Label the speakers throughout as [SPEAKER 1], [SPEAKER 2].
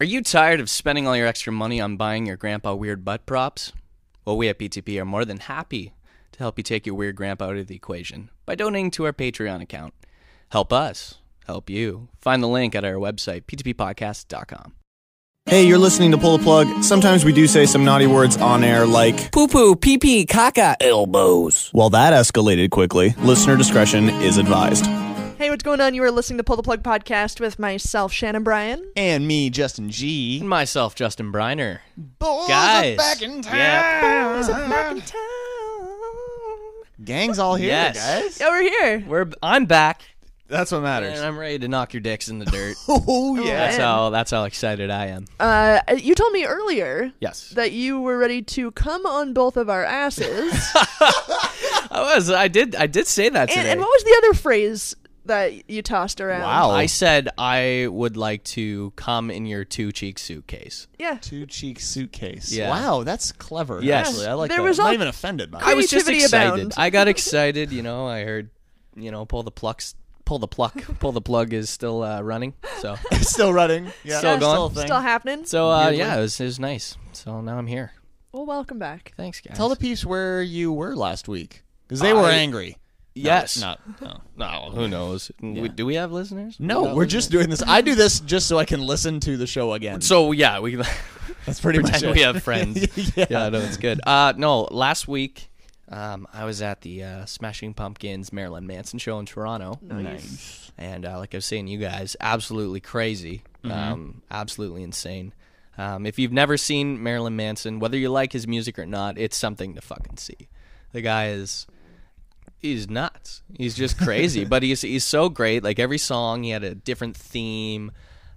[SPEAKER 1] Are you tired of spending all your extra money on buying your grandpa weird butt props? Well, we at PTP are more than happy to help you take your weird grandpa out of the equation by donating to our Patreon account. Help us, help you. Find the link at our website, ptppodcast.com.
[SPEAKER 2] Hey, you're listening to Pull the Plug. Sometimes we do say some naughty words on air like
[SPEAKER 3] poo poo, pee pee, caca, elbows.
[SPEAKER 2] Well, that escalated quickly. Listener discretion is advised.
[SPEAKER 4] Hey, what's going on? You are listening to Pull the Plug podcast with myself, Shannon Bryan.
[SPEAKER 5] And me, Justin G.
[SPEAKER 1] And myself, Justin Briner.
[SPEAKER 5] Boys
[SPEAKER 1] Guys.
[SPEAKER 5] are back in town.
[SPEAKER 1] Yep.
[SPEAKER 4] Boys are back in town.
[SPEAKER 5] Gang's all here,
[SPEAKER 1] Yes.
[SPEAKER 5] guys.
[SPEAKER 4] Yeah, we're here.
[SPEAKER 1] We're I'm back
[SPEAKER 5] That's what matters.
[SPEAKER 1] and I'm ready to knock your dicks in the dirt.
[SPEAKER 5] oh yeah.
[SPEAKER 1] that's
[SPEAKER 4] man.
[SPEAKER 1] how that's how excited I am.
[SPEAKER 4] Uh, you told me earlier
[SPEAKER 1] Yes.
[SPEAKER 4] that you were ready to come on both of our asses.
[SPEAKER 1] I was I did I did say that today.
[SPEAKER 4] and, and what was the other phrase that you tossed around?
[SPEAKER 5] Wow.
[SPEAKER 1] I said I would like to come in your two cheek suitcase.
[SPEAKER 4] Yeah.
[SPEAKER 5] Two cheek suitcase.
[SPEAKER 1] Yeah.
[SPEAKER 5] Wow, that's clever.
[SPEAKER 1] Yes,
[SPEAKER 5] I'm
[SPEAKER 1] I like
[SPEAKER 4] There
[SPEAKER 1] that.
[SPEAKER 4] was
[SPEAKER 5] not
[SPEAKER 4] all-
[SPEAKER 5] even offended by
[SPEAKER 1] I
[SPEAKER 5] it.
[SPEAKER 1] was just
[SPEAKER 4] creativity
[SPEAKER 1] excited.
[SPEAKER 4] abound.
[SPEAKER 1] I got excited, you know. I heard, you know, pull the plucks, pull the pluck, pull the plug is still uh, running. So,
[SPEAKER 5] still running. Yeah.
[SPEAKER 1] Still going.
[SPEAKER 5] a thing.
[SPEAKER 4] Still happening.
[SPEAKER 1] so uh, yeah, it was, it was nice. So now I'm here.
[SPEAKER 4] well, welcome back.
[SPEAKER 1] Thanks, guys.
[SPEAKER 5] Tell the peeps where you were last week because they were
[SPEAKER 1] I-
[SPEAKER 5] angry.
[SPEAKER 1] yes.
[SPEAKER 5] Not. No.
[SPEAKER 1] No, who knows? We- do we have listeners?
[SPEAKER 5] No, we're just doing this. I do this just so I can listen to the show again.
[SPEAKER 1] So yeah, we
[SPEAKER 5] That's pretty much it.
[SPEAKER 1] we have friends.
[SPEAKER 5] yeah.
[SPEAKER 1] yeah, no, it's good. Uh, no, last week um, I was at the uh, Smashing Pumpkins Marilyn Manson show in Toronto. Nice. And uh, like I was saying, you guys, absolutely crazy, um, absolutely insane. Um, if you've never seen Marilyn Manson, whether you like his music or not, it's something to fucking see. The guy is he's nuts. He's just crazy, but he's he's so great. Like every song, he had a different theme.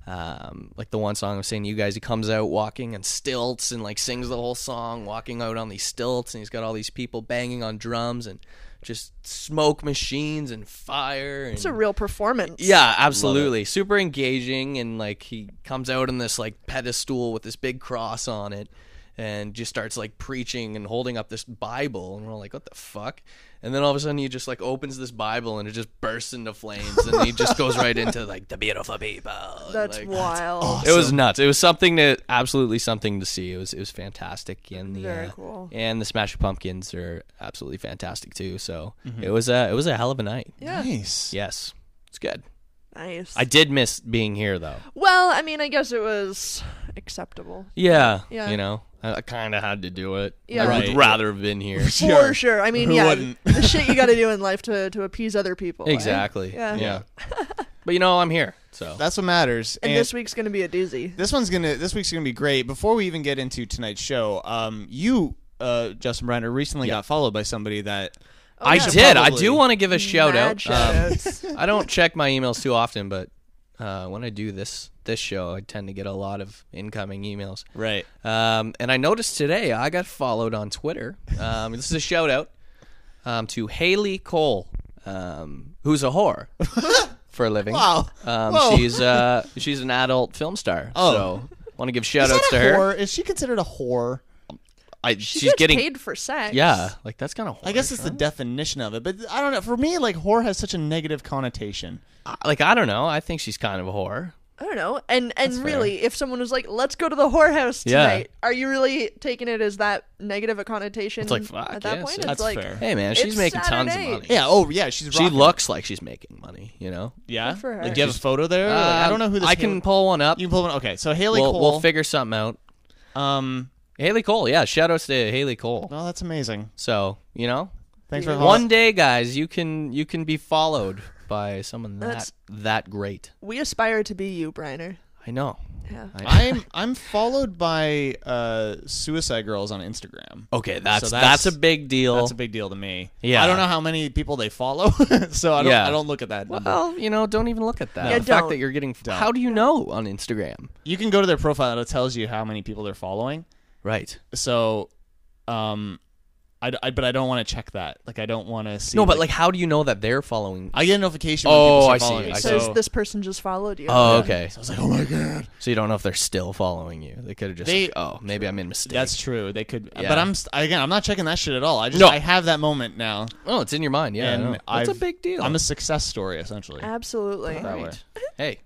[SPEAKER 1] Um, like the one song I'm saying to you guys, he comes out walking on stilts and like sings the whole song, walking out on these stilts, and he's got all these people banging on drums and just smoke machines and fire. And
[SPEAKER 4] It's a real performance.
[SPEAKER 1] yeah, absolutely. Super engaging and like he comes out on this like pedestal with this big cross on it and just starts like preaching and holding up this Bible and we're like, What the fuck? And then all of a sudden he just like opens this Bible and it just bursts into flames and he just goes right into like the beautiful people. and,
[SPEAKER 4] That's
[SPEAKER 1] like,
[SPEAKER 4] wild.
[SPEAKER 1] It was nuts. It was something to absolutely something to see. It was it was fantastic and the
[SPEAKER 4] Very
[SPEAKER 1] uh,
[SPEAKER 4] cool.
[SPEAKER 1] and the Smash Pumpkins are absolutely fantastic too. So it was a it was a hell of a night.
[SPEAKER 4] Mm-hmm. Yeah.
[SPEAKER 5] Nice.
[SPEAKER 1] Yes. It's good.
[SPEAKER 4] Nice.
[SPEAKER 1] I did miss being here though.
[SPEAKER 4] well, I mean, I guess it was acceptable.
[SPEAKER 1] Yeah.
[SPEAKER 4] Yeah.
[SPEAKER 1] You know, I, I kind of had to do it.
[SPEAKER 4] Yeah.
[SPEAKER 1] I
[SPEAKER 5] Right.
[SPEAKER 1] would rather have been here.
[SPEAKER 4] For sure. I mean,
[SPEAKER 5] Who
[SPEAKER 4] yeah.
[SPEAKER 5] wouldn't?
[SPEAKER 4] the shit you got to do in life to, to appease other people. eh?
[SPEAKER 1] exactly.
[SPEAKER 4] Yeah.
[SPEAKER 1] Yeah. but you know, I'm here. So
[SPEAKER 5] That's what matters.
[SPEAKER 4] And, this week's going to be a doozy.
[SPEAKER 5] this one's gonna this week's gonna be great. Before we even get into tonight's show, um, you, uh, Justin Briner, recently got followed by somebody that Oh,
[SPEAKER 1] I
[SPEAKER 5] yeah.
[SPEAKER 1] did. I
[SPEAKER 5] Probably.
[SPEAKER 1] do want to give a shout
[SPEAKER 4] Mad
[SPEAKER 1] out.
[SPEAKER 4] shout-outs.
[SPEAKER 1] Um, I don't check my emails too often, but uh, when I do this this show, I tend to get a lot of incoming emails.
[SPEAKER 5] right.
[SPEAKER 1] Um, and I noticed today I got followed on Twitter. Um, this is a shout out um, to Haley Cole, um, who's a whore for a living.
[SPEAKER 5] Wow.
[SPEAKER 1] Um,
[SPEAKER 5] Whoa.
[SPEAKER 1] she's uh, she's an adult film star.
[SPEAKER 5] Oh.
[SPEAKER 1] So want to give shout
[SPEAKER 5] Is
[SPEAKER 1] outs
[SPEAKER 5] that
[SPEAKER 1] to
[SPEAKER 5] a
[SPEAKER 1] her.
[SPEAKER 5] whore? Is she considered a whore?
[SPEAKER 1] I,
[SPEAKER 4] She
[SPEAKER 1] she's
[SPEAKER 4] gets
[SPEAKER 1] getting
[SPEAKER 4] paid for sex.
[SPEAKER 1] yeah, like that's kind of
[SPEAKER 5] I guess it's the definition of it, but I don't know. For me, like whore has such a negative connotation.
[SPEAKER 1] Uh, like I don't know. I think she's kind of a whore.
[SPEAKER 4] I don't know. And and really, if someone was like, "Let's go to the whorehouse
[SPEAKER 1] Yeah.
[SPEAKER 4] tonight," are you really taking it as that negative a connotation?
[SPEAKER 1] like, fuck,
[SPEAKER 4] at that
[SPEAKER 1] yeah,
[SPEAKER 4] point,
[SPEAKER 1] so-
[SPEAKER 4] it's
[SPEAKER 5] That's
[SPEAKER 4] like,
[SPEAKER 5] fair.
[SPEAKER 1] Hey man, she's
[SPEAKER 4] It's
[SPEAKER 1] making tons of
[SPEAKER 4] Saturday.
[SPEAKER 1] money.
[SPEAKER 5] Yeah. Oh, yeah. She's
[SPEAKER 1] She
[SPEAKER 5] rocking.
[SPEAKER 1] looks like she's making money. You know. uh,
[SPEAKER 5] Yeah.
[SPEAKER 4] Good for her.
[SPEAKER 5] Like, do you have a photo there? Like, I don't know who this.
[SPEAKER 1] I can
[SPEAKER 5] Haley-
[SPEAKER 1] pull one up.
[SPEAKER 5] You can pull one. Okay, so Haley
[SPEAKER 1] we'll,
[SPEAKER 5] Cole.
[SPEAKER 1] we'll figure something out.
[SPEAKER 5] um.
[SPEAKER 1] Haley Cole, yeah. Shout outs to Haley Cole.
[SPEAKER 5] Well, that's amazing.
[SPEAKER 1] So you know,
[SPEAKER 5] Thanks for
[SPEAKER 1] one day, guys, you can you can be followed by someone that
[SPEAKER 4] That's-
[SPEAKER 1] that great.
[SPEAKER 4] we aspire to be you, Briner.
[SPEAKER 1] I know.
[SPEAKER 5] Oh.
[SPEAKER 4] Yeah.
[SPEAKER 1] I,
[SPEAKER 5] I'm I'm followed by uh, suicide girls on Instagram.
[SPEAKER 1] okay, that's,
[SPEAKER 5] So
[SPEAKER 1] that's
[SPEAKER 5] that's-
[SPEAKER 1] a big deal.
[SPEAKER 5] That's a big deal to me.
[SPEAKER 1] Yeah.
[SPEAKER 5] I don't know how many people they follow, so I don't.
[SPEAKER 1] Yeah.
[SPEAKER 5] I don't look at that. number.
[SPEAKER 1] well, you know, don't even look at that.
[SPEAKER 4] Yeah,
[SPEAKER 1] the fact
[SPEAKER 4] don't.
[SPEAKER 1] that you're getting how do you know on Instagram?
[SPEAKER 5] You can go to their profile and it tells you how many people they're following.
[SPEAKER 1] Right.
[SPEAKER 5] So, um, I, d- I- but I don't want to check that. Like I don't want to see.
[SPEAKER 1] No, but like, how do you know that they're following?
[SPEAKER 5] I get a notification.
[SPEAKER 1] Oh,
[SPEAKER 5] when people
[SPEAKER 1] I
[SPEAKER 5] start following
[SPEAKER 1] see,
[SPEAKER 5] Me,
[SPEAKER 4] So
[SPEAKER 1] I
[SPEAKER 5] so
[SPEAKER 4] this person just followed you.
[SPEAKER 1] oh, okay.
[SPEAKER 5] I was like, oh my god.
[SPEAKER 1] So you don't know if they're still following you. They could have just
[SPEAKER 5] They-
[SPEAKER 1] like, oh, maybe I'm in mistake.
[SPEAKER 5] That's true. They could,
[SPEAKER 1] Yeah.
[SPEAKER 5] but I'm st- again. I'm not checking that shit at all. I just
[SPEAKER 1] No.
[SPEAKER 5] I have that moment now.
[SPEAKER 1] oh, it's in your mind. Yeah, I
[SPEAKER 5] and
[SPEAKER 1] know. that's
[SPEAKER 5] I've-
[SPEAKER 1] a big deal.
[SPEAKER 5] I'm a success story essentially.
[SPEAKER 4] Absolutely.
[SPEAKER 5] that way.
[SPEAKER 1] Right. Hey,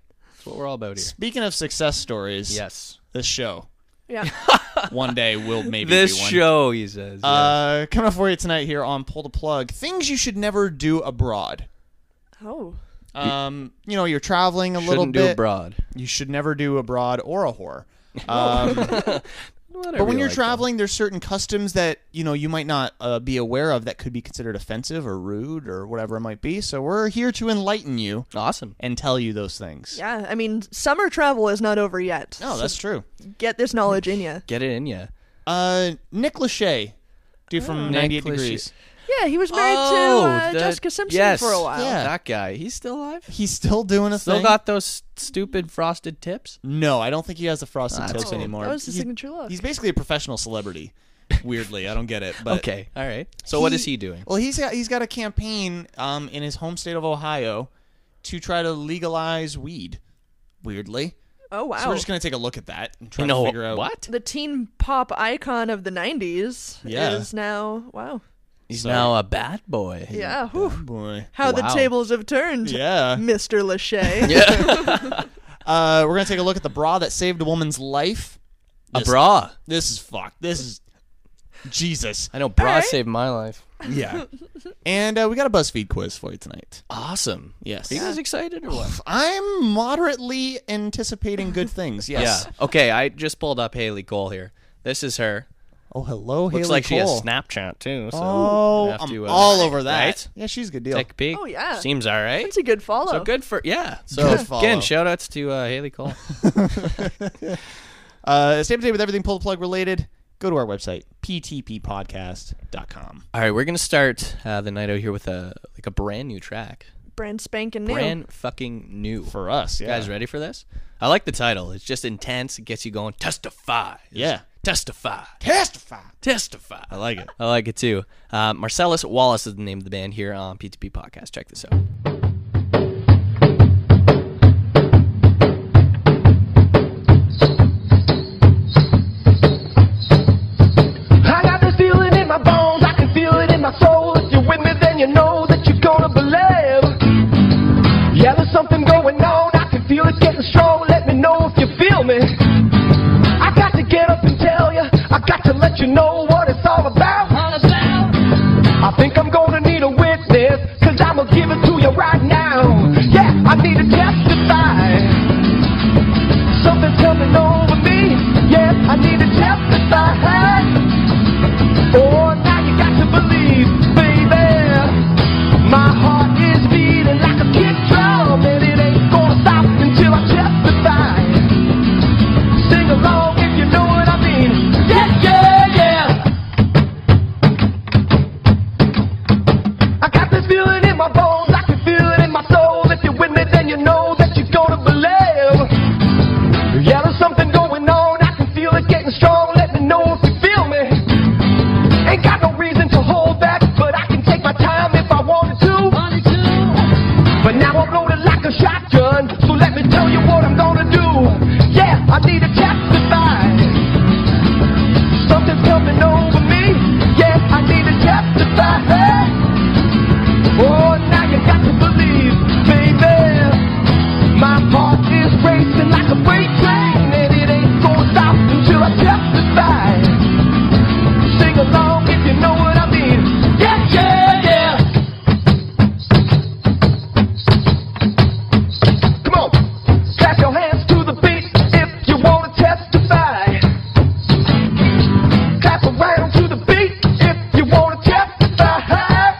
[SPEAKER 1] what we're all about here.
[SPEAKER 5] Speaking of success stories,
[SPEAKER 1] Yes.
[SPEAKER 5] this show
[SPEAKER 4] Yeah.
[SPEAKER 5] one day will maybe
[SPEAKER 1] This
[SPEAKER 5] be one.
[SPEAKER 1] show, he says.
[SPEAKER 5] Uh, coming up for you tonight here on Pull to Plug, things you should never do abroad.
[SPEAKER 4] Oh.
[SPEAKER 5] Um, you know, you're traveling a
[SPEAKER 1] yes.
[SPEAKER 5] little
[SPEAKER 1] Shouldn't
[SPEAKER 5] bit.
[SPEAKER 1] do abroad.
[SPEAKER 5] You should never do abroad or a whore. Um,
[SPEAKER 1] Whatever
[SPEAKER 5] but when
[SPEAKER 1] you
[SPEAKER 5] you're
[SPEAKER 1] like, though.
[SPEAKER 5] traveling, there's certain customs that you know you might not uh, be aware of that could be considered offensive or rude or whatever it might be. So we're here to enlighten you
[SPEAKER 1] awesome.
[SPEAKER 5] and tell you those things.
[SPEAKER 4] Yeah. I mean, summer travel is not over yet.
[SPEAKER 5] No, that's true.
[SPEAKER 4] Get this knowledge in you.
[SPEAKER 1] Get it in ya. Oh.
[SPEAKER 5] Uh, Nick Lachey, dude from 98
[SPEAKER 1] Nick Lachey.
[SPEAKER 5] Degrees.
[SPEAKER 4] Yeah, he was married
[SPEAKER 1] oh,
[SPEAKER 4] to uh,
[SPEAKER 1] the-
[SPEAKER 4] Jessica Simpson
[SPEAKER 1] yes.
[SPEAKER 4] for a while.
[SPEAKER 5] Yeah.
[SPEAKER 1] That guy. He's still alive.
[SPEAKER 5] He's still doing a
[SPEAKER 1] Still
[SPEAKER 5] thing.
[SPEAKER 1] got those s- stupid frosted tips.
[SPEAKER 5] no, Oh, I don't think he has the frosted
[SPEAKER 1] Ah,
[SPEAKER 5] tips
[SPEAKER 1] that's-
[SPEAKER 5] anymore.
[SPEAKER 4] That was his
[SPEAKER 5] He-
[SPEAKER 4] signature look.
[SPEAKER 5] He's basically a professional celebrity. Weirdly, I don't get it. But
[SPEAKER 1] Okay. All right. So what is he doing?
[SPEAKER 5] Well, he's got, he's got a campaign um, in his home state of Ohio to try to legalize weed. Weirdly,
[SPEAKER 4] oh wow.
[SPEAKER 5] so we're just gonna take a look at that and try
[SPEAKER 1] No,
[SPEAKER 5] to figure out
[SPEAKER 1] what?
[SPEAKER 4] the teen pop icon of the 90s
[SPEAKER 5] Yeah.
[SPEAKER 4] is now wow
[SPEAKER 1] He's
[SPEAKER 5] So-
[SPEAKER 1] now a bad boy.
[SPEAKER 4] yeah whew.
[SPEAKER 5] Boy,
[SPEAKER 4] how the
[SPEAKER 1] Wow.
[SPEAKER 4] tables have turned
[SPEAKER 5] yeah.
[SPEAKER 4] mr lachey
[SPEAKER 5] Uh, we're gonna take a look at the bra that saved a woman's life.
[SPEAKER 1] A bra.
[SPEAKER 5] This is fucked. This is Jesus.
[SPEAKER 1] I know bra
[SPEAKER 4] right.
[SPEAKER 1] saved my life.
[SPEAKER 5] Yeah. and uh, we got a BuzzFeed quiz for you tonight.
[SPEAKER 1] Awesome.
[SPEAKER 5] Yes.
[SPEAKER 1] Are you guys excited or what?
[SPEAKER 5] I'm moderately anticipating good things. Yes.
[SPEAKER 1] Yeah. Okay, I just pulled up Haley Cole here. This is her.
[SPEAKER 5] Oh, hello,
[SPEAKER 1] Looks
[SPEAKER 5] Haley
[SPEAKER 1] like she has
[SPEAKER 5] Cole.
[SPEAKER 1] Snapchat too. So
[SPEAKER 5] Oh,
[SPEAKER 1] we'll have
[SPEAKER 5] I'm
[SPEAKER 1] to, uh,
[SPEAKER 5] all over that.
[SPEAKER 1] right?
[SPEAKER 5] Yeah, she's a good deal.
[SPEAKER 1] Take a peek.
[SPEAKER 4] Oh, yeah.
[SPEAKER 1] Seems all right.
[SPEAKER 4] it's a good follow
[SPEAKER 1] So good for yeah. So
[SPEAKER 5] Good follow.
[SPEAKER 1] again, shout outs to uh, Haley Cole.
[SPEAKER 5] Uh, stay up to date with everything pull the plug related. Go to our website, ptppodcast.com.
[SPEAKER 1] all right, we're gonna start uh, the night out here with a like a brand new track,
[SPEAKER 4] brand spanking new
[SPEAKER 1] brand fucking new.
[SPEAKER 5] For us,
[SPEAKER 1] you
[SPEAKER 5] yeah.
[SPEAKER 1] guys ready for this? I like the title. It's just intense. It gets you going. Testify.
[SPEAKER 5] Yeah.
[SPEAKER 1] Testify.
[SPEAKER 5] Testify.
[SPEAKER 1] Testify. I
[SPEAKER 5] like it.
[SPEAKER 1] I like it too. Uh, Marcellus Wallace is the name of the band here on PTP Podcast. Check this out.
[SPEAKER 6] I got this feeling in my bones, I can feel it in my soul. If you're with me, then you know that you're gonna believe. Yeah, there's something going on, I can feel it getting strong. Let me know if you feel me. I got to get up and tell you, I got to let you know what it's all about. I think I'm gonna need a witness, cause I'ma give it to you right now. Yeah, I need to testify. Something's coming over me. Yes, I need to testify. Oh, now you got to believe, baby. My heart is beating like a kick drum, and it ain't gonna stop until I testify. Sing along if you know what I mean. Yeah, yeah, yeah. I got this feeling in my bones, I can feel it in my soul. If you're with me, then you know that you're gonna believe. Yeah, there's something going on. I can feel it getting strong. Let me know if you feel me. Ain't got no reason to hold back, but I can take my time if I wanted to. But now I'm loaded like a shotgun, so let me tell you what I'm gonna do. Yeah, I need to testify. Something's coming over me. Yeah, I need to testify. Oh, now you got to believe, baby. My heart is racing like a freight train, and it ain't gonna stop until I testify. Sing along if you know what I mean. Yeah, yeah, yeah. Come on, clap your hands to the beat if you wanna testify. Clap around to the beat if you wanna testify.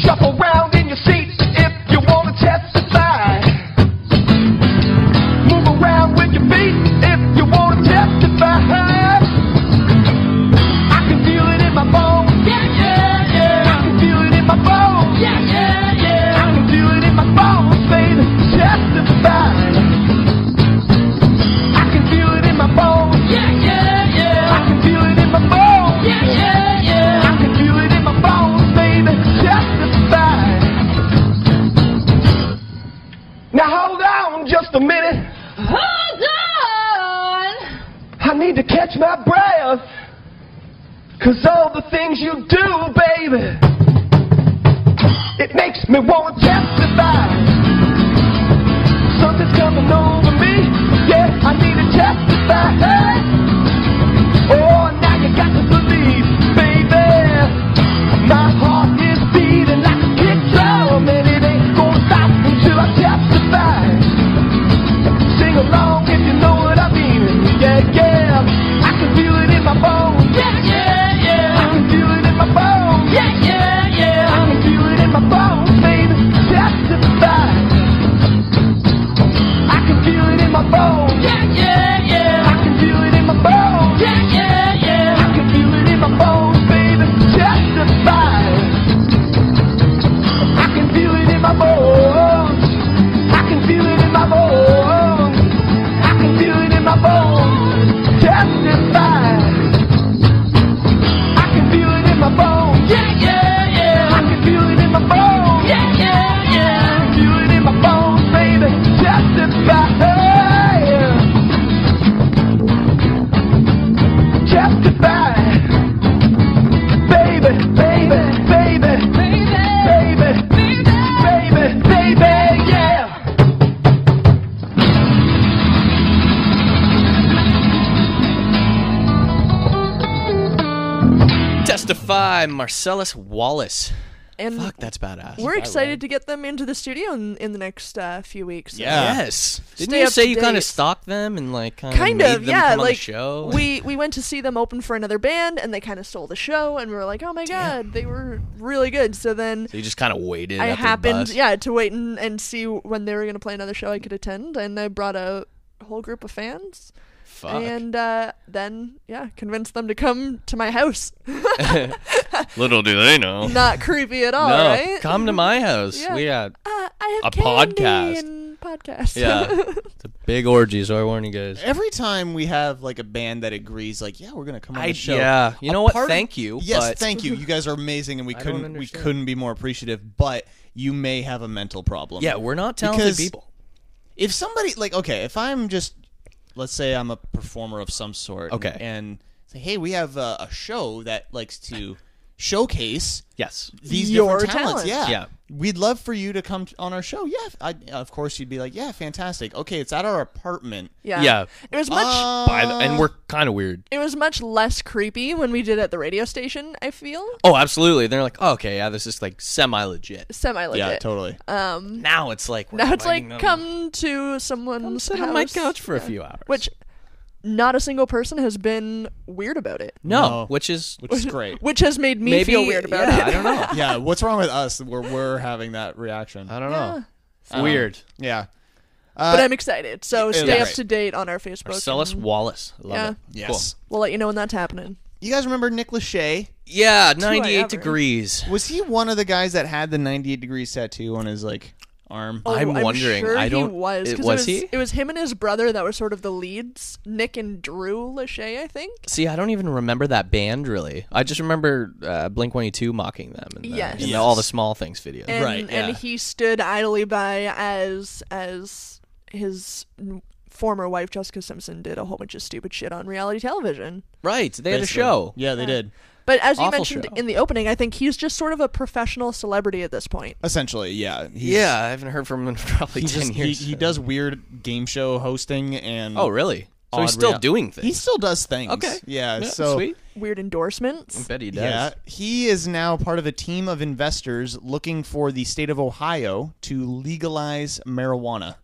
[SPEAKER 6] Shuffle round in your seat if you wanna testify. Move around with your feet if you wanna testify. I can feel it in my bones. Yeah, yeah, yeah. I can feel it in my bones. Yeah, yeah, yeah. I can feel it in my bones, baby. Testify. I can feel it in my bones. Yeah, yeah, yeah. I can feel it in my bones. Yeah, yeah, yeah. I can feel it in my bones, baby. Testify. Now hold on just a minute. Hold on. I need to catch my breath. Cause all the things you do, baby, it makes me want to testify. Something's is coming over me. Yeah, I need to testify. Hey. Oh, now you got to believe, baby. My heart is beating like a kick drum, and it ain't gonna stop until I testify. Sing along if you know what I mean. Yeah, yeah. I can feel it in my bones. Yeah, yeah, yeah. I can feel it in my bones. Yeah, yeah, yeah. I can feel it in my bones, baby. Testify. I can feel it in my bones. Yeah, yeah, yeah. I can feel it in my bones. Yeah, yeah, yeah. I can feel it in my bones, baby. Testify. I can feel it in my bones. I can feel it in my bones. I can feel it in my bones. Testify. I can feel it in my bones. Yeah, yeah, yeah. I can feel it in my bones. Yeah, yeah, yeah. I can feel it in my bones, baby. Testify. Testify. Baby, baby, baby, baby, baby, baby, baby, yeah.
[SPEAKER 1] Testify, Marcellus Wallace.
[SPEAKER 4] And
[SPEAKER 1] Fuck, that's badass.
[SPEAKER 4] we're excited to get them into the studio in, in the next uh, few weeks. So
[SPEAKER 5] Yeah.
[SPEAKER 1] Yes. Didn't
[SPEAKER 4] Stay
[SPEAKER 1] you
[SPEAKER 4] up
[SPEAKER 1] say
[SPEAKER 4] to
[SPEAKER 1] you kind
[SPEAKER 4] date.
[SPEAKER 1] of stalked them and like kind of
[SPEAKER 4] kind
[SPEAKER 1] made
[SPEAKER 4] of
[SPEAKER 1] them
[SPEAKER 4] yeah
[SPEAKER 1] come on
[SPEAKER 4] like
[SPEAKER 1] the show? and-
[SPEAKER 4] we we went to see them open for another band and they kind of stole the show and we were like oh my god they were really good so then
[SPEAKER 1] So you just kind of waited.
[SPEAKER 4] i
[SPEAKER 1] at their
[SPEAKER 4] happened
[SPEAKER 1] bus.
[SPEAKER 4] yeah to wait and, and see when they were going to play another show i could attend and i brought a whole group of fans
[SPEAKER 1] Fuck.
[SPEAKER 4] and uh, then yeah convinced them to come to my house
[SPEAKER 1] Little do they know.
[SPEAKER 4] not creepy at all
[SPEAKER 1] no,
[SPEAKER 4] right?
[SPEAKER 1] come to my house.
[SPEAKER 4] Yeah.
[SPEAKER 1] We had
[SPEAKER 4] uh, i have
[SPEAKER 1] a
[SPEAKER 4] candy
[SPEAKER 1] podcast.
[SPEAKER 4] and podcast
[SPEAKER 1] yeah, it's a big orgy. So I warn you guys.
[SPEAKER 5] Every time we have like a band that agrees, like, yeah, we're gonna come on
[SPEAKER 1] I-
[SPEAKER 5] the show.
[SPEAKER 1] yeah. You
[SPEAKER 5] a
[SPEAKER 1] know what?
[SPEAKER 5] part of-
[SPEAKER 1] Thank you,
[SPEAKER 5] Yes,
[SPEAKER 1] but-
[SPEAKER 5] thank you. You guys are amazing, and we
[SPEAKER 1] don't
[SPEAKER 5] couldn't we
[SPEAKER 1] understand.
[SPEAKER 5] couldn't be more appreciative. But you may have a mental problem.
[SPEAKER 1] Yeah, we're not talented
[SPEAKER 5] Because-
[SPEAKER 1] people.
[SPEAKER 5] if somebody like okay, if I'm just let's say I'm a performer of some sort,
[SPEAKER 1] Okay.
[SPEAKER 5] and say, hey, we have a, a show that likes to showcase
[SPEAKER 1] Yes.
[SPEAKER 5] these
[SPEAKER 4] Your
[SPEAKER 5] different talents.
[SPEAKER 4] talent.
[SPEAKER 5] Yeah.
[SPEAKER 1] Yeah.
[SPEAKER 5] We'd love for you to come t- on our show. Yeah, I, of course you'd be like, yeah, fantastic. Okay, it's at our apartment.
[SPEAKER 4] yeah
[SPEAKER 1] Yeah. Ah,
[SPEAKER 4] it was much
[SPEAKER 1] By the, and we're kind of weird.
[SPEAKER 4] it was much less creepy when we did it at the radio station i feel
[SPEAKER 1] Oh, absolutely. They're like, oh, okay, yeah, this is like semi legit.
[SPEAKER 4] semi legit
[SPEAKER 5] yeah, totally.
[SPEAKER 4] Um,
[SPEAKER 1] Now it's like we're
[SPEAKER 4] Now it's like
[SPEAKER 1] inviting them
[SPEAKER 4] come to someone's
[SPEAKER 1] sit
[SPEAKER 4] house,
[SPEAKER 1] on my couch for a few hours.
[SPEAKER 4] which not a single person has been weird about it,
[SPEAKER 1] no,
[SPEAKER 5] No.
[SPEAKER 1] which is
[SPEAKER 5] which is great.
[SPEAKER 4] which has made me
[SPEAKER 1] maybe
[SPEAKER 4] feel weird about
[SPEAKER 1] yeah, I
[SPEAKER 4] it.
[SPEAKER 1] don't know.
[SPEAKER 5] yeah, what's wrong with us? We're we're having that reaction. Um,
[SPEAKER 1] I don't know. It's weird.
[SPEAKER 5] Yeah, Uh,
[SPEAKER 4] but I'm excited, so stay
[SPEAKER 5] yeah,
[SPEAKER 4] up
[SPEAKER 5] right.
[SPEAKER 4] to date on our Facebook.
[SPEAKER 1] Marcellus
[SPEAKER 4] and
[SPEAKER 1] Wallace, love
[SPEAKER 4] Yeah.
[SPEAKER 1] it.
[SPEAKER 5] yes.
[SPEAKER 4] We'll let you know when that's happening.
[SPEAKER 5] You guys remember Nick Lachey?
[SPEAKER 1] Yeah,
[SPEAKER 4] I ever.
[SPEAKER 1] 98 degrees.
[SPEAKER 5] Was he one of the guys that had the 98 degrees tattoo on his like arm?
[SPEAKER 4] Oh,
[SPEAKER 1] I'm wondering.
[SPEAKER 4] Sure
[SPEAKER 1] I don't-
[SPEAKER 4] He was,
[SPEAKER 1] it-
[SPEAKER 4] 'cause
[SPEAKER 1] was
[SPEAKER 4] it
[SPEAKER 1] he?
[SPEAKER 4] It was him and his brother that were sort of the leads, Nick and Drew Lachey, I think.
[SPEAKER 1] See, I don't even remember that band really. I just remember uh, Blink 182 mocking them in, the,
[SPEAKER 4] Yes.
[SPEAKER 1] in the
[SPEAKER 4] Yes.
[SPEAKER 1] all the small things video.
[SPEAKER 4] and,
[SPEAKER 5] Right, yeah.
[SPEAKER 4] and he stood idly by as as his n- former wife Jessica Simpson did a whole bunch of stupid shit on reality television.
[SPEAKER 1] Right, they had a
[SPEAKER 5] Basically.
[SPEAKER 1] show.
[SPEAKER 5] Yeah, they did.
[SPEAKER 4] But as you
[SPEAKER 1] Awful
[SPEAKER 4] mentioned
[SPEAKER 1] show.
[SPEAKER 4] in the opening, I think he's just sort of a professional celebrity at this point.
[SPEAKER 5] Essentially, yeah. He's-
[SPEAKER 1] Yeah, I haven't heard from him in probably
[SPEAKER 5] He,
[SPEAKER 1] 10
[SPEAKER 5] just, he,
[SPEAKER 1] years.
[SPEAKER 5] he does weird game show hosting and
[SPEAKER 1] Oh, really? So
[SPEAKER 5] odd
[SPEAKER 1] he's still
[SPEAKER 5] rea-
[SPEAKER 1] doing things.
[SPEAKER 5] He still does things.
[SPEAKER 1] okay.
[SPEAKER 5] Yeah. so
[SPEAKER 1] sweet.
[SPEAKER 4] Weird endorsements.
[SPEAKER 1] Bet he does.
[SPEAKER 5] yeah, he is now part of a team of investors looking for the state of Ohio to legalize marijuana.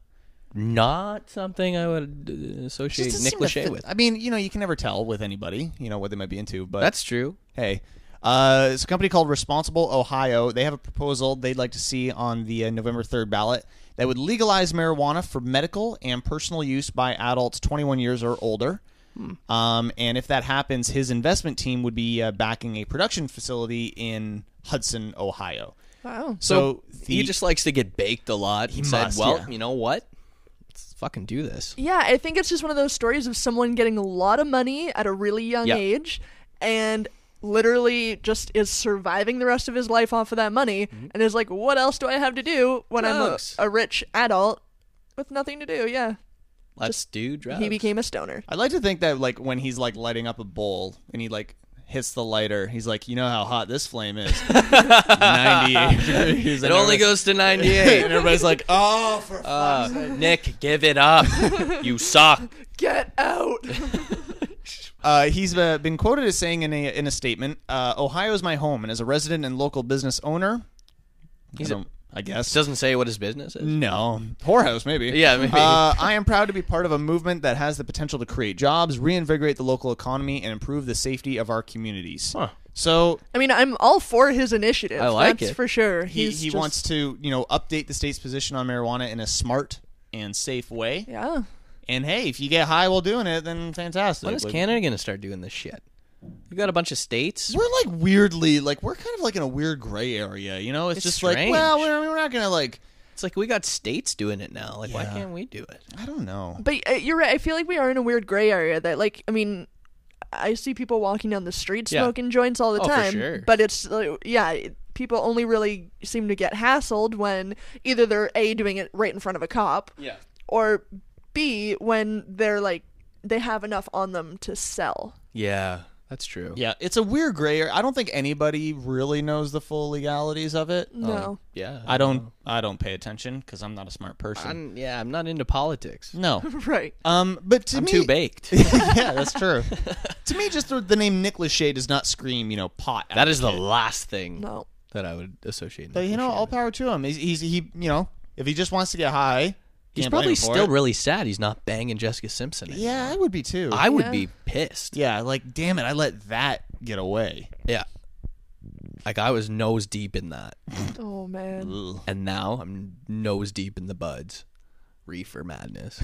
[SPEAKER 1] Not something I would uh, associate
[SPEAKER 5] Just
[SPEAKER 1] Nick
[SPEAKER 5] doesn't seem to
[SPEAKER 1] Lachey
[SPEAKER 5] fit-
[SPEAKER 1] with.
[SPEAKER 5] I mean, you know, you can never tell with anybody, you know, what they might be into. But
[SPEAKER 1] That's true.
[SPEAKER 5] hey, uh, it's a company called Responsible Ohio. They have a proposal they'd like to see on the uh, November third ballot that would legalize marijuana for medical and personal use by adults 21 years or older.
[SPEAKER 1] Hmm.
[SPEAKER 5] Um, and if that happens, his investment team would be uh, backing a production facility in Hudson, Ohio.
[SPEAKER 4] Wow.
[SPEAKER 5] So, the,
[SPEAKER 1] he just likes to get baked a lot. He said,
[SPEAKER 5] must,
[SPEAKER 1] "Well,
[SPEAKER 5] yeah.
[SPEAKER 1] you know what? Let's fucking do this."
[SPEAKER 4] Yeah, I think it's just one of those stories of someone getting a lot of money at a really young
[SPEAKER 1] Yeah.
[SPEAKER 4] age and literally just is surviving the rest of his life off of that money and is like, what else do I have to do when
[SPEAKER 1] Mm-hmm. Drugs.
[SPEAKER 4] I'm a, a rich adult with nothing to do? Yeah.
[SPEAKER 1] Let's do drugs.
[SPEAKER 4] He became a stoner.
[SPEAKER 5] I like to think that like when he's like lighting up a bowl and he like hits the lighter. He's like, you know how hot this flame is. 98 degrees.
[SPEAKER 1] It only goes to 98.
[SPEAKER 5] And everybody's like, oh, for
[SPEAKER 1] Uh, Nick, give it up. You suck.
[SPEAKER 4] Get out.
[SPEAKER 5] Uh, he's uh, been quoted as saying in a, in a statement, uh, "Ohio is my home, and as a resident and local business owner,
[SPEAKER 1] He's
[SPEAKER 5] I, don't- I guess
[SPEAKER 1] Doesn't say what his business is.
[SPEAKER 5] no whorehouse maybe.
[SPEAKER 1] Yeah, maybe.
[SPEAKER 5] Uh, I am proud to be part of a movement that has the potential to create jobs, reinvigorate the local economy, and improve the safety of our communities.
[SPEAKER 1] Huh.
[SPEAKER 5] So
[SPEAKER 4] I mean, I'm all for his initiative.
[SPEAKER 1] I like
[SPEAKER 4] that's
[SPEAKER 1] it.
[SPEAKER 4] for sure.
[SPEAKER 5] he
[SPEAKER 4] He's
[SPEAKER 5] he
[SPEAKER 4] just-
[SPEAKER 5] wants to you know update the state's position on marijuana in a smart and safe way.
[SPEAKER 4] Yeah.
[SPEAKER 5] And hey, if you get high while doing it, then fantastic.
[SPEAKER 1] When is
[SPEAKER 5] Like,
[SPEAKER 1] Canada gonna start doing this shit? We got a bunch of states.
[SPEAKER 5] we're like weirdly like we're kind of like in a weird gray area you know it's,
[SPEAKER 1] It's
[SPEAKER 5] just like
[SPEAKER 1] strange.
[SPEAKER 5] well we're, we're not gonna like
[SPEAKER 1] It's like we got states doing it now. Like, why can't we do it?
[SPEAKER 5] i don't know
[SPEAKER 4] But uh, you're right. I feel like we are in a weird gray area that, like, I mean, I see people walking down the street
[SPEAKER 1] Yeah.
[SPEAKER 4] smoking joints all the
[SPEAKER 1] Oh, for
[SPEAKER 4] time.
[SPEAKER 1] sure.
[SPEAKER 4] But it's, like, yeah, it- people only really seem to get hassled when either they're A, doing it right in front of a cop,
[SPEAKER 1] Yeah.
[SPEAKER 4] or B, when they're, like, they have enough on them to sell.
[SPEAKER 1] Yeah, that's true.
[SPEAKER 5] yeah it's a weird gray area i don't think anybody really knows the full legalities of it
[SPEAKER 4] No.
[SPEAKER 1] Yeah.
[SPEAKER 5] i don't i don't pay attention because i'm not a smart person
[SPEAKER 1] I'm, yeah, I'm not into politics.
[SPEAKER 5] no
[SPEAKER 4] right.
[SPEAKER 5] um but to
[SPEAKER 1] I'm
[SPEAKER 5] me
[SPEAKER 1] too baked.
[SPEAKER 5] yeah that's true to me just the, the name nick lachey does not scream you know pot
[SPEAKER 1] that is the last thing
[SPEAKER 4] No.
[SPEAKER 1] that I would associate.
[SPEAKER 5] but you know all power to him he's, he's he you know if he just wants to get high
[SPEAKER 1] he's
[SPEAKER 5] can't blame
[SPEAKER 1] probably
[SPEAKER 5] him for
[SPEAKER 1] still
[SPEAKER 5] it.
[SPEAKER 1] really sad he's not banging Jessica Simpson. anymore.
[SPEAKER 5] yeah i would be too
[SPEAKER 1] I would
[SPEAKER 4] Yeah.
[SPEAKER 1] be pissed.
[SPEAKER 5] yeah like damn it i let that get away
[SPEAKER 1] Yeah. Like I was nose deep in that,
[SPEAKER 4] Oh, man.
[SPEAKER 5] Ugh.
[SPEAKER 1] and now I'm nose deep in the buds, reefer madness.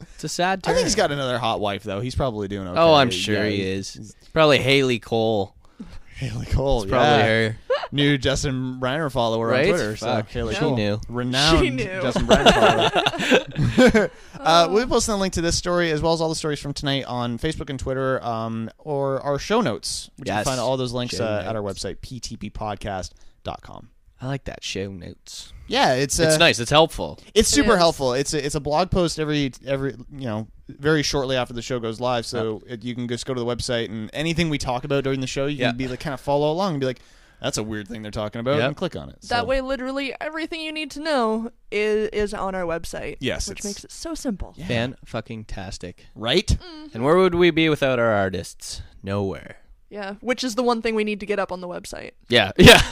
[SPEAKER 1] it's a sad. Turn.
[SPEAKER 5] I think he's got another hot wife though. He's probably doing okay.
[SPEAKER 1] Oh, I'm sure he is. Probably Haley Cole.
[SPEAKER 5] Haley Cole,
[SPEAKER 1] Probably
[SPEAKER 5] yeah.
[SPEAKER 1] her.
[SPEAKER 5] new Justin Reiner follower
[SPEAKER 1] Right?
[SPEAKER 5] on Twitter. So
[SPEAKER 1] Fuck.
[SPEAKER 5] Haley
[SPEAKER 1] She
[SPEAKER 5] Cole,
[SPEAKER 1] knew.
[SPEAKER 5] renowned
[SPEAKER 4] She knew.
[SPEAKER 5] Justin Reiner follower. uh, we'll be posting a link to this story as well as all the stories from tonight on Facebook and Twitter, um, or our show notes. Which You
[SPEAKER 1] Yes.
[SPEAKER 5] can find all those links
[SPEAKER 1] Show
[SPEAKER 5] uh, at our website ptppodcast.com.
[SPEAKER 1] I like that show notes.
[SPEAKER 5] Yeah, it's uh,
[SPEAKER 1] It's nice. It's helpful.
[SPEAKER 5] It's super
[SPEAKER 4] is.
[SPEAKER 5] helpful. It's a, it's a blog post every every you know very shortly after the show goes live, so it, you can just go to the website and anything we talk about during the show, you
[SPEAKER 1] Yeah.
[SPEAKER 5] can be like kind of follow along and be like, that's a weird thing they're talking about,
[SPEAKER 1] Yep.
[SPEAKER 5] and click on it. So-
[SPEAKER 4] That way, literally everything you need to know is, is on our website.
[SPEAKER 5] Yes,
[SPEAKER 4] Which
[SPEAKER 5] it's-
[SPEAKER 4] makes it so simple.
[SPEAKER 1] Fan fucking tastic.
[SPEAKER 5] right?
[SPEAKER 4] Mm-hmm.
[SPEAKER 1] And where would we be without our artists? Nowhere.
[SPEAKER 4] Yeah, which is the one thing we need to get up on the website.
[SPEAKER 1] Yeah. Yeah.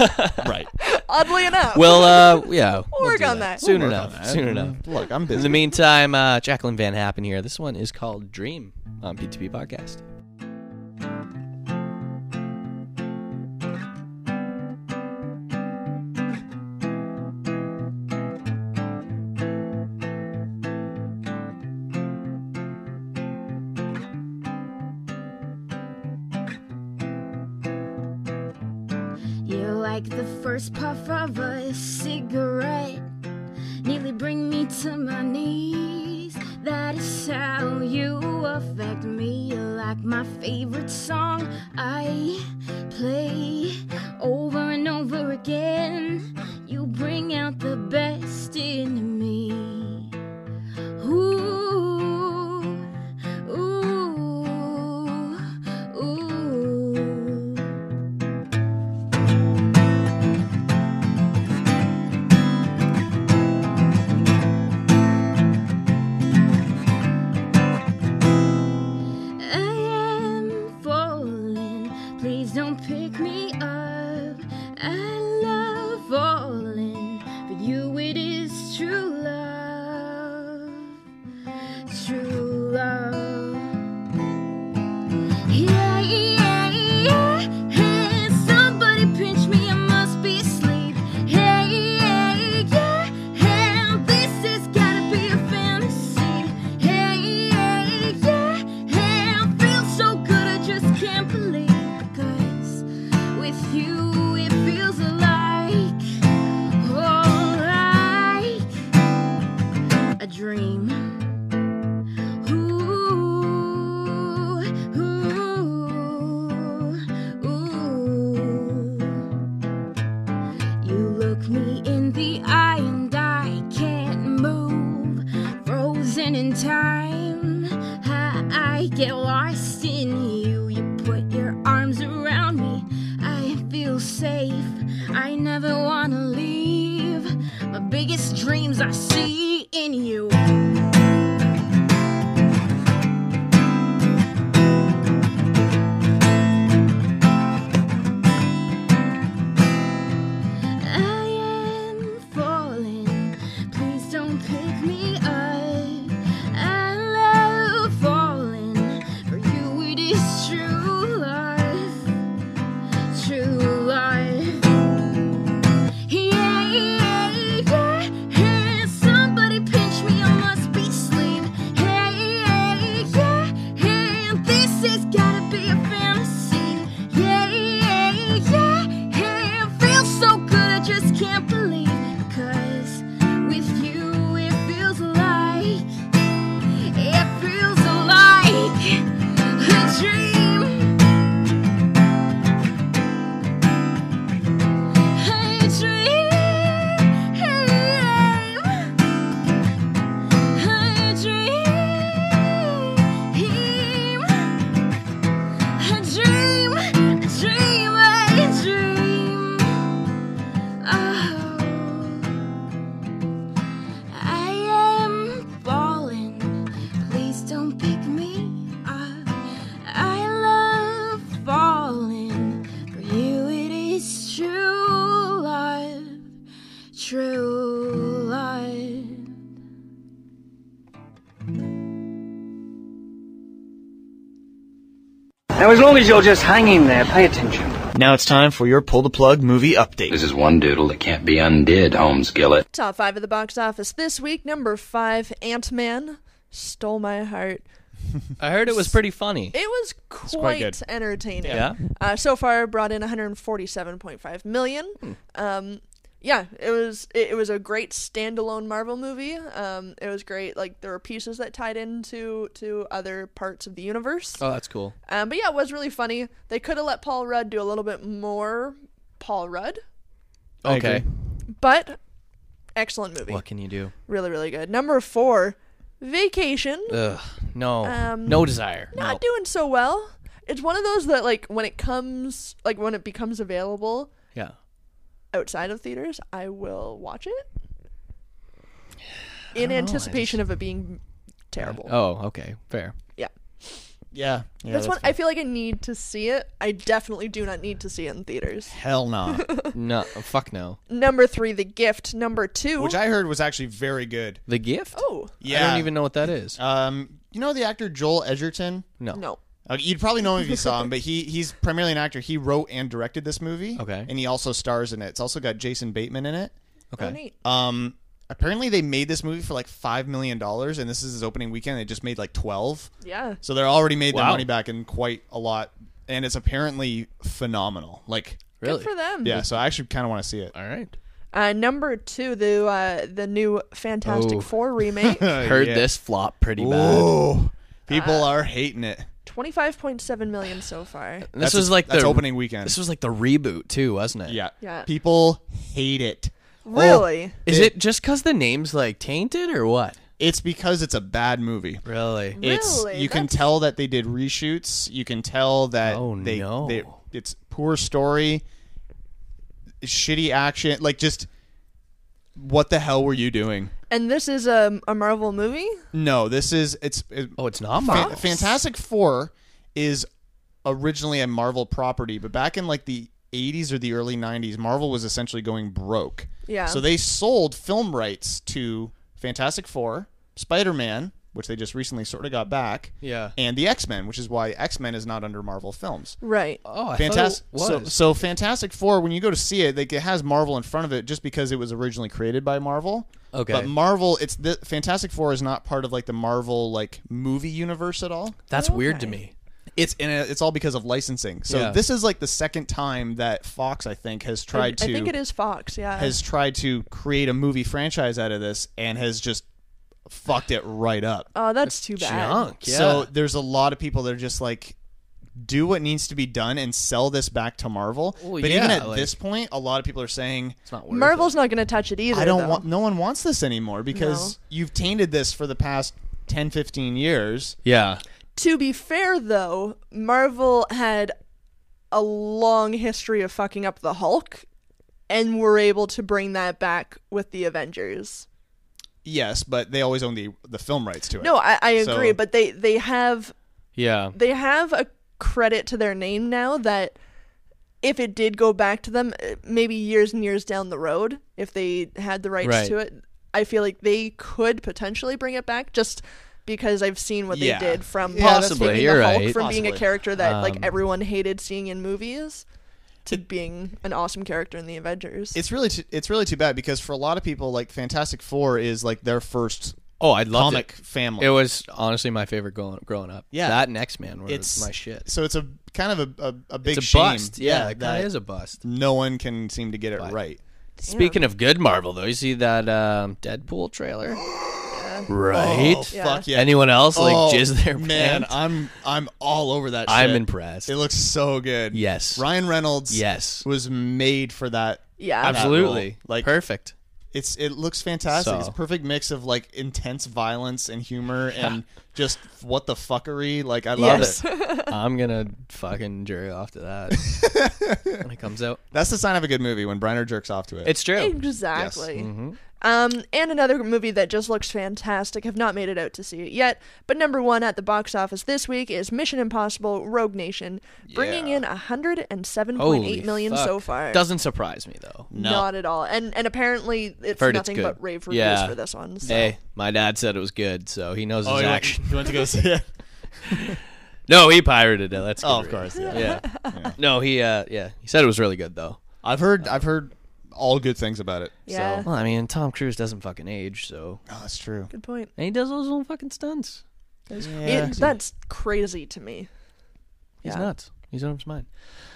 [SPEAKER 5] right.
[SPEAKER 4] Oddly enough.
[SPEAKER 1] well, uh, yeah.
[SPEAKER 4] We'll work
[SPEAKER 1] do
[SPEAKER 4] on that.
[SPEAKER 1] Soon
[SPEAKER 5] We'll work
[SPEAKER 1] enough.
[SPEAKER 5] on that.
[SPEAKER 1] Soon enough.
[SPEAKER 5] Look, I'm
[SPEAKER 1] In
[SPEAKER 5] busy.
[SPEAKER 1] the meantime, uh, Jacqueline Van Happen here. This one is called Dream on PTP Podcast.
[SPEAKER 7] You're like the first puff of a cigarette. Nearly bring me to my knees. That is how you affect me. You're like my favorite song I play over and over again. You bring out the best in me. Ooh, ooh, ooh. I am falling. Please don't pick me up. I love falling. For you, it is true love. True love. Yeah, yeah, yeah. Hey, somebody pinch me, I must be asleep. Hey, yeah, yeah. Hey, this has gotta be a fantasy. Hey, yeah, yeah. Hey, I feel so good, I just can't believe. Cause with you, it feels like, oh, like a dream. Ooh, ooh, ooh. You look me in the eye and I can't move. Frozen in time, I, I get lost in you. You put your arm biggest dreams I see in you. I am falling. Please don't pick me up. I love falling. For you, it is true life. True life. Yeah, yeah, yeah. Hey, somebody pinch me. I must be asleep. Hey, yeah, yeah. Hey, this has gotta be a fantasy. Yeah, yeah, yeah. Hey, it feels so good. I just can't believe. Cause with you, it feels like. It feels like a dream. Hey, dream, hey, dream, a dream, a dream, a dream. Oh, I am falling. Please don't pick me up. I love falling. For you, it is true love. True love.
[SPEAKER 8] Now, as long as you're just hanging there, pay attention.
[SPEAKER 5] Now it's time for your pull the plug movie update.
[SPEAKER 9] This is one doodle that can't be undid, Holmes Gillett.
[SPEAKER 4] Top five of the box office this week. Number five, Ant Man stole my heart.
[SPEAKER 1] I heard it was pretty funny.
[SPEAKER 4] It was quite,
[SPEAKER 5] good.
[SPEAKER 4] entertaining.
[SPEAKER 1] Yeah.
[SPEAKER 4] Uh, so far, brought in 147.5 million.
[SPEAKER 1] Hmm.
[SPEAKER 4] Um, yeah, it was it, it was a great standalone Marvel movie. Um, it was great. Like there were pieces that tied into to other parts of the universe.
[SPEAKER 1] Oh, that's cool.
[SPEAKER 4] Um, but yeah, it was really funny. They could have let Paul Rudd do a little bit more Paul Rudd,
[SPEAKER 5] I
[SPEAKER 1] Okay.
[SPEAKER 5] agree.
[SPEAKER 4] but excellent movie.
[SPEAKER 1] What can you do?
[SPEAKER 4] Really, really good. Number four, Vacation.
[SPEAKER 1] Ugh. No.
[SPEAKER 4] Um,
[SPEAKER 1] Oh, no desire.
[SPEAKER 4] not doing so well. It's one of those that like when it comes like when it becomes available
[SPEAKER 1] yeah.
[SPEAKER 4] outside of theaters, I will watch it. In anticipation of it being terrible.
[SPEAKER 1] Oh, okay. Fair.
[SPEAKER 4] Yeah.
[SPEAKER 5] Yeah. yeah
[SPEAKER 4] That's, one I feel like I need to see it. I definitely do not need to see it in theaters.
[SPEAKER 5] Hell no.
[SPEAKER 1] No. Fuck no.
[SPEAKER 4] Number 3, The Gift. Number 2.
[SPEAKER 5] Which I heard was actually very good.
[SPEAKER 1] The gift.
[SPEAKER 4] Oh.
[SPEAKER 5] Yeah.
[SPEAKER 1] I don't even know what that is.
[SPEAKER 5] Um, you know the actor Joel Edgerton?
[SPEAKER 1] no.
[SPEAKER 4] No.
[SPEAKER 5] Uh, you'd probably know him if you saw him, but he he's primarily an actor. He wrote and directed this movie.
[SPEAKER 1] Okay.
[SPEAKER 5] And he also stars in it. It's also got Jason Bateman in it.
[SPEAKER 1] Okay.
[SPEAKER 4] Oh, neat.
[SPEAKER 5] Um, apparently they made this movie for like five million dollars, and this is his opening weekend. They just made like twelve,
[SPEAKER 4] Yeah.
[SPEAKER 5] so they're already made their
[SPEAKER 1] Wow.
[SPEAKER 5] money back in quite a lot, and it's apparently phenomenal. Like,
[SPEAKER 1] Really?
[SPEAKER 4] Good for them.
[SPEAKER 5] yeah, so I actually kind of want to see it.
[SPEAKER 1] All right.
[SPEAKER 4] Uh, number 2, the uh, the new Fantastic
[SPEAKER 1] Oh.
[SPEAKER 4] 4 remake.
[SPEAKER 1] Heard
[SPEAKER 5] yeah.
[SPEAKER 1] this flop pretty bad.
[SPEAKER 5] Oh,
[SPEAKER 4] Uh,
[SPEAKER 5] people are hating it.
[SPEAKER 4] 25.7 million so far.
[SPEAKER 1] This
[SPEAKER 5] That's-
[SPEAKER 1] was like
[SPEAKER 5] that's
[SPEAKER 1] the
[SPEAKER 5] opening weekend.
[SPEAKER 1] This was like the reboot too, wasn't it?
[SPEAKER 5] Yeah,
[SPEAKER 4] Yeah.
[SPEAKER 5] people hate it.
[SPEAKER 4] Really?
[SPEAKER 1] Oh, Is it, just because the name's like tainted or what?
[SPEAKER 5] It's because it's a bad movie.
[SPEAKER 1] Really?
[SPEAKER 5] It's
[SPEAKER 4] Really?
[SPEAKER 5] you can
[SPEAKER 4] That's-
[SPEAKER 5] tell that they did reshoots. You can tell that
[SPEAKER 1] Oh,
[SPEAKER 5] they,
[SPEAKER 1] no.
[SPEAKER 5] they it's poor story, shitty action. Like just what the hell were you doing?
[SPEAKER 4] And this is a, a Marvel movie?
[SPEAKER 5] No, this is it's it,
[SPEAKER 1] oh, it's not
[SPEAKER 5] Fan-
[SPEAKER 1] mine.
[SPEAKER 5] Fantastic Four is originally a Marvel property, but back in like the 80s or the early 90s, Marvel was essentially going broke.
[SPEAKER 4] Yeah.
[SPEAKER 5] So they sold film rights to Fantastic Four, Spider Man, which they just recently sort of got back,
[SPEAKER 1] Yeah.
[SPEAKER 5] and the X Men, which is why X Men is not under Marvel films.
[SPEAKER 4] Right.
[SPEAKER 1] Oh, I
[SPEAKER 5] Fantastic.
[SPEAKER 1] thought it
[SPEAKER 5] So,
[SPEAKER 1] was.
[SPEAKER 5] so Fantastic Four, when you go to see it, like, it has Marvel in front of it just because it was originally created by Marvel.
[SPEAKER 1] Okay.
[SPEAKER 5] But Uh, Marvel, it's the Fantastic Four is not part of like the Marvel like movie universe at all.
[SPEAKER 1] That's weird to me.
[SPEAKER 5] It's in a, it's all because of licensing. So
[SPEAKER 1] Yeah.
[SPEAKER 5] this is like the second time that Fox, I think, has tried
[SPEAKER 4] I
[SPEAKER 5] to
[SPEAKER 4] think it is Fox, yeah.
[SPEAKER 5] has tried to create a movie franchise out of this and has just fucked it right up.
[SPEAKER 4] oh, that's too bad.
[SPEAKER 1] Junk. Yeah.
[SPEAKER 5] So there's a lot of people that are just like, do what needs to be done and sell this back to Marvel.
[SPEAKER 1] Well,
[SPEAKER 5] but
[SPEAKER 1] yeah,
[SPEAKER 5] even at
[SPEAKER 1] like-
[SPEAKER 5] this point, a lot of people are saying,
[SPEAKER 1] it's not worth
[SPEAKER 4] Marvel's not going to touch it either.
[SPEAKER 5] I don't
[SPEAKER 4] though.
[SPEAKER 5] want, no one wants this anymore because you've tainted this for the past 10, 15 years.
[SPEAKER 1] it. Yeah.
[SPEAKER 4] To be fair, though, Marvel had a long history of fucking up the Hulk and were able to bring that back with the Avengers.
[SPEAKER 5] Yes, but they always own the the film rights to it.
[SPEAKER 4] No, I, I
[SPEAKER 5] So-
[SPEAKER 4] agree, but they they have
[SPEAKER 1] Yeah.
[SPEAKER 4] they have a credit to their name now that if it did go back to them eh, maybe years and years down the road if they had the rights
[SPEAKER 1] Right.
[SPEAKER 4] to it i feel like they could potentially bring it back just because i've seen what
[SPEAKER 5] Yeah.
[SPEAKER 4] they did from
[SPEAKER 5] Yeah, that's
[SPEAKER 4] taking
[SPEAKER 1] Possibly,
[SPEAKER 4] the
[SPEAKER 1] you're
[SPEAKER 4] Hulk
[SPEAKER 1] right. Um,
[SPEAKER 4] from being a
[SPEAKER 5] Possibly.
[SPEAKER 4] character that like everyone hated seeing in movies to being an awesome character in the avengers
[SPEAKER 5] it's really too, it's really too bad because for a lot of people, like Fantastic Four is like their first
[SPEAKER 1] Oh, I loved
[SPEAKER 5] comic family.
[SPEAKER 1] it. It was honestly my favorite growing, growing up.
[SPEAKER 5] Yeah.
[SPEAKER 1] That and X Men were
[SPEAKER 5] it's
[SPEAKER 1] my shit.
[SPEAKER 5] So it's a kind of a a, a big
[SPEAKER 1] it's a
[SPEAKER 5] shame.
[SPEAKER 1] bust. Yeah, it
[SPEAKER 5] that
[SPEAKER 1] kinda is a bust.
[SPEAKER 5] no one can seem to get it right.
[SPEAKER 1] Speaking of good Marvel, though, you see that um, Deadpool trailer, right?
[SPEAKER 5] Oh, fuck yeah.
[SPEAKER 1] Anyone else like
[SPEAKER 5] Oh,
[SPEAKER 1] jizz their
[SPEAKER 5] man,
[SPEAKER 1] pants?
[SPEAKER 5] I'm I'm all over that.
[SPEAKER 1] I'm
[SPEAKER 5] shit.
[SPEAKER 1] impressed.
[SPEAKER 5] It looks so good.
[SPEAKER 1] Yes.
[SPEAKER 5] Ryan Reynolds.
[SPEAKER 1] Yes.
[SPEAKER 5] was made for that.
[SPEAKER 4] yeah
[SPEAKER 1] Absolutely,
[SPEAKER 5] role. Like-
[SPEAKER 1] perfect.
[SPEAKER 5] It's it looks fantastic.
[SPEAKER 1] So-
[SPEAKER 5] It's a perfect mix of like intense violence and humor and just what the fuckery. Like I love
[SPEAKER 4] yes
[SPEAKER 5] it.
[SPEAKER 1] I'm gonna fucking jerk off to that when it comes out.
[SPEAKER 5] That's the sign of a good movie when Briner jerks off to it.
[SPEAKER 1] It's true. Mm-hmm.
[SPEAKER 4] Exactly. Um, and another movie that just looks fantastic. Have not made it out to see it yet, but number one at the box office this week is Mission Impossible: Rogue Nation, bringing in a hundred and seven point
[SPEAKER 1] Holy
[SPEAKER 4] eight million
[SPEAKER 1] fuck.
[SPEAKER 4] so far.
[SPEAKER 1] Doesn't surprise me though.
[SPEAKER 4] not at all. And and apparently it's
[SPEAKER 1] Heard it's
[SPEAKER 4] nothing
[SPEAKER 1] good.
[SPEAKER 4] but rave reviews
[SPEAKER 1] Yeah. Eh.
[SPEAKER 4] for this one. So.
[SPEAKER 1] Hey, my dad said it was good, so he knows
[SPEAKER 5] oh,
[SPEAKER 1] his
[SPEAKER 5] you went,
[SPEAKER 1] action.
[SPEAKER 5] you went to go see it.
[SPEAKER 1] No, he pirated it. That's
[SPEAKER 5] oh, of course. Yeah.
[SPEAKER 1] Yeah. No, he uh, yeah, he said it was really good though. Uh,
[SPEAKER 5] I've heard I've heard all good things about it.
[SPEAKER 4] Yeah.
[SPEAKER 5] So.
[SPEAKER 1] Well, I mean, Tom Cruise doesn't fucking age, so
[SPEAKER 5] Oh, that's true.
[SPEAKER 4] Good point.
[SPEAKER 1] and he does those little fucking stunts.
[SPEAKER 5] Yeah.
[SPEAKER 4] It, that's crazy to me.
[SPEAKER 1] He's
[SPEAKER 4] Yeah.
[SPEAKER 1] nuts. He's out of his mind.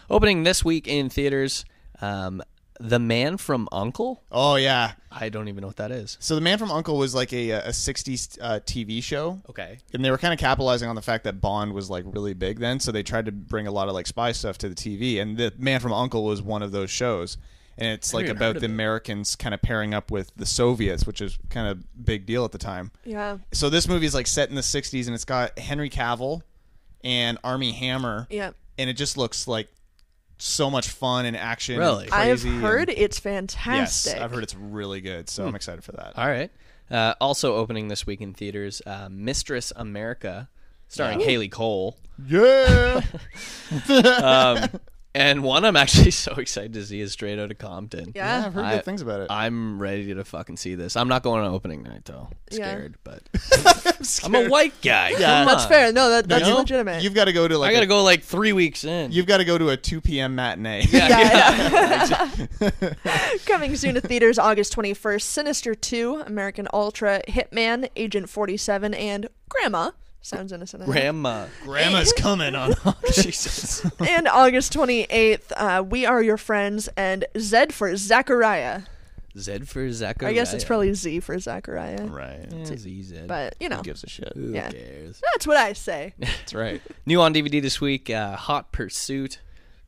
[SPEAKER 1] Opening this week in theaters, um, The Man from Uncle.
[SPEAKER 5] oh yeah.
[SPEAKER 1] I don't even know what that is.
[SPEAKER 5] So the Man from Uncle was like a a '60s uh, TV show.
[SPEAKER 1] Okay.
[SPEAKER 5] and they were kind of capitalizing on the fact that Bond was like really big then, so they tried to bring a lot of like spy stuff to the TV. And the Man from Uncle was one of those shows, and it's like
[SPEAKER 1] even
[SPEAKER 5] about
[SPEAKER 1] heard
[SPEAKER 5] the
[SPEAKER 1] of it.
[SPEAKER 5] Americans kind of pairing up with the Soviets, which is kind of big deal at the time.
[SPEAKER 4] Yeah.
[SPEAKER 5] So this movie is like set in the '60s, and it's got Henry Cavill and Army Hammer,
[SPEAKER 4] Yeah.
[SPEAKER 5] and it just looks like so much fun and action.
[SPEAKER 1] Really?
[SPEAKER 5] and
[SPEAKER 4] I have
[SPEAKER 5] crazy and-
[SPEAKER 4] heard it's
[SPEAKER 5] Yes,
[SPEAKER 4] fantastic.
[SPEAKER 5] I've heard it's really good, so I'm excited for that.
[SPEAKER 1] Hmm. All right. Uh, also opening this week in theaters, uh, Mistress America, starring Haley Cole. Um,
[SPEAKER 5] Yeah.
[SPEAKER 1] And one I'm actually so excited to see is Straight Outta Compton.
[SPEAKER 4] Yeah.
[SPEAKER 5] I've heard
[SPEAKER 1] I-
[SPEAKER 5] good things about it.
[SPEAKER 1] I'm ready to fucking see this. I'm not going on opening night though. I'm
[SPEAKER 4] Yeah.
[SPEAKER 1] scared, but I'm, a white guy. Yeah,
[SPEAKER 4] That's fair. No, that, that's
[SPEAKER 5] You know,
[SPEAKER 4] legitimate.
[SPEAKER 5] You've got to go to like
[SPEAKER 1] I gotta
[SPEAKER 5] a-
[SPEAKER 1] go like three weeks in.
[SPEAKER 5] You've got to go to a 2 p.m. matinee.
[SPEAKER 4] yeah. Coming soon to theaters August 21st, Sinister 2, American Ultra, Hitman, Agent 47, and Grandma. Sounds innocent. I know.
[SPEAKER 1] grandma.
[SPEAKER 5] Grandma's coming on.
[SPEAKER 1] Jesus.
[SPEAKER 4] and August 28th, uh, We Are Your Friends and Z for Zachariah.
[SPEAKER 1] Zed for Zachariah.
[SPEAKER 4] I guess it's probably Z for Zachariah.
[SPEAKER 5] right.
[SPEAKER 1] Yeah, it's easy.
[SPEAKER 4] But, you know,
[SPEAKER 5] Gives a shit.
[SPEAKER 1] Who
[SPEAKER 4] yeah.
[SPEAKER 1] cares?
[SPEAKER 4] that's what I say.
[SPEAKER 5] That's right.
[SPEAKER 1] New on DVD this week: uh, Hot Pursuit,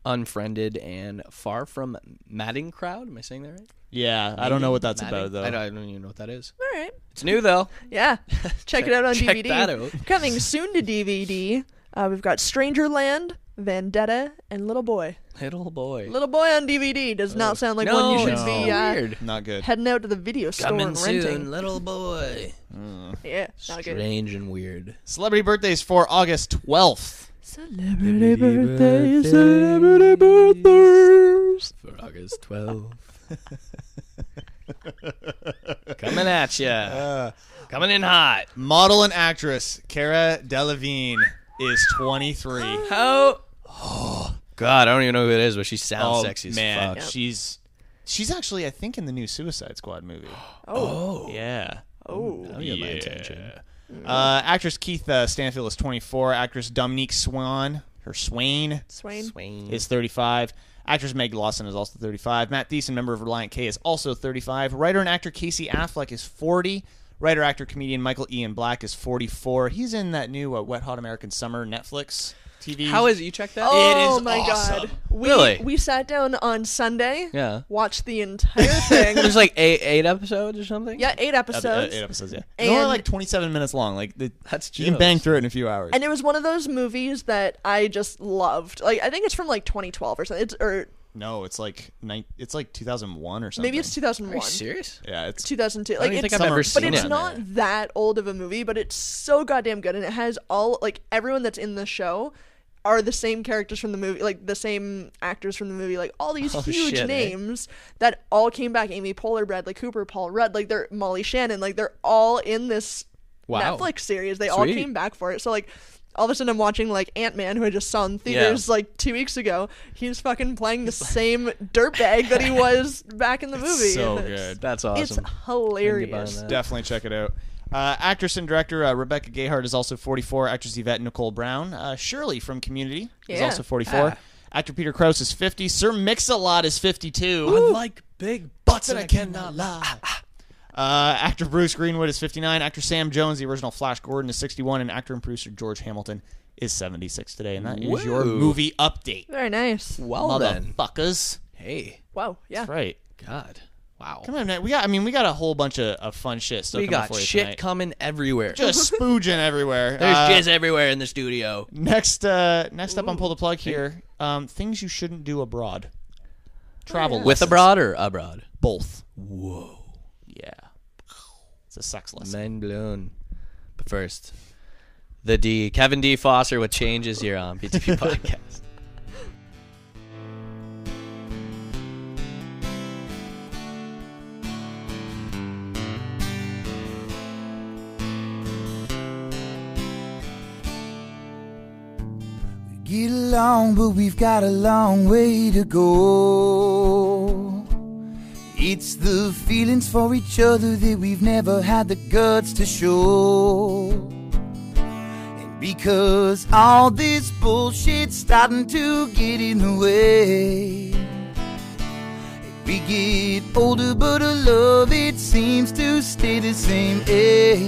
[SPEAKER 1] Unfriended, and Far from Madding Crowd. Am I saying that right?
[SPEAKER 5] Yeah, I don't know what that's
[SPEAKER 1] Madding?
[SPEAKER 5] about though.
[SPEAKER 1] I don't, I don't even know what that is.
[SPEAKER 4] All right.
[SPEAKER 1] It's new though.
[SPEAKER 4] Yeah. Check, it out on
[SPEAKER 1] check
[SPEAKER 4] DVD.
[SPEAKER 1] that out.
[SPEAKER 4] Coming soon to DVD, uh, we've got Strangerland, Vendetta, and Little Boy.
[SPEAKER 1] Little boy.
[SPEAKER 4] Little Boy on DVD does not sound like one you should
[SPEAKER 1] Oh. it's
[SPEAKER 4] be
[SPEAKER 1] so
[SPEAKER 4] uh,
[SPEAKER 1] weird.
[SPEAKER 5] Not good.
[SPEAKER 4] heading out to the video store
[SPEAKER 1] Coming
[SPEAKER 4] and
[SPEAKER 1] soon,
[SPEAKER 4] renting.
[SPEAKER 1] little boy.
[SPEAKER 4] Yeah, not good.
[SPEAKER 1] Strange and weird.
[SPEAKER 5] Celebrity birthdays for August 12th.
[SPEAKER 4] Celebrity birthdays, celebrity birthdays.
[SPEAKER 1] for August 12th. Coming at ya.
[SPEAKER 4] Uh.
[SPEAKER 1] Coming in hot.
[SPEAKER 5] Model and actress Cara Delevingne is 23.
[SPEAKER 1] Oh. God, I don't even know who it is, but she sounds
[SPEAKER 5] oh
[SPEAKER 1] sexy as
[SPEAKER 5] man,
[SPEAKER 1] fuck.
[SPEAKER 5] she's she's actually I think in the new Suicide Squad movie.
[SPEAKER 1] Oh.
[SPEAKER 5] Oh, Yeah.
[SPEAKER 4] Oh.
[SPEAKER 1] That'll get my attention.
[SPEAKER 4] Mm.
[SPEAKER 5] Uh, actress Keith uh, Stanfield is 24. Actress Dominique Swan, her Swain,
[SPEAKER 4] Swain.
[SPEAKER 1] Swain.
[SPEAKER 5] is 35. Actress Meg Lawson is also 35. Matt Thiessen, member of Reliant K, is also 35. Writer and actor Casey Affleck is 40. Writer, actor, comedian Michael Ian Black is 44. He's in that new uh, Wet Hot American Summer Netflix TV.
[SPEAKER 1] How is it? You check that?
[SPEAKER 4] Oh
[SPEAKER 5] is
[SPEAKER 4] my
[SPEAKER 5] awesome.
[SPEAKER 4] god. We,
[SPEAKER 1] Really?
[SPEAKER 4] We sat down on Sunday,
[SPEAKER 1] Yeah.
[SPEAKER 4] watched the entire thing.
[SPEAKER 1] There's like eight, eight episodes or something?
[SPEAKER 4] yeah, eight
[SPEAKER 5] Uh,
[SPEAKER 4] episodes.
[SPEAKER 5] uh, eight episodes, yeah. It's only
[SPEAKER 4] And-
[SPEAKER 5] like 27 minutes long. Like the,
[SPEAKER 1] That's
[SPEAKER 5] you can
[SPEAKER 1] Joe's.
[SPEAKER 5] bang through it in a few hours.
[SPEAKER 4] And it was one of those movies that I just loved. Like I think it's from like 2012 or something. It's or
[SPEAKER 5] No, it's like nine, it's like 2001 or something.
[SPEAKER 4] Maybe it's 2001.
[SPEAKER 1] serious?
[SPEAKER 5] yeah, it's
[SPEAKER 4] 2002. Like
[SPEAKER 1] I don't
[SPEAKER 4] it's
[SPEAKER 1] think I've ever
[SPEAKER 4] but
[SPEAKER 1] seen
[SPEAKER 4] it's
[SPEAKER 1] it.
[SPEAKER 4] not that old of a movie, but it's so goddamn good, and it has all like everyone that's in the show are the same characters from the movie, like the same actors from the movie, like all these huge
[SPEAKER 1] shit, eh?
[SPEAKER 4] names that all came back: Amy Poehler, Bradley Cooper, Paul Rudd, like they're Molly Shannon, like they're all in this
[SPEAKER 1] Wow.
[SPEAKER 4] Netflix series. They all
[SPEAKER 1] Sweet.
[SPEAKER 4] came back for it, so like. All of a sudden, I'm watching like Ant Man, who I just saw in theaters like two weeks ago. He's fucking playing the same dirtbag that he was back in the movie.
[SPEAKER 5] so
[SPEAKER 4] and it's-
[SPEAKER 5] good.
[SPEAKER 1] That's awesome.
[SPEAKER 4] it's hilarious.
[SPEAKER 5] Definitely check it out. Uh, actress and director uh, Rebecca Gayheart is also 44. Actress Yvette Nicole Brown, uh, Shirley from Community, is
[SPEAKER 4] Yeah.
[SPEAKER 5] also
[SPEAKER 1] Ah.
[SPEAKER 5] 44. Actor Peter Krause is 50. Sir Mix-a-Lot is 52.
[SPEAKER 1] like big butts and I cannot lie.
[SPEAKER 5] Uh, actor Bruce Greenwood is 59. Actor Sam Jones, the original Flash Gordon, is 61. And actor and producer George Hamilton is 76 today. And that is your movie update,
[SPEAKER 4] Very nice.
[SPEAKER 1] Well then,
[SPEAKER 5] motherfuckers.
[SPEAKER 1] hey,
[SPEAKER 4] Wow. Oh, Yeah.
[SPEAKER 5] That's right.
[SPEAKER 1] God, wow.
[SPEAKER 5] Come on, man. We got. I mean, we got a whole bunch of, of fun shit still
[SPEAKER 1] we
[SPEAKER 5] coming
[SPEAKER 1] got
[SPEAKER 5] for you
[SPEAKER 1] shit
[SPEAKER 5] tonight.
[SPEAKER 1] coming everywhere.
[SPEAKER 5] Just spooging everywhere.
[SPEAKER 1] There's
[SPEAKER 5] Uh,
[SPEAKER 1] jizz everywhere in the studio.
[SPEAKER 5] Next, uh, next up on pull the plug here. Um, things you shouldn't do abroad.
[SPEAKER 4] Oh,
[SPEAKER 5] Travel
[SPEAKER 1] With
[SPEAKER 5] lessons.
[SPEAKER 1] abroad or abroad?
[SPEAKER 5] both. Whoa. Yeah. It's a sex lesson.
[SPEAKER 1] Mind blown. But first, the D. Kevin D. Foster with changes here on BTP Podcast.
[SPEAKER 3] Get along, but we've got a long way to go. It's the feelings for each other that we've never had the guts to show. And because all this bullshit's starting to get in the way. We get older, but our love, it seems to stay the same age.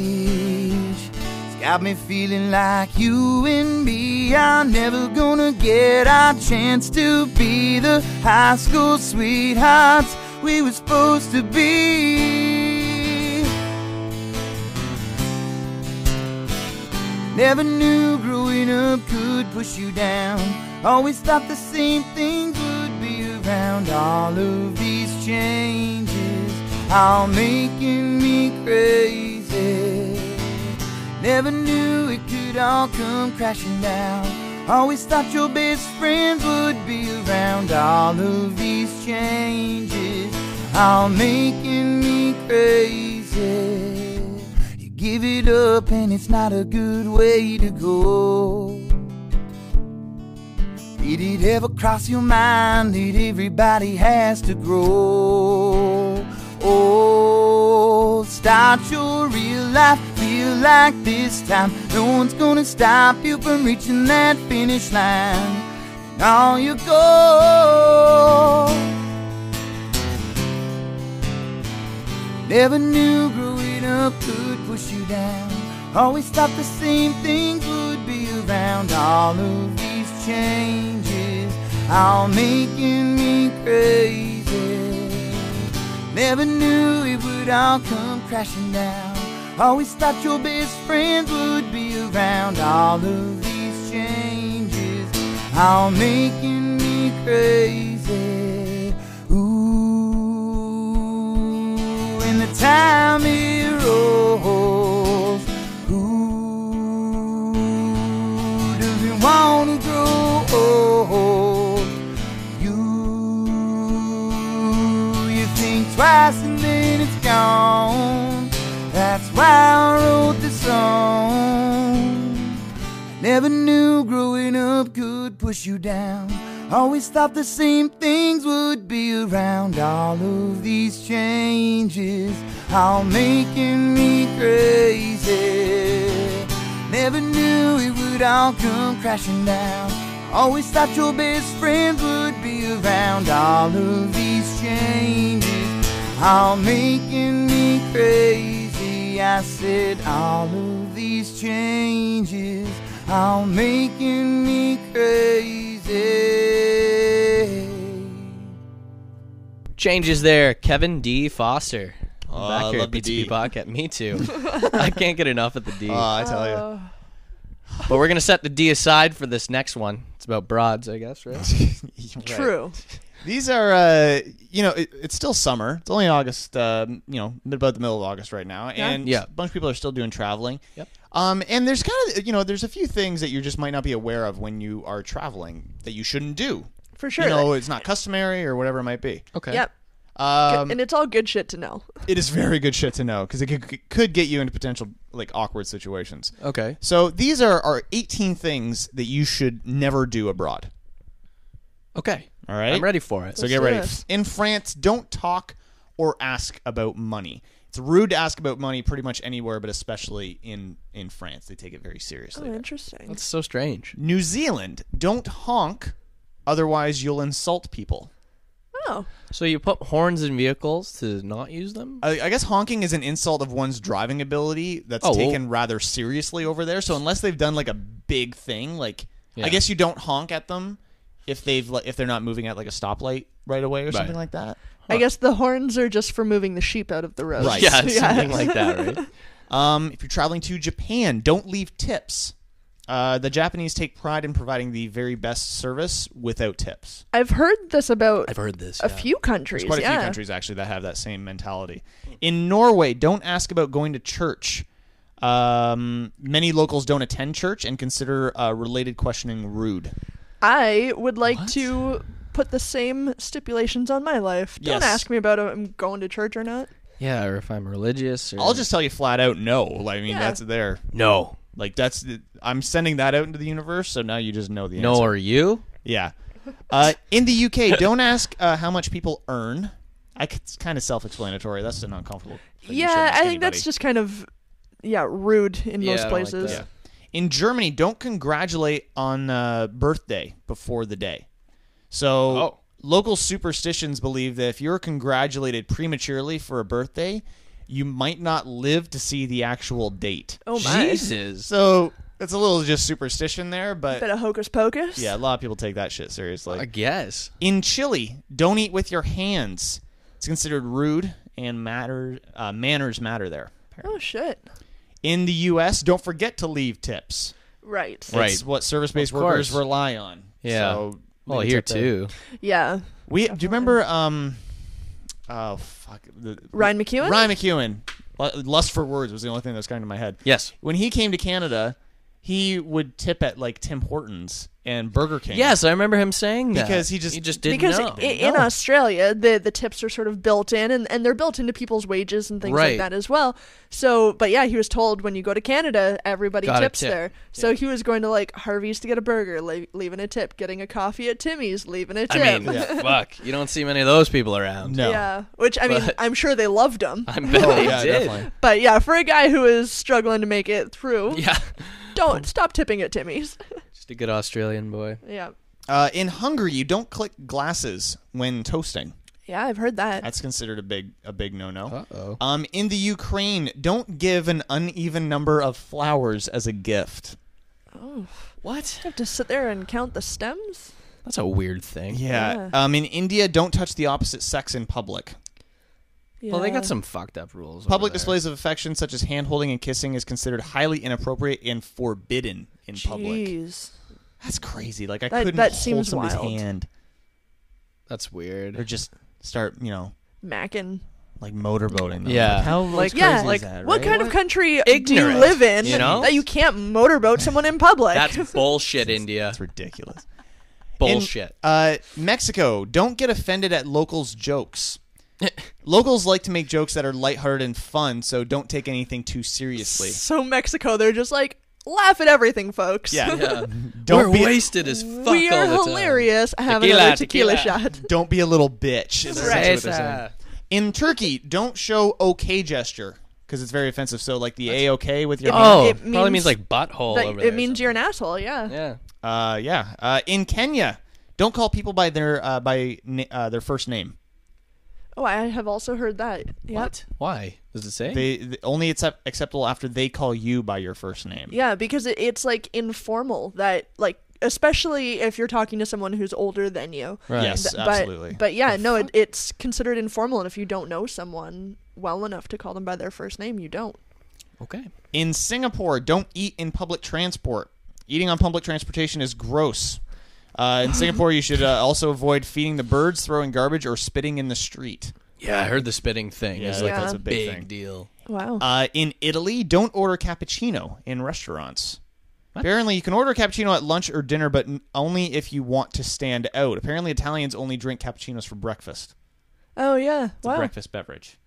[SPEAKER 3] It's got me feeling like you and me are never gonna get our chance to be the high school sweethearts we were supposed to be. Never knew growing up could push you down. Always thought the same thing would be around. All of these changes all making me crazy. Never knew it could all come crashing down. Always thought your best friends would be around. All of these changes all making me crazy. You give it up and it's not a good way to go. Did it ever cross your mind that everybody has to grow? Oh, start your real life, feel like this time. No one's gonna stop you from reaching that finish line. And on you go. Never knew growing up could push you down. Always thought the same thing would be around. All of these changes all making me crazy. Never knew it would all come crashing down. Always thought your best friends would be around. All of these changes all making me crazy. Ooh, and the time it rolls. Ooh, do you wanna grow old? You, you think twice and then it's gone. That's why I wrote this song. Never knew growing up could push you down. Always thought the same things would be around. All of these changes all making me crazy. Never knew it would all come crashing down. Always thought your best friends would be around. All of these changes all making me crazy. I said all of these changes all making me crazy.
[SPEAKER 1] Changes there, Kevin D. Foster.
[SPEAKER 5] Oh,
[SPEAKER 1] Back
[SPEAKER 5] I
[SPEAKER 1] here
[SPEAKER 5] love the
[SPEAKER 1] at BTP
[SPEAKER 5] D.
[SPEAKER 1] Podcast. Me too. I can't get enough of the D.
[SPEAKER 5] Oh, I tell you.
[SPEAKER 1] but we're gonna set the D aside for this next one. It's about broads, I guess, right?
[SPEAKER 4] True.
[SPEAKER 5] These are, uh, you know, it, it's still summer. It's only August, uh, you know, mid- about the middle of August right now, and
[SPEAKER 1] Yeah.
[SPEAKER 5] a bunch of people are still doing traveling.
[SPEAKER 1] Yep.
[SPEAKER 5] Um, and there's kind of, you know, there's a few things that you just might not be aware of when you are traveling that you shouldn't do.
[SPEAKER 4] For sure.
[SPEAKER 5] You know, it's not customary or whatever it might be.
[SPEAKER 1] Okay.
[SPEAKER 4] Yep.
[SPEAKER 5] Um,
[SPEAKER 4] and it's all good shit to know.
[SPEAKER 5] it is very good shit to know because it could, could get you into potential like awkward situations.
[SPEAKER 1] Okay.
[SPEAKER 5] So these are our 18 things that you should never do abroad.
[SPEAKER 1] Okay.
[SPEAKER 5] All right.
[SPEAKER 1] I'm ready for it.
[SPEAKER 5] So get
[SPEAKER 4] do
[SPEAKER 5] ready.
[SPEAKER 4] this.
[SPEAKER 5] In France, don't talk or ask about money. It's rude to ask about money pretty much anywhere, but especially in in France, they take it very seriously.
[SPEAKER 4] Oh, interesting.
[SPEAKER 1] That's so strange.
[SPEAKER 5] New Zealand, don't honk, otherwise you'll insult people.
[SPEAKER 4] Oh,
[SPEAKER 1] So you put horns in vehicles to not use them?
[SPEAKER 5] I, I guess honking is an insult of one's driving ability that's
[SPEAKER 1] Oh, well-
[SPEAKER 5] taken rather seriously over there. So unless they've done like a big thing, like
[SPEAKER 1] Yeah.
[SPEAKER 5] I guess you don't honk at them if they've like, if they're not moving at like a stoplight right away or something like that.
[SPEAKER 4] I guess the horns are just for moving the sheep out of the road.
[SPEAKER 5] Right.
[SPEAKER 1] yeah, something like that, right?
[SPEAKER 5] Um, if you're traveling to Japan, don't leave tips. Uh, the Japanese take pride in providing the very best service without tips.
[SPEAKER 4] I've heard this about
[SPEAKER 1] I've heard this.
[SPEAKER 4] a
[SPEAKER 1] yeah.
[SPEAKER 4] few countries.
[SPEAKER 5] Quite a
[SPEAKER 4] yeah.
[SPEAKER 5] few countries actually that have that same mentality. In Norway, don't ask about going to church. Um, many locals don't attend church and consider uh, related questioning rude.
[SPEAKER 4] I would like to put the same stipulations on my life. Don't
[SPEAKER 5] Yes.
[SPEAKER 4] ask me about if I'm going to church or not.
[SPEAKER 1] Yeah, or if I'm religious or
[SPEAKER 5] I'll just tell you flat out no. Like, I mean,
[SPEAKER 4] Yeah.
[SPEAKER 5] that's there.
[SPEAKER 1] No.
[SPEAKER 5] Like that's the, I'm sending that out into the universe, so now you just know the
[SPEAKER 1] No
[SPEAKER 5] answer.
[SPEAKER 1] are you?
[SPEAKER 5] Yeah. Uh, in the UK, don't ask uh, how much people earn. I, c- it's kind of self-explanatory. That's an uncomfortable. thing you should
[SPEAKER 4] yeah, I
[SPEAKER 5] ask
[SPEAKER 4] think that's
[SPEAKER 5] anybody.
[SPEAKER 4] just kind of yeah rude in
[SPEAKER 1] Yeah, I
[SPEAKER 4] most
[SPEAKER 1] don't like
[SPEAKER 4] places.
[SPEAKER 1] that.
[SPEAKER 5] In Germany, don't congratulate on uh, birthday before the day. So
[SPEAKER 1] Oh.
[SPEAKER 5] local superstitions believe that if you're congratulated prematurely for a birthday, you might not live to see the actual date.
[SPEAKER 4] Oh my,
[SPEAKER 1] Jesus.
[SPEAKER 5] So it's a little just superstition there, but
[SPEAKER 4] bit of hocus pocus.
[SPEAKER 5] yeah, a lot of people take that shit seriously.
[SPEAKER 1] I guess.
[SPEAKER 5] In Chile, don't eat with your hands. It's considered rude, and matter uh, manners matter there.
[SPEAKER 4] Oh shit.
[SPEAKER 5] In the U.S., don't forget to leave tips.
[SPEAKER 4] Right.
[SPEAKER 5] It's what service-based
[SPEAKER 1] Of course.
[SPEAKER 5] workers rely on.
[SPEAKER 1] Yeah.
[SPEAKER 5] So
[SPEAKER 1] Well,
[SPEAKER 5] leave a
[SPEAKER 1] here
[SPEAKER 5] tip there.
[SPEAKER 1] too.
[SPEAKER 4] Yeah.
[SPEAKER 5] We do you remember? Um, oh fuck, the,
[SPEAKER 4] Ryan McEwen.
[SPEAKER 5] Ryan McEwen. Lu- Lust for words was the only thing that was coming to my head.
[SPEAKER 1] Yes.
[SPEAKER 5] When he came to Canada, he would tip at like Tim Hortons and Burger King.
[SPEAKER 1] Yes, I remember him saying that.
[SPEAKER 5] Because he just-
[SPEAKER 1] he just didn't
[SPEAKER 4] Because
[SPEAKER 1] know.
[SPEAKER 4] i- in Australia, the the tips are sort of built in, and, and they're built into people's wages and things
[SPEAKER 1] Right.
[SPEAKER 4] like that as well. So, but yeah, he was told when you go to Canada, everybody
[SPEAKER 1] Gotta
[SPEAKER 4] tips
[SPEAKER 1] tip.
[SPEAKER 4] there. So he was going to like Harvey's to get a burger, le- leaving a tip, getting a coffee at Timmy's, leaving a tip.
[SPEAKER 1] I mean, fuck. You don't see many of those people around.
[SPEAKER 5] No. Oh,
[SPEAKER 4] yeah, which I mean,
[SPEAKER 1] But-
[SPEAKER 4] I'm sure they loved him.
[SPEAKER 1] I bet they
[SPEAKER 5] Yeah,
[SPEAKER 1] did.
[SPEAKER 5] definitely.
[SPEAKER 4] But yeah, for a guy who is struggling to make it through,
[SPEAKER 1] Yeah.
[SPEAKER 4] don't stop tipping at Timmy's.
[SPEAKER 1] Just a good Australian boy.
[SPEAKER 4] yeah,
[SPEAKER 5] Uh, in Hungary, you don't click glasses when toasting.
[SPEAKER 4] yeah, I've heard that.
[SPEAKER 5] That's considered a big a big no no.
[SPEAKER 1] Uh-oh.
[SPEAKER 5] Um, in the Ukraine, don't give an uneven number of flowers as a gift.
[SPEAKER 1] What?
[SPEAKER 4] I Oh. have to sit there and count the stems.
[SPEAKER 1] That's a weird thing.
[SPEAKER 5] Yeah. Um, in India, don't touch the opposite sex in public.
[SPEAKER 1] Well, they
[SPEAKER 4] Yeah.
[SPEAKER 1] got some fucked up rules. over
[SPEAKER 5] Public
[SPEAKER 1] there.
[SPEAKER 5] displays of affection, such as hand holding and kissing, is considered highly inappropriate and forbidden in public.
[SPEAKER 4] Jeez.
[SPEAKER 5] That's crazy. Like I
[SPEAKER 4] That-
[SPEAKER 5] couldn't
[SPEAKER 4] that
[SPEAKER 5] hold
[SPEAKER 4] seems
[SPEAKER 5] somebody's
[SPEAKER 4] wild.
[SPEAKER 5] hand
[SPEAKER 1] That's
[SPEAKER 5] or
[SPEAKER 1] weird.
[SPEAKER 5] just start, you know,
[SPEAKER 4] Mackin.
[SPEAKER 5] like motorboating. Them.
[SPEAKER 1] Yeah.
[SPEAKER 5] Like, how
[SPEAKER 1] Like,
[SPEAKER 5] crazy
[SPEAKER 4] Yeah,
[SPEAKER 5] is
[SPEAKER 4] like
[SPEAKER 5] that,
[SPEAKER 4] what
[SPEAKER 5] right?
[SPEAKER 4] kind of country do
[SPEAKER 1] Ignorant,
[SPEAKER 4] you live in
[SPEAKER 1] you know?
[SPEAKER 4] that you can't motorboat someone in public?
[SPEAKER 1] That's bullshit, India.
[SPEAKER 5] That's ridiculous. In,
[SPEAKER 1] Bullshit.
[SPEAKER 5] uh, Mexico, don't get offended at locals' jokes. locals like to make jokes that are lighthearted and fun, so don't take anything too seriously.
[SPEAKER 4] so Mexico, they're just like laugh at everything, folks.
[SPEAKER 5] Yeah,
[SPEAKER 1] Yeah.
[SPEAKER 5] don't
[SPEAKER 1] We're
[SPEAKER 5] be
[SPEAKER 1] wasted as fuck
[SPEAKER 4] we are
[SPEAKER 1] all the time.
[SPEAKER 4] hilarious. I have
[SPEAKER 1] Tequila,
[SPEAKER 4] another tequila,
[SPEAKER 1] tequila.
[SPEAKER 4] shot.
[SPEAKER 5] don't be a little bitch. is essentially what they're saying.
[SPEAKER 1] Cereza.
[SPEAKER 5] In Turkey, don't show okay gesture because it's very offensive. So like the a okay with your
[SPEAKER 1] Oh,
[SPEAKER 4] It
[SPEAKER 1] probably
[SPEAKER 4] means
[SPEAKER 1] means like butthole
[SPEAKER 4] That-
[SPEAKER 1] over there.
[SPEAKER 4] it means you're an asshole. Yeah.
[SPEAKER 1] Yeah.
[SPEAKER 5] uh, yeah. Uh, in Kenya, don't call people by their uh, by na- uh, their first name.
[SPEAKER 4] Oh, I have also heard that. Yep.
[SPEAKER 1] Why? Does it say?
[SPEAKER 5] They th- only it's ac- acceptable after they call you by your first name.
[SPEAKER 4] Yeah, because it, it's like informal. That like especially if you're talking to someone who's older than you.
[SPEAKER 1] Right.
[SPEAKER 5] Yes,
[SPEAKER 4] Th- but,
[SPEAKER 5] absolutely.
[SPEAKER 4] But yeah, no, it, it's considered informal, and if you don't know someone well enough to call them by their first name, you don't.
[SPEAKER 1] Okay.
[SPEAKER 5] In Singapore, don't eat in public transport. Eating on public transportation is gross. Uh, in Singapore, you should uh, also avoid feeding the birds, throwing garbage, or spitting in the street.
[SPEAKER 1] Yeah, I heard the spitting thing is like
[SPEAKER 4] Yeah.
[SPEAKER 1] a
[SPEAKER 4] that's
[SPEAKER 5] a
[SPEAKER 1] big,
[SPEAKER 5] big thing.
[SPEAKER 1] deal.
[SPEAKER 4] Wow.
[SPEAKER 5] Uh, in Italy, don't order cappuccino in restaurants. Apparently, you can order cappuccino at lunch or dinner, but n- only if you want to stand out. Apparently, Italians only drink cappuccinos for breakfast.
[SPEAKER 4] oh yeah.
[SPEAKER 10] It's a
[SPEAKER 4] Wow.
[SPEAKER 10] breakfast beverage.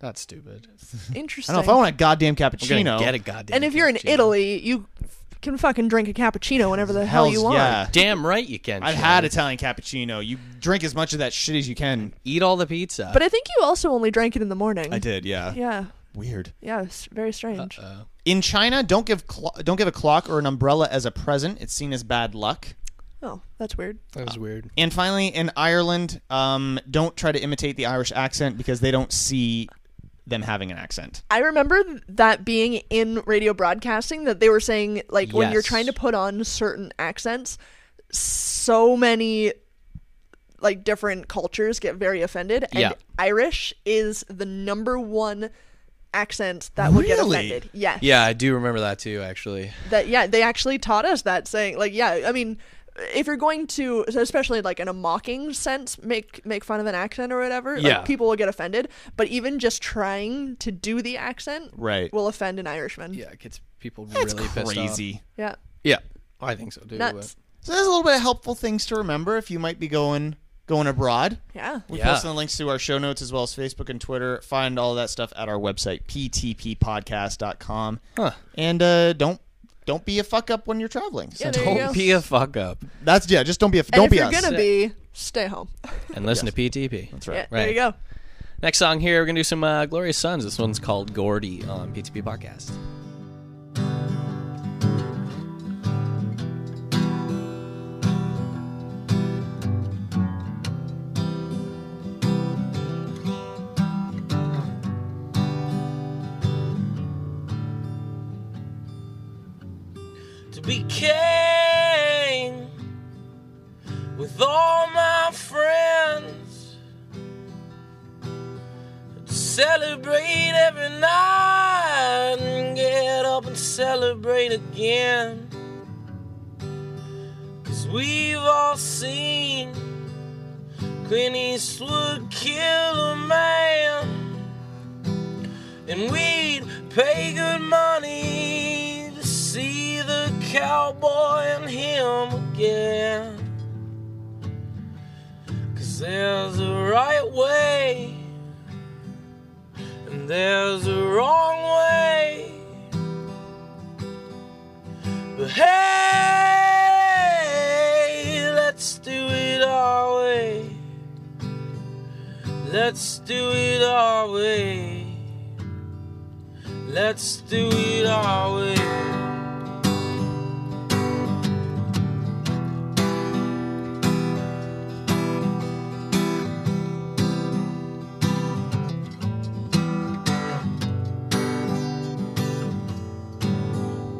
[SPEAKER 1] That's stupid.
[SPEAKER 5] I
[SPEAKER 4] Interesting.
[SPEAKER 5] don't know if I want a goddamn
[SPEAKER 1] We're gonna
[SPEAKER 5] cappuccino.
[SPEAKER 1] get a goddamn.
[SPEAKER 4] and if you're in
[SPEAKER 1] cappuccino.
[SPEAKER 4] Italy, you f- can fucking drink a cappuccino whenever the hell
[SPEAKER 5] Hell's-
[SPEAKER 4] you want.
[SPEAKER 5] Yeah.
[SPEAKER 1] damn right you can.
[SPEAKER 5] I've
[SPEAKER 1] Sean.
[SPEAKER 5] had Italian cappuccino. You drink as much of that shit as you can.
[SPEAKER 1] Eat all the pizza.
[SPEAKER 4] But I think you also only drank it in the morning.
[SPEAKER 5] I did, yeah.
[SPEAKER 4] Yeah.
[SPEAKER 5] Weird.
[SPEAKER 4] Yeah. It's very strange.
[SPEAKER 5] In China, don't give clo- don't give a clock or an umbrella as a present. It's seen as bad luck. Uh,
[SPEAKER 4] Oh, that's weird.
[SPEAKER 1] that was weird.
[SPEAKER 5] And finally, in Ireland, um, don't try to imitate the Irish accent because they don't see them having an accent.
[SPEAKER 4] I remember that being in radio broadcasting that they were saying like when you're
[SPEAKER 1] Yes.
[SPEAKER 4] trying to put on certain accents, so many like different cultures get very offended and
[SPEAKER 1] Yeah.
[SPEAKER 4] Irish is the number one accent that would get
[SPEAKER 5] Really?
[SPEAKER 4] offended. Yes.
[SPEAKER 1] Yeah, I do remember that too. Actually,
[SPEAKER 4] That yeah, they actually taught us that saying like yeah, I mean if you're going to so especially like in a mocking sense make make fun of an accent or whatever
[SPEAKER 1] Yeah.
[SPEAKER 4] like people will get offended but even just trying to do the accent
[SPEAKER 5] Right.
[SPEAKER 4] will offend an irishman
[SPEAKER 1] yeah, it gets people
[SPEAKER 5] That's
[SPEAKER 1] really pissed off.
[SPEAKER 5] crazy.
[SPEAKER 4] Yeah.
[SPEAKER 1] Yeah, Oh, I think so too.
[SPEAKER 4] Nuts.
[SPEAKER 5] So there's a little bit of helpful things to remember if you might be going going abroad.
[SPEAKER 4] Yeah.
[SPEAKER 5] We
[SPEAKER 1] Yeah.
[SPEAKER 5] posted the links to our show notes as well as Facebook and Twitter. Find all that stuff at our website ptppodcast.com.
[SPEAKER 1] Huh.
[SPEAKER 5] And uh, don't don't be a fuck up when you're traveling. So
[SPEAKER 4] Yeah, there you
[SPEAKER 1] Don't
[SPEAKER 4] go.
[SPEAKER 1] be a fuck up
[SPEAKER 5] that's yeah, just don't be a
[SPEAKER 4] And
[SPEAKER 5] don't
[SPEAKER 4] if
[SPEAKER 5] be
[SPEAKER 4] you're
[SPEAKER 5] us.
[SPEAKER 4] gonna be, stay home.
[SPEAKER 1] and listen to PTP. That's
[SPEAKER 4] Yeah, There you go.
[SPEAKER 1] Next song here, we're gonna do some uh, Glorious Sons. This one's called Gordy on PTP Podcast.
[SPEAKER 11] to be king with all my friends to celebrate every night and get up and celebrate again cause we've all seen Clint Eastwood kill a man and we'd pay good money to see the cowboy and him again. Cause there's a right way, and there's a wrong way. But hey, let's do it our way. Let's do it our way. Let's do it our way.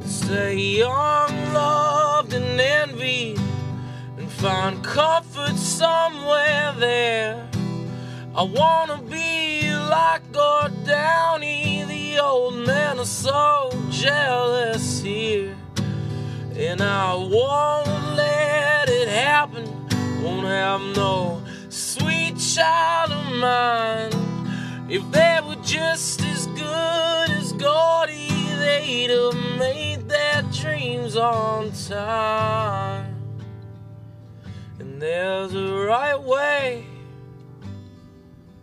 [SPEAKER 11] Say young, loved, and envied, and find comfort somewhere there. I wanna be like Gord Downey, the old man is so jealous here. And I won't let it happen, won't have no sweet child of mine. If they were just as good as Gordy, they'd have made their dreams on time. And there's a right way.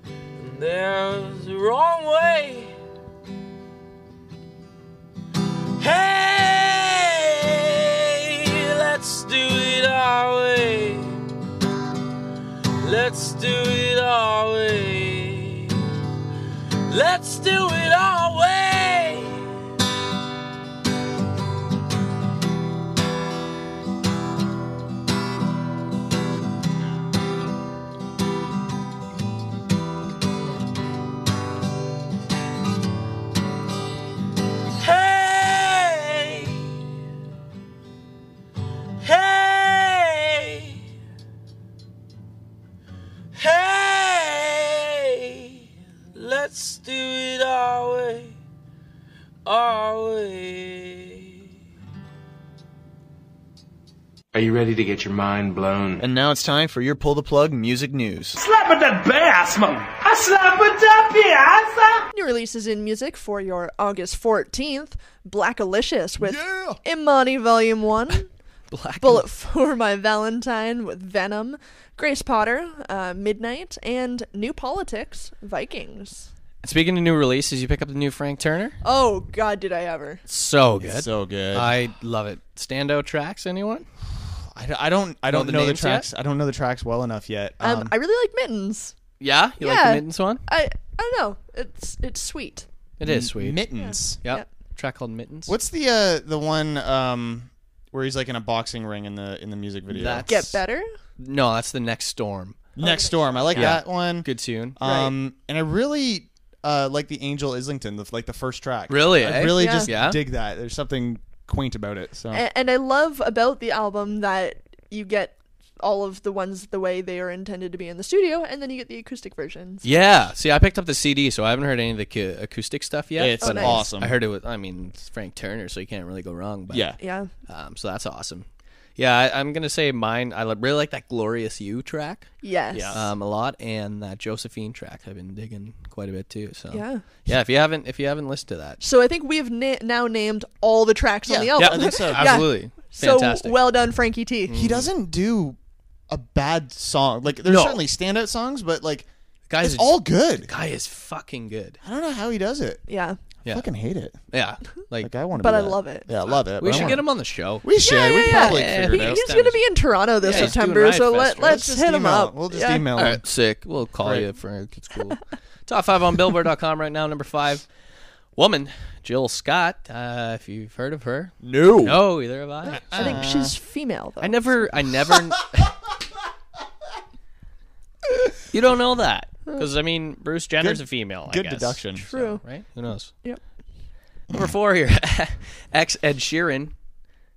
[SPEAKER 11] And there's a wrong way. Hey, let's do it our way. Let's do it our way. Let's do it our way. Hey, hey, hey, let's do it our
[SPEAKER 10] Are you ready to get your mind blown?
[SPEAKER 5] And now it's time for your pull the plug music news.
[SPEAKER 11] Slap at that bass, man. I slap at that bass.
[SPEAKER 4] New releases in music for your August 14th Blackalicious with Imani Volume 1, Bullet for My Valentine with Venom, Grace Potter, uh, Midnight, and New Politics, Vikings.
[SPEAKER 1] Speaking of new releases, you pick up the new Frank Turner.
[SPEAKER 4] Oh, God, did I ever.
[SPEAKER 1] So good,
[SPEAKER 5] so good.
[SPEAKER 1] I love it. Standout tracks, anyone?
[SPEAKER 5] I, I don't I
[SPEAKER 1] Know
[SPEAKER 5] don't
[SPEAKER 1] the
[SPEAKER 5] know the
[SPEAKER 1] names
[SPEAKER 5] tracks. I don't know the tracks well enough yet.
[SPEAKER 4] Um,
[SPEAKER 5] Um,
[SPEAKER 4] I really like Mittens.
[SPEAKER 1] Yeah, you like
[SPEAKER 4] Yeah.
[SPEAKER 1] the mittens one?
[SPEAKER 4] I, I don't know. It's, it's sweet.
[SPEAKER 1] It is
[SPEAKER 5] M-
[SPEAKER 1] sweet.
[SPEAKER 5] Mittens.
[SPEAKER 1] Yep. Track called Mittens.
[SPEAKER 5] What's the uh the one um where he's like in a boxing ring in the in the music video?
[SPEAKER 1] That's-
[SPEAKER 4] Get better?
[SPEAKER 1] No, that's the next storm.
[SPEAKER 5] Next Storm. I like
[SPEAKER 1] Yeah.
[SPEAKER 5] that one.
[SPEAKER 1] Good tune.
[SPEAKER 5] Um and I really uh like the Angel Islington, the, like the first track.
[SPEAKER 1] Really,
[SPEAKER 5] I
[SPEAKER 1] eh?
[SPEAKER 5] really
[SPEAKER 4] Yeah.
[SPEAKER 5] just
[SPEAKER 1] Yeah.
[SPEAKER 5] dig that. There's something quaint about it. So
[SPEAKER 4] A- and I love about the album that you get all of the ones the way they are intended to be in the studio, and then you get the acoustic versions.
[SPEAKER 1] Yeah. See, I picked up the CD, so I haven't heard any of the cu- acoustic stuff yet.
[SPEAKER 5] It's
[SPEAKER 1] but
[SPEAKER 4] nice.
[SPEAKER 5] awesome.
[SPEAKER 1] I heard it was. I mean, it's Frank Turner, so you can't really go wrong. But
[SPEAKER 5] yeah.
[SPEAKER 4] Yeah,
[SPEAKER 1] Um, so that's awesome. Yeah, I, I'm gonna say mine. I li- really like that "Glorious You" track.
[SPEAKER 4] Yes.
[SPEAKER 1] Um, a lot, and that Josephine track. I've been digging quite a bit too. So
[SPEAKER 4] Yeah.
[SPEAKER 1] yeah. If you haven't, if you haven't listened to that,
[SPEAKER 4] So I think we have na- now named all the tracks on the album.
[SPEAKER 1] I think so.
[SPEAKER 4] Yeah.
[SPEAKER 1] Absolutely.
[SPEAKER 4] So
[SPEAKER 1] Fantastic. Mm.
[SPEAKER 4] well done, Frankie T.
[SPEAKER 5] He doesn't do a bad song. Like there's
[SPEAKER 1] No.
[SPEAKER 5] certainly standout songs, but like
[SPEAKER 1] guys,
[SPEAKER 5] it's all good.
[SPEAKER 1] guy is fucking good.
[SPEAKER 5] I don't know how he does it.
[SPEAKER 4] Yeah,
[SPEAKER 1] Yeah.
[SPEAKER 5] I fucking hate it.
[SPEAKER 1] Yeah. Like,
[SPEAKER 5] Like I want to
[SPEAKER 4] but I love it.
[SPEAKER 5] Yeah, I love it.
[SPEAKER 1] we
[SPEAKER 5] but I
[SPEAKER 1] should
[SPEAKER 5] wanna-
[SPEAKER 1] get him on the show.
[SPEAKER 5] We should. we
[SPEAKER 4] yeah,
[SPEAKER 5] probably
[SPEAKER 4] yeah.
[SPEAKER 5] figured
[SPEAKER 4] He-
[SPEAKER 5] it out.
[SPEAKER 4] he's gonna be in Toronto this
[SPEAKER 1] Yeah, he's
[SPEAKER 4] September,
[SPEAKER 1] doing
[SPEAKER 4] so
[SPEAKER 1] Riot
[SPEAKER 4] let,
[SPEAKER 1] Fest, right?
[SPEAKER 4] let's
[SPEAKER 5] Just
[SPEAKER 4] hit him
[SPEAKER 5] email-
[SPEAKER 4] up.
[SPEAKER 5] We'll just
[SPEAKER 4] yeah.
[SPEAKER 5] email
[SPEAKER 1] All
[SPEAKER 5] him.
[SPEAKER 1] right, sick. We'll call
[SPEAKER 5] Right.
[SPEAKER 1] you, Frank. It's cool. Top five on Billboard.com right now. Number five, woman Jill Scott. Uh, if you've heard of her,
[SPEAKER 5] No. Uh-uh.
[SPEAKER 1] no, either have I.
[SPEAKER 4] I think she's female though.
[SPEAKER 1] I never, I never. you don't know that because I mean, Bruce Jenner's
[SPEAKER 5] Good-
[SPEAKER 1] a female. I
[SPEAKER 5] good
[SPEAKER 1] guess.
[SPEAKER 5] deduction.
[SPEAKER 4] True.
[SPEAKER 1] right? Who knows?
[SPEAKER 4] Yep.
[SPEAKER 1] Number four here, ex Ed Sheeran,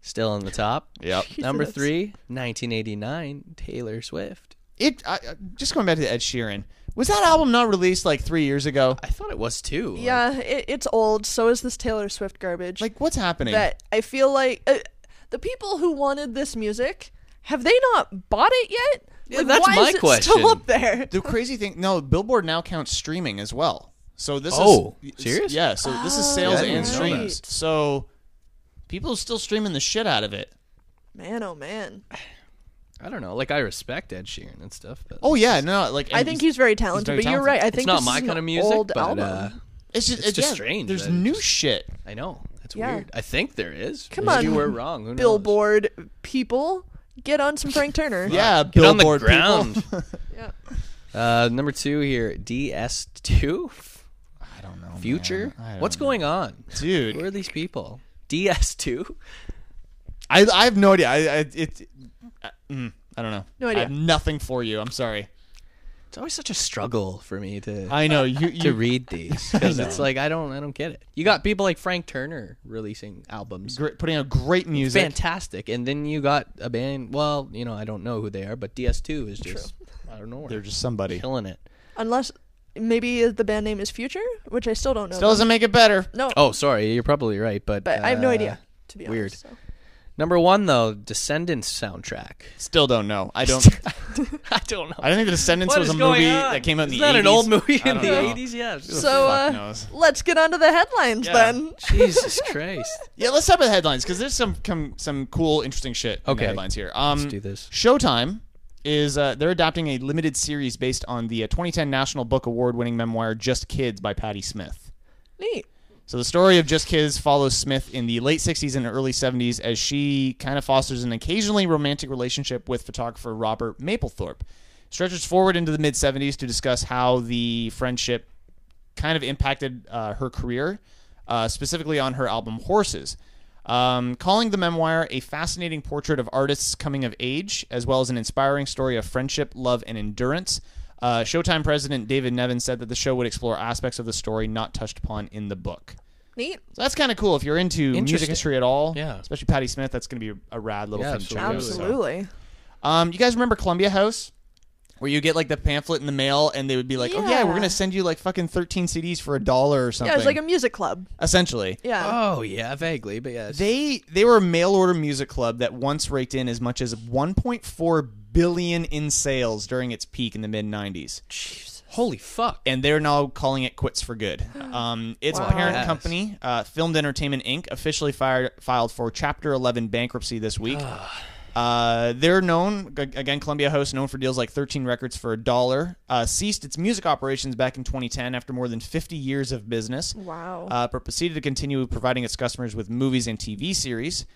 [SPEAKER 1] still on the top.
[SPEAKER 5] Yep.
[SPEAKER 1] Number
[SPEAKER 4] Jesus.
[SPEAKER 1] three, 1989, Taylor Swift.
[SPEAKER 5] It I, I- just going back to the Ed Sheeran. Was that album not released like three years ago?
[SPEAKER 1] I thought it was too. Like,
[SPEAKER 4] Yeah, it, it's old. So is this Taylor Swift garbage.
[SPEAKER 5] Like what's happening?
[SPEAKER 4] that I feel like uh, the people who wanted this music have they not bought it yet?
[SPEAKER 1] Yeah,
[SPEAKER 4] like,
[SPEAKER 1] that's
[SPEAKER 4] why
[SPEAKER 1] my
[SPEAKER 4] is It
[SPEAKER 1] question.
[SPEAKER 4] still up there.
[SPEAKER 5] the crazy thing. No, Billboard now counts streaming as well. So this
[SPEAKER 1] Oh,
[SPEAKER 5] is
[SPEAKER 1] serious?
[SPEAKER 5] Yeah. So this
[SPEAKER 4] Oh,
[SPEAKER 5] is sales
[SPEAKER 1] I didn't
[SPEAKER 5] and
[SPEAKER 1] know
[SPEAKER 5] streams.
[SPEAKER 4] that.
[SPEAKER 5] So people are still streaming the shit out of it.
[SPEAKER 4] Man, oh man.
[SPEAKER 1] I don't know. Like I respect Ed Sheeran and stuff, but
[SPEAKER 5] Oh yeah, no, like
[SPEAKER 4] I
[SPEAKER 5] and
[SPEAKER 4] think he's very talented,
[SPEAKER 5] very
[SPEAKER 4] but
[SPEAKER 5] talented.
[SPEAKER 4] you're right. I
[SPEAKER 5] It's
[SPEAKER 4] think
[SPEAKER 1] it's not
[SPEAKER 4] this
[SPEAKER 1] my
[SPEAKER 4] is
[SPEAKER 1] kind
[SPEAKER 4] an
[SPEAKER 1] of music.
[SPEAKER 4] Old
[SPEAKER 1] but
[SPEAKER 4] album.
[SPEAKER 1] uh,
[SPEAKER 5] it's just,
[SPEAKER 1] it's just
[SPEAKER 5] yeah,
[SPEAKER 1] strange
[SPEAKER 5] There's
[SPEAKER 1] that
[SPEAKER 5] new shit.
[SPEAKER 1] I know that's
[SPEAKER 4] Yeah.
[SPEAKER 1] weird. I think there is.
[SPEAKER 4] Come
[SPEAKER 1] Maybe
[SPEAKER 4] on,
[SPEAKER 1] we're wrong. Who knows?
[SPEAKER 4] Billboard people, get on some Frank Turner.
[SPEAKER 5] Yeah,
[SPEAKER 1] Get on
[SPEAKER 5] Billboard
[SPEAKER 1] the
[SPEAKER 5] people.
[SPEAKER 1] ground.
[SPEAKER 4] Yeah.
[SPEAKER 1] uh, number two here, DS2
[SPEAKER 5] I don't know.
[SPEAKER 1] Future.
[SPEAKER 5] man. I don't
[SPEAKER 1] What's
[SPEAKER 5] know.
[SPEAKER 1] going on,
[SPEAKER 5] dude?
[SPEAKER 1] Where are these people? DS2.
[SPEAKER 5] I, I have no idea. I, I it. I, mm, I don't know.
[SPEAKER 4] No
[SPEAKER 5] I
[SPEAKER 4] idea.
[SPEAKER 5] have nothing for you. I'm sorry.
[SPEAKER 1] It's always such a struggle for me to
[SPEAKER 5] I know you.
[SPEAKER 1] to
[SPEAKER 5] you
[SPEAKER 1] read these because it's like I don't I don't get it. You got people like Frank Turner releasing albums.
[SPEAKER 5] gr- putting out great music.
[SPEAKER 1] fantastic. And then you got a band. Well, you know, I don't know who they are, but DS2 is just I don't know.
[SPEAKER 5] They're just somebody.
[SPEAKER 1] killing it.
[SPEAKER 4] Unless maybe the band name is Future, which I still don't know.
[SPEAKER 5] Still
[SPEAKER 4] about.
[SPEAKER 5] doesn't make it better.
[SPEAKER 4] no,
[SPEAKER 1] Oh, sorry, you're probably right, but
[SPEAKER 4] but I have no
[SPEAKER 1] uh,
[SPEAKER 4] idea. To be
[SPEAKER 1] weird.
[SPEAKER 4] honest, so.
[SPEAKER 1] Number one though, Descendants soundtrack.
[SPEAKER 5] Still don't know. I don't.
[SPEAKER 1] I don't know.
[SPEAKER 5] I don't think The Descendants
[SPEAKER 1] What
[SPEAKER 5] was
[SPEAKER 1] is
[SPEAKER 5] a
[SPEAKER 1] going
[SPEAKER 5] movie
[SPEAKER 1] on?
[SPEAKER 5] that came out in
[SPEAKER 1] Is
[SPEAKER 5] the
[SPEAKER 1] that
[SPEAKER 5] 80s.
[SPEAKER 1] an old movie
[SPEAKER 5] I
[SPEAKER 1] in
[SPEAKER 5] don't
[SPEAKER 1] the
[SPEAKER 5] know.
[SPEAKER 1] 80s? Yeah.
[SPEAKER 4] So
[SPEAKER 5] fuck
[SPEAKER 4] uh,
[SPEAKER 5] knows?
[SPEAKER 4] let's get on to the headlines then.
[SPEAKER 1] Jesus Christ.
[SPEAKER 5] Yeah, let's talk about the headlines because there's some com- some cool, interesting shit. In
[SPEAKER 1] Okay.
[SPEAKER 5] the headlines here. Um,
[SPEAKER 1] Let's do this.
[SPEAKER 5] Showtime is uh, they're adapting a limited series based on the uh, 2010 National Book Award-winning memoir "Just Kids" by Patti Smith.
[SPEAKER 4] Neat.
[SPEAKER 5] So the story of Just Kids follows Smith in the late 60s and early 70s as she kind of fosters an occasionally romantic relationship with photographer Robert Mapplethorpe. Stretches forward into the mid 70s to discuss how the friendship kind of impacted uh, her career, uh, specifically on her album Horses. Um, calling the memoir a fascinating portrait of artists coming of age, as well as an inspiring story of friendship, love, and endurance. Uh, Showtime president David Nevin said that the show would explore aspects of the story not touched upon in the book.
[SPEAKER 4] Neat.
[SPEAKER 5] So that's kind of cool if you're into music
[SPEAKER 1] Interesting.
[SPEAKER 5] history at all.
[SPEAKER 1] Yeah.
[SPEAKER 5] Especially Patti Smith, that's going to be a rad little
[SPEAKER 1] Yeah,
[SPEAKER 5] thing. to check out.
[SPEAKER 1] Really, so.
[SPEAKER 4] Absolutely.
[SPEAKER 5] Um, you guys remember Columbia House? Where you get like the pamphlet in the mail, and they would be like, "Oh yeah, we're
[SPEAKER 4] Yeah.
[SPEAKER 5] gonna send you like fucking thirteen CDs for a dollar or something."
[SPEAKER 4] Yeah, it's like a music club.
[SPEAKER 5] essentially.
[SPEAKER 4] Yeah.
[SPEAKER 1] Oh yeah, vaguely, but yes.
[SPEAKER 5] They they were a mail order music club that once raked in as much as 1.4 billion in sales during its peak in the mid 90s.
[SPEAKER 1] Holy fuck!
[SPEAKER 5] And they're now calling it quits for good. Um, its
[SPEAKER 1] Wow.
[SPEAKER 5] parent
[SPEAKER 1] Yes.
[SPEAKER 5] company, uh, Filmed Entertainment Inc., officially fired, filed for Chapter 11 bankruptcy this week. Uh, they're known g- again. Columbia hosts known for deals like 13 records for a dollar. Uh, ceased its music operations back in 2010 after more than 50 years of business.
[SPEAKER 4] Wow.
[SPEAKER 5] Uh, but proceeded to continue providing its customers with movies and TV series.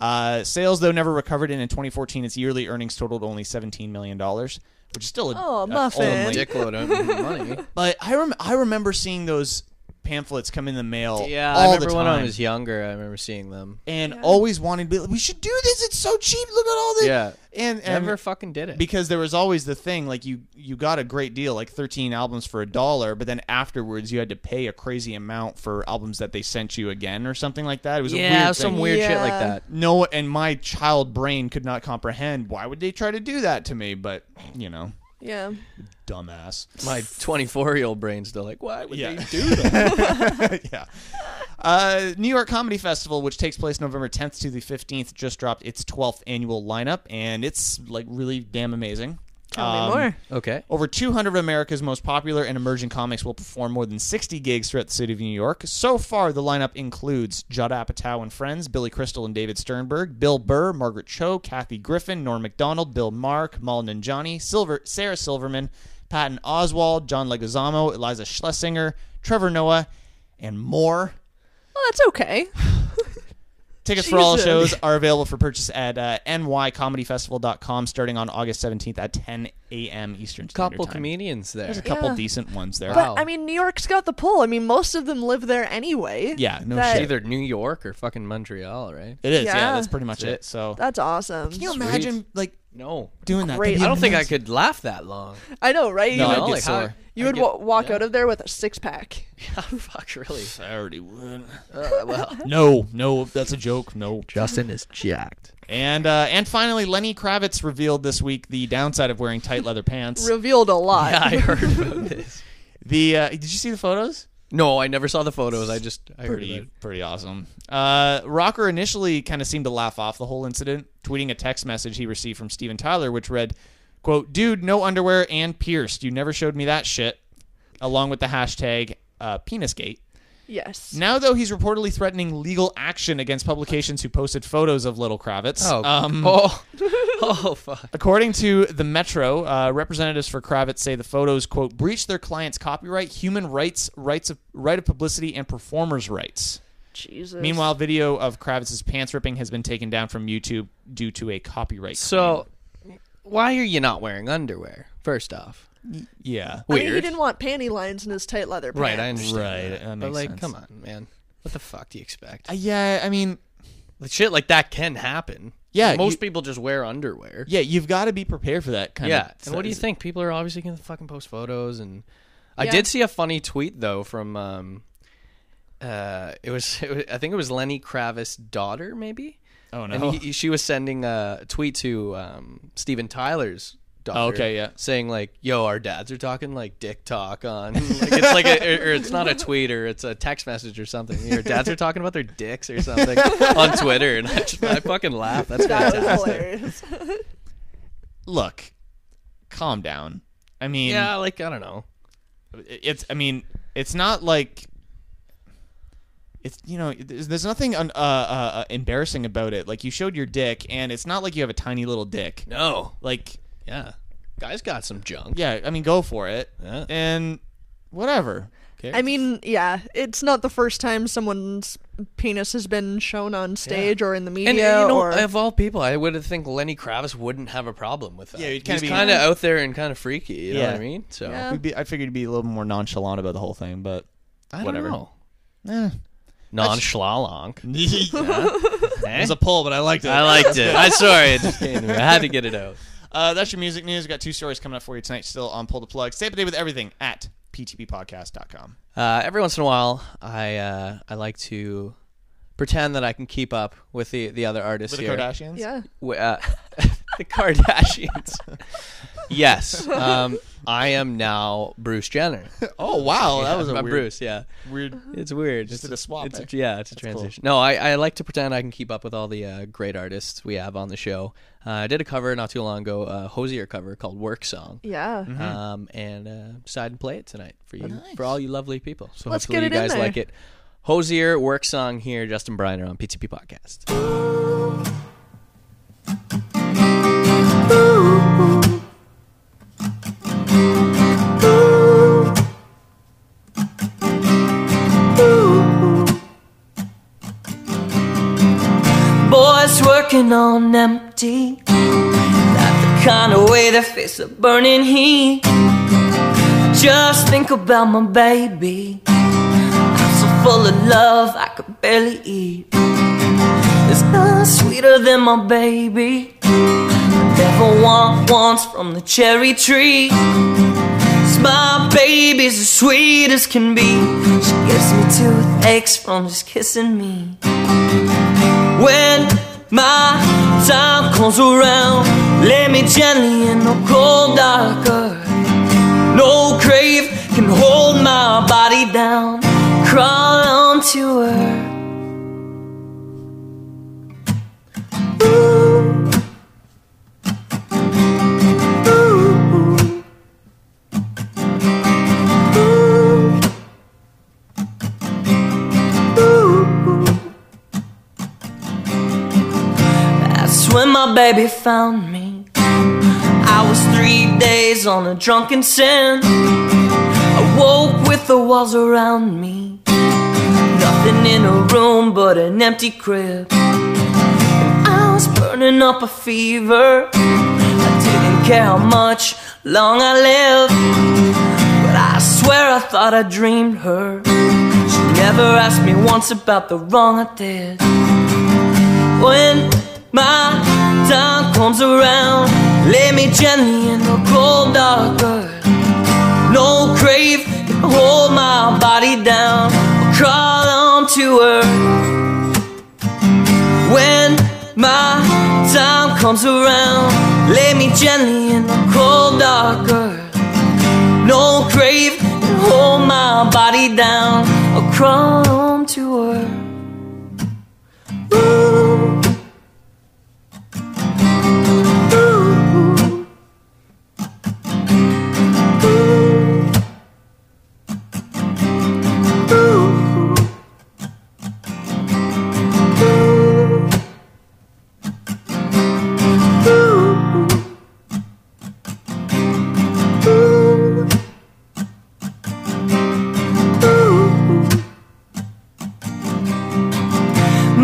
[SPEAKER 5] Uh, sales though never recovered, and in 2014, its yearly earnings totaled only 17 million dollars, which is still a
[SPEAKER 4] Oh,
[SPEAKER 5] a-
[SPEAKER 4] muffin.
[SPEAKER 5] only-
[SPEAKER 1] Dickload of money.
[SPEAKER 5] But I rem- I remember seeing those pamphlets come in the mail.
[SPEAKER 1] Yeah,
[SPEAKER 5] all
[SPEAKER 1] I remember
[SPEAKER 5] the time
[SPEAKER 1] when I was younger. I remember seeing them.
[SPEAKER 5] and always wanting to be like, we should do this. It's so cheap. Look at all this.
[SPEAKER 1] Yeah.
[SPEAKER 5] And, and
[SPEAKER 1] Never fucking did it.
[SPEAKER 5] because there was always the thing like you you got a great deal like 13 albums for a dollar but then afterwards you had to pay a crazy amount for albums that they sent you again or something like that it was a
[SPEAKER 1] yeah,
[SPEAKER 5] weird
[SPEAKER 1] some
[SPEAKER 5] thing.
[SPEAKER 1] weird shit like
[SPEAKER 4] Yeah.
[SPEAKER 1] that.
[SPEAKER 5] no and my child brain could not comprehend why would they try to do that to me but you know
[SPEAKER 4] Yeah.
[SPEAKER 5] dumbass
[SPEAKER 1] My 24 year old brain's still like, why would
[SPEAKER 5] Yeah.
[SPEAKER 1] they do that?
[SPEAKER 5] yeah. Uh, New York Comedy Festival, which takes place November 10th to the 15th, just dropped its 12th annual lineup, and it's like really damn amazing.
[SPEAKER 4] Tell
[SPEAKER 5] Um,
[SPEAKER 4] me more.
[SPEAKER 1] okay.
[SPEAKER 5] Over 200 of America's most popular and emerging comics will perform more than 60 gigs throughout the city of New York. So far, the lineup includes Judd Apatow and friends, Billy Crystal and David Sternberg, Bill Burr, Margaret Cho, Kathy Griffin, Norm Macdonald, Bill Maher, Kamal Nanjani, Silver, Sarah Silverman, Patton Oswald, John Leguizamo, Eliza Schlesinger, Trevor Noah, and more.
[SPEAKER 4] Well, that's okay.
[SPEAKER 5] Tickets for all
[SPEAKER 4] Jesus.
[SPEAKER 5] shows are available for purchase at uh, nycomedyfestival.com starting on August 17th at 10 a.m. Eastern Standard
[SPEAKER 1] Couple
[SPEAKER 5] Time.
[SPEAKER 1] comedians there.
[SPEAKER 5] There's a couple
[SPEAKER 4] Yeah.
[SPEAKER 5] decent ones there.
[SPEAKER 1] Wow.
[SPEAKER 4] But I mean, New York's got the pull. I mean, most of them live there anyway.
[SPEAKER 5] Yeah, no
[SPEAKER 4] That-
[SPEAKER 5] shit.
[SPEAKER 1] Either New York or fucking Montreal, right?
[SPEAKER 5] It is, yeah.
[SPEAKER 4] Yeah.
[SPEAKER 5] that's pretty much
[SPEAKER 1] That's
[SPEAKER 5] it.
[SPEAKER 1] it.
[SPEAKER 5] So
[SPEAKER 4] That's awesome.
[SPEAKER 5] can you imagine like
[SPEAKER 1] No.
[SPEAKER 5] doing that?
[SPEAKER 4] Great.
[SPEAKER 1] I don't think I could laugh that long.
[SPEAKER 4] I know, right?
[SPEAKER 5] No,
[SPEAKER 4] you
[SPEAKER 5] I'd
[SPEAKER 4] would,
[SPEAKER 5] get
[SPEAKER 1] like, how-
[SPEAKER 5] sore.
[SPEAKER 4] you
[SPEAKER 1] I'd
[SPEAKER 4] would
[SPEAKER 1] get-
[SPEAKER 4] wa- walk out of there with a six pack.
[SPEAKER 1] fuck, really.
[SPEAKER 5] I already would.
[SPEAKER 1] Uh, well,
[SPEAKER 5] No, no, that's a joke. No.
[SPEAKER 1] Justin is jacked.
[SPEAKER 5] And uh, and finally, Lenny Kravitz revealed this week the downside of wearing tight leather pants.
[SPEAKER 4] Revealed a lot.
[SPEAKER 1] I heard about this.
[SPEAKER 5] the uh, did you see the photos?
[SPEAKER 1] No, I never saw the photos. I just I heard about
[SPEAKER 5] Pretty
[SPEAKER 1] it.
[SPEAKER 5] pretty awesome. Uh, Rocker initially kind of seemed to laugh off the whole incident, tweeting a text message he received from Steven Tyler, which read, "Quote, dude, no underwear and pierced. You never showed me that shit." Along with the hashtag uh, penisgate.
[SPEAKER 4] Yes.
[SPEAKER 5] Now, though, he's reportedly threatening legal action against publications who posted photos of Little Kravitz.
[SPEAKER 1] Oh,
[SPEAKER 5] Um,
[SPEAKER 1] oh, oh, fuck.
[SPEAKER 5] According to the Metro, uh, representatives for Kravitz say the photos quote breach their client's copyright, human rights, rights of right of publicity, and performers' rights.
[SPEAKER 4] Jesus.
[SPEAKER 5] Meanwhile, video of Kravitz's pants ripping has been taken down from YouTube due to a copyright.
[SPEAKER 1] So, why are you not wearing underwear? First off,
[SPEAKER 5] claim. yeah,
[SPEAKER 4] I mean, he
[SPEAKER 1] weird.
[SPEAKER 4] didn't want panty lines in his tight leather pants.
[SPEAKER 1] right? I understand.
[SPEAKER 5] Right,
[SPEAKER 1] that.
[SPEAKER 5] that makes
[SPEAKER 1] but like,
[SPEAKER 5] sense.
[SPEAKER 1] come on, man. What the fuck do you expect?
[SPEAKER 5] Uh, yeah. I mean,
[SPEAKER 1] Like, shit like that can happen.
[SPEAKER 5] Yeah,
[SPEAKER 1] most
[SPEAKER 5] you-
[SPEAKER 1] people just wear underwear.
[SPEAKER 5] yeah, you've got to be prepared for that kind
[SPEAKER 1] Yeah,
[SPEAKER 5] of.
[SPEAKER 1] and what do you think? People are obviously gonna fucking post photos, and I
[SPEAKER 4] Yeah.
[SPEAKER 1] did see a funny tweet though from um, uh, it was, it was I think it was Lenny Kravitz's daughter, maybe.
[SPEAKER 5] Oh no.
[SPEAKER 1] And he, she was sending a tweet to um, Steven Tyler's daughter.
[SPEAKER 5] Oh, okay, yeah.
[SPEAKER 1] Saying like, "Yo, our dads are talking like dick talk on." Like, it's like, a, or, or it's not a tweet, or it's a text message or something. Your dads are talking about their dicks or something on Twitter, and I just I fucking laugh. That's
[SPEAKER 4] That was
[SPEAKER 1] fantastic.
[SPEAKER 4] hilarious.
[SPEAKER 5] Look, calm down. I mean,
[SPEAKER 1] Yeah, like I don't know.
[SPEAKER 5] it's i mean it's not like it's you know there's, there's nothing un, uh, uh, uh, embarrassing about it like you showed your dick and it's not like you have a tiny little dick
[SPEAKER 1] No.
[SPEAKER 5] like
[SPEAKER 1] Yeah. Guys got some junk.
[SPEAKER 5] yeah i mean go for it
[SPEAKER 1] Yeah.
[SPEAKER 5] and whatever
[SPEAKER 4] I mean, yeah, it's not the first time someone's penis has been shown on stage or in the media
[SPEAKER 1] And you know, um,
[SPEAKER 4] or
[SPEAKER 1] of all people, I would think Lenny Kravitz wouldn't have a problem with that.
[SPEAKER 5] Yeah, he'd kinda
[SPEAKER 1] he's
[SPEAKER 5] be-
[SPEAKER 1] kind of out there and kind of freaky. You know what
[SPEAKER 5] Yeah.
[SPEAKER 1] I mean? So
[SPEAKER 4] Yeah.
[SPEAKER 5] We'd be, i figured you'd be a little more nonchalant about the whole thing but
[SPEAKER 1] I don't
[SPEAKER 5] Whatever.
[SPEAKER 1] know.
[SPEAKER 5] eh.
[SPEAKER 1] Nonchalant.
[SPEAKER 5] it was a pull but i liked it
[SPEAKER 1] Eh? I liked it. I'm sorry. It just came to me. I had to get it out.
[SPEAKER 5] uh, that's your music news we got two stories coming up for you tonight still on pull the plug stay up to date with everything at ptppodcast.com
[SPEAKER 1] Uh, every once in a while, I uh, I like to pretend that I can keep up with the, the other artists uh,
[SPEAKER 5] with the
[SPEAKER 1] here.
[SPEAKER 5] kardashians
[SPEAKER 4] yeah.
[SPEAKER 1] W- uh, the Kardashians. yes. Um, I am now Bruce Jenner.
[SPEAKER 5] Oh, wow, that
[SPEAKER 1] Yeah,
[SPEAKER 5] was a
[SPEAKER 1] I'm
[SPEAKER 5] weird-
[SPEAKER 1] Bruce. Yeah,
[SPEAKER 5] weird-
[SPEAKER 1] It's weird.
[SPEAKER 5] Just
[SPEAKER 1] it's
[SPEAKER 5] did a swap
[SPEAKER 1] It's,
[SPEAKER 5] there.
[SPEAKER 1] Yeah, it's a
[SPEAKER 5] cool.
[SPEAKER 1] transition. No, I, I like to pretend I can keep up with all the uh, great artists we have on the show. Uh, I did a cover not too long ago, a Hosier cover called "Work Song."
[SPEAKER 4] Yeah. Mhm.
[SPEAKER 1] Um, and uh, decided to play it tonight for you, for all you lovely people. So
[SPEAKER 4] Let's
[SPEAKER 1] hopefully
[SPEAKER 4] get it
[SPEAKER 1] you
[SPEAKER 4] in
[SPEAKER 1] guys
[SPEAKER 4] there.
[SPEAKER 1] like it. Hosier "Work Song" here, Justin Briner on PTP Podcast.
[SPEAKER 12] Boys working on empty. Not the kind of way that face a burning heat. Just think about my baby. I'm so full of love, I could barely eat. There's none sweeter than my baby. The devil want wants from the cherry tree. 'Cause My baby's as sweet as can be. She gives me toothaches from just kissing me. When my time comes around, lay me gently in the cold dark earth. No grave can hold my body down. Crawl onto her. That's when my baby found me. I was three days on a drunken sin. I woke with the walls around me. Nothing in a room but an empty crib. And I was burning up a fever. I didn't care how much long I lived. But I swear I thought I dreamed her. She never asked me once about the wrong I did. When my time comes around, lay me gently in the cold dark earth. No crave can hold my body down. I'll crawl onto her. When my time comes around, lay me gently in the cold dark earth. No crave can hold my body down. I'll crawl onto her.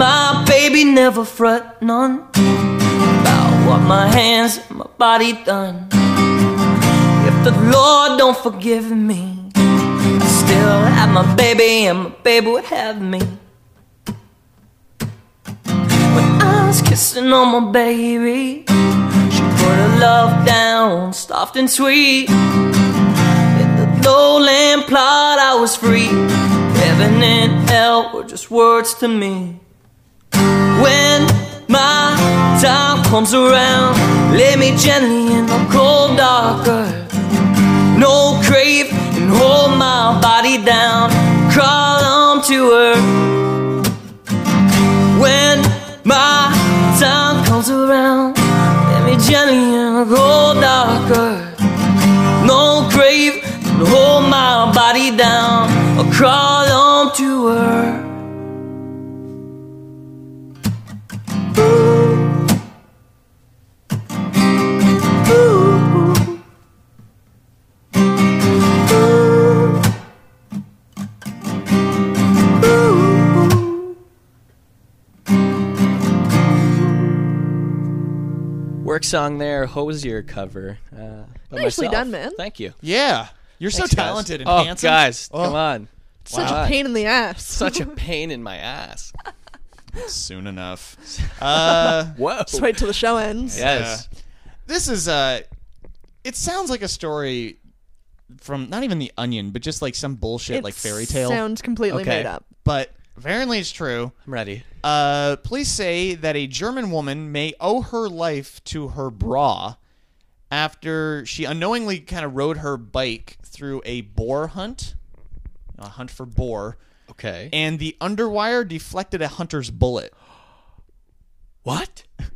[SPEAKER 12] My baby never fret none about what my hands and my body done. If the Lord don't forgive me, I still have my baby and my baby would have me. When I was kissing on my baby, she put her love down, soft and sweet. In the lowland plot, I was free. Heaven and hell were just words to me. When my time comes around, lay me gently in the cold dark earth. No crave and hold my body down, crawl onto her. When my time comes around, lay me gently in the cold dark earth. No crave and hold my body down, I'll crawl onto her.
[SPEAKER 1] Work song there, Hosier cover. Uh, by
[SPEAKER 4] Nicely
[SPEAKER 1] myself.
[SPEAKER 4] done, man.
[SPEAKER 1] Thank you.
[SPEAKER 5] Yeah, you're so
[SPEAKER 1] Thanks, guys.
[SPEAKER 5] talented and
[SPEAKER 1] oh,
[SPEAKER 5] handsome.
[SPEAKER 1] guys,
[SPEAKER 5] Oh.
[SPEAKER 1] come on.
[SPEAKER 4] Such
[SPEAKER 1] Wow.
[SPEAKER 4] a pain in the ass.
[SPEAKER 1] Such a pain in my ass.
[SPEAKER 5] Soon enough. Uh,
[SPEAKER 1] Whoa.
[SPEAKER 4] Just wait till the show ends.
[SPEAKER 1] Yes.
[SPEAKER 5] this is uh it sounds like a story from not even the onion but just like some bullshit
[SPEAKER 4] It
[SPEAKER 5] like fairy tale
[SPEAKER 4] sounds completely made up.
[SPEAKER 5] but apparently it's true
[SPEAKER 1] I'm ready.
[SPEAKER 5] uh police say that a german woman may owe her life to her bra after she unknowingly kind of rode her bike through a boar hunt, a hunt for boar.
[SPEAKER 1] Okay.
[SPEAKER 5] And the underwire deflected a hunter's bullet.
[SPEAKER 1] What?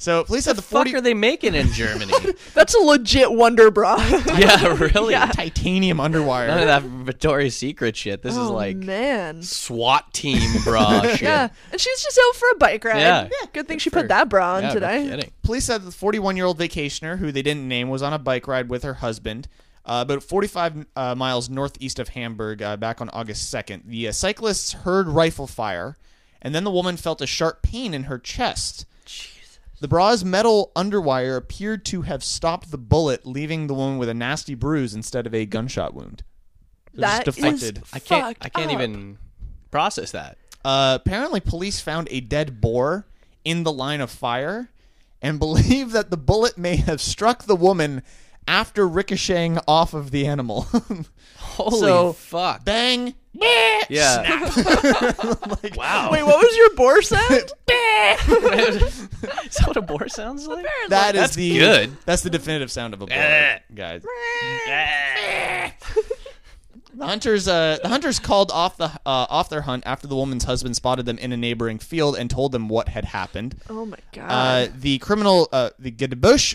[SPEAKER 5] So police had the
[SPEAKER 1] fuck
[SPEAKER 5] 40
[SPEAKER 1] are they making in Germany?
[SPEAKER 4] That's a legit wonder bra.
[SPEAKER 1] yeah, really.
[SPEAKER 5] Titanium underwire.
[SPEAKER 1] None of that Victoria's Secret shit. This is
[SPEAKER 4] Oh,
[SPEAKER 1] like
[SPEAKER 4] man.
[SPEAKER 1] SWAT team bra shit.
[SPEAKER 4] Yeah, and she's just out for a bike ride.
[SPEAKER 1] Yeah.
[SPEAKER 4] Good thing she put that bra on
[SPEAKER 1] Yeah, no
[SPEAKER 4] today.
[SPEAKER 1] kidding.
[SPEAKER 5] Police said the 41 year old vacationer, who they didn't name, was on a bike ride with her husband, uh, about 45 uh, miles northeast of Hamburg uh, back on August 2nd. The uh, cyclists heard rifle fire, and then the woman felt a sharp pain in her chest. The bra's metal underwire appeared to have stopped the bullet, leaving the woman with a nasty bruise instead of a gunshot wound. It was
[SPEAKER 1] That
[SPEAKER 5] just
[SPEAKER 1] is
[SPEAKER 5] deflected.
[SPEAKER 1] I can't. I can't even process that.
[SPEAKER 5] Uh, apparently, police found a dead boar in the line of fire and believe that the bullet may have struck the woman after ricocheting off of the animal.
[SPEAKER 1] Holy
[SPEAKER 5] so,
[SPEAKER 1] fuck!
[SPEAKER 5] Bang!
[SPEAKER 1] Yeah. wow.
[SPEAKER 4] Wait, what was your boar sound?
[SPEAKER 1] is that what a boar sounds like?
[SPEAKER 5] That is
[SPEAKER 1] That's
[SPEAKER 5] the
[SPEAKER 1] good.
[SPEAKER 5] That's the definitive sound of a
[SPEAKER 1] Eh.
[SPEAKER 5] bullet, guys. The hunters, uh, the hunters called off the uh, off their hunt after the woman's husband spotted them in a neighboring field and told them what had happened.
[SPEAKER 4] Oh my god.
[SPEAKER 5] Uh, the criminal, uh, the Gadebush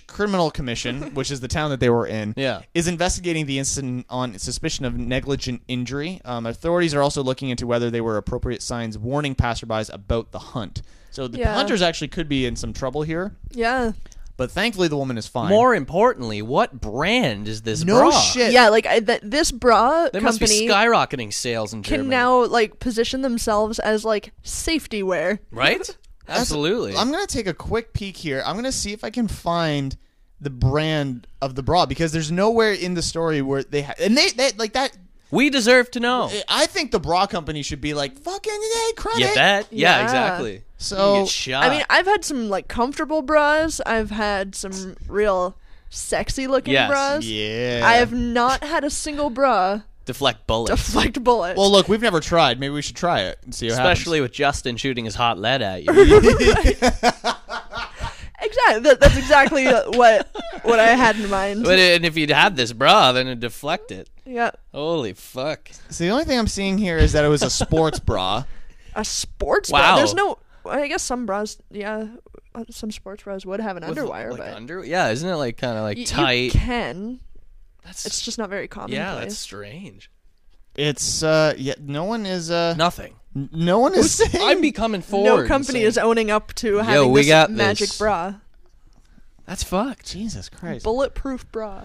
[SPEAKER 5] Criminal Commission, which is the town that they were in,
[SPEAKER 1] Yeah.
[SPEAKER 5] is investigating the incident on suspicion of negligent injury. Um, authorities are also looking into whether they were appropriate signs warning passerbys about the hunt. So the
[SPEAKER 4] Yeah.
[SPEAKER 5] hunters actually could be in some trouble here,
[SPEAKER 4] yeah.
[SPEAKER 5] but thankfully the woman is fine.
[SPEAKER 1] More importantly, what brand is this
[SPEAKER 5] No
[SPEAKER 1] bra?
[SPEAKER 5] shit.
[SPEAKER 4] Yeah, like I, th- this bra
[SPEAKER 1] They must be
[SPEAKER 4] company
[SPEAKER 1] skyrocketing sales in Germany,
[SPEAKER 4] can now like position themselves as like safety wear.
[SPEAKER 1] right? Absolutely.
[SPEAKER 5] I'm gonna take a quick peek here. I'm gonna see if I can find the brand of the bra because there's nowhere in the story where they ha- and they, they like that.
[SPEAKER 1] we deserve to know.
[SPEAKER 5] I think the bra company should be like fucking hey, credit.
[SPEAKER 1] You bet. Yeah,
[SPEAKER 4] Yeah.
[SPEAKER 1] exactly. You
[SPEAKER 5] So-
[SPEAKER 1] get shot.
[SPEAKER 4] I mean, I've had some like comfortable bras. I've had some real sexy looking
[SPEAKER 1] Yes.
[SPEAKER 4] bras.
[SPEAKER 5] Yeah.
[SPEAKER 4] I have not had a single bra
[SPEAKER 1] deflect bullets,
[SPEAKER 4] deflect bullets.
[SPEAKER 5] Well, look, we've never tried. Maybe we should try it and see what
[SPEAKER 1] especially with Justin shooting his hot lead at you.
[SPEAKER 4] exactly. That, that's exactly what what I had in mind.
[SPEAKER 1] but and if you'd had this bra, then it'd deflect it.
[SPEAKER 4] yeah,
[SPEAKER 1] Holy fuck!
[SPEAKER 5] happens. So the only thing I'm seeing here is that it was a sports bra.
[SPEAKER 4] a sports
[SPEAKER 1] Wow.
[SPEAKER 4] bra. There's no. well, I guess some bras. Yeah, uh, some sports bras would have an underwire,
[SPEAKER 1] like
[SPEAKER 4] but
[SPEAKER 1] under, yeah, isn't it like kind of like
[SPEAKER 4] y- You
[SPEAKER 1] tight?
[SPEAKER 4] can.
[SPEAKER 1] That's
[SPEAKER 4] It's just not very common.
[SPEAKER 1] yeah, that's strange.
[SPEAKER 5] It's uh, yeah, no one is uh,
[SPEAKER 1] Nothing.
[SPEAKER 5] n- no one is saying.
[SPEAKER 1] I'm becoming forward.
[SPEAKER 4] no company
[SPEAKER 1] and
[SPEAKER 4] is
[SPEAKER 1] saying,
[SPEAKER 4] owning up to having
[SPEAKER 1] we
[SPEAKER 4] this
[SPEAKER 1] got
[SPEAKER 4] magic
[SPEAKER 1] this.
[SPEAKER 4] bra,
[SPEAKER 1] That's fucked.
[SPEAKER 5] Jesus Christ!
[SPEAKER 4] bulletproof bra.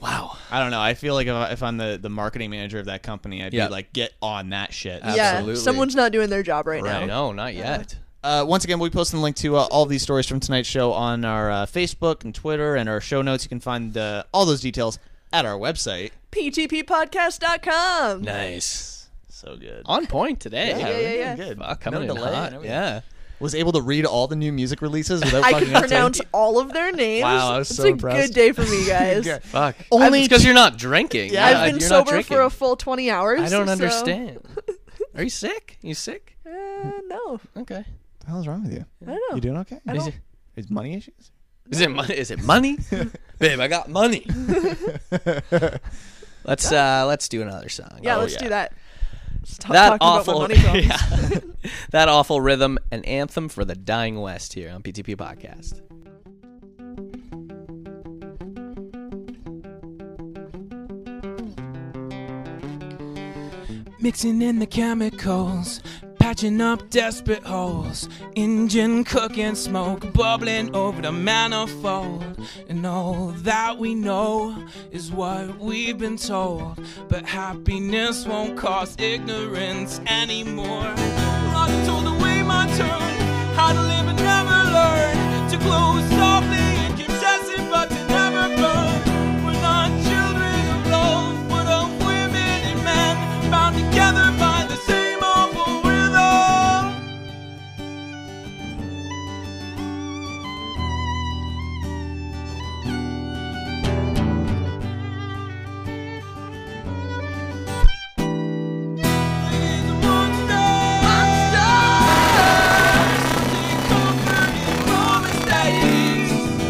[SPEAKER 1] Wow.
[SPEAKER 5] I don't know. I feel like if, I, if I'm the, the marketing manager of that company, I'd
[SPEAKER 1] Yeah.
[SPEAKER 5] be like, get on that shit.
[SPEAKER 1] Absolutely.
[SPEAKER 4] Yeah, someone's not doing their job right, now.
[SPEAKER 1] No, not yet.
[SPEAKER 5] Uh, once again, we'll be posting a link to uh, all these stories from tonight's show on our uh, Facebook and Twitter and our show notes. You can find uh, all those details at our website.
[SPEAKER 4] PTPpodcast.com.
[SPEAKER 1] Nice.
[SPEAKER 5] So good.
[SPEAKER 1] On point today.
[SPEAKER 4] Yeah, yeah, yeah.
[SPEAKER 5] Good.
[SPEAKER 1] Fuck, coming
[SPEAKER 5] no
[SPEAKER 1] in
[SPEAKER 5] delay.
[SPEAKER 1] hot.
[SPEAKER 5] and everything.
[SPEAKER 1] Yeah.
[SPEAKER 5] Was able to read all the new music releases without
[SPEAKER 4] I
[SPEAKER 5] fucking
[SPEAKER 4] can
[SPEAKER 5] up time.
[SPEAKER 4] pronounce all of their names.
[SPEAKER 5] Wow, I was
[SPEAKER 4] it's
[SPEAKER 5] so
[SPEAKER 4] a good
[SPEAKER 5] impressed.
[SPEAKER 4] day for me, guys.
[SPEAKER 5] Yeah.
[SPEAKER 1] Fuck.
[SPEAKER 4] Oh.
[SPEAKER 5] Only
[SPEAKER 1] because you're not drinking.
[SPEAKER 5] Yeah,
[SPEAKER 4] I've been
[SPEAKER 1] you're not
[SPEAKER 4] sober for
[SPEAKER 1] drinking.
[SPEAKER 4] a full 20 hours.
[SPEAKER 1] I don't
[SPEAKER 4] so-
[SPEAKER 1] understand. Are you sick? You sick?
[SPEAKER 4] Uh, no,
[SPEAKER 1] Okay.
[SPEAKER 5] What the hell's wrong with you?
[SPEAKER 4] I don't know.
[SPEAKER 5] You doing okay?
[SPEAKER 4] I
[SPEAKER 1] Is
[SPEAKER 4] don't-
[SPEAKER 1] it,
[SPEAKER 5] Is money issues?
[SPEAKER 1] is it money? Is it money? Babe, I got money. let's uh let's do another song.
[SPEAKER 4] yeah,
[SPEAKER 1] Oh,
[SPEAKER 4] let's do that. Stop
[SPEAKER 1] That
[SPEAKER 4] talking
[SPEAKER 1] awful,
[SPEAKER 4] about my money problems.
[SPEAKER 1] yeah. that awful rhythm, an anthem for the dying West here on PTP Podcast.
[SPEAKER 13] Mixing in the chemicals, patching up desperate holes. Engine cooking smoke bubbling over the manifold. And all that we know is what we've been told. But happiness won't cause ignorance anymore. Roger told the way my turn, how to live and never learn. To glow softly and keep dancing, but to never burn. We're not children of love, but of women and men, bound together by the same awful rhythm. Monsters.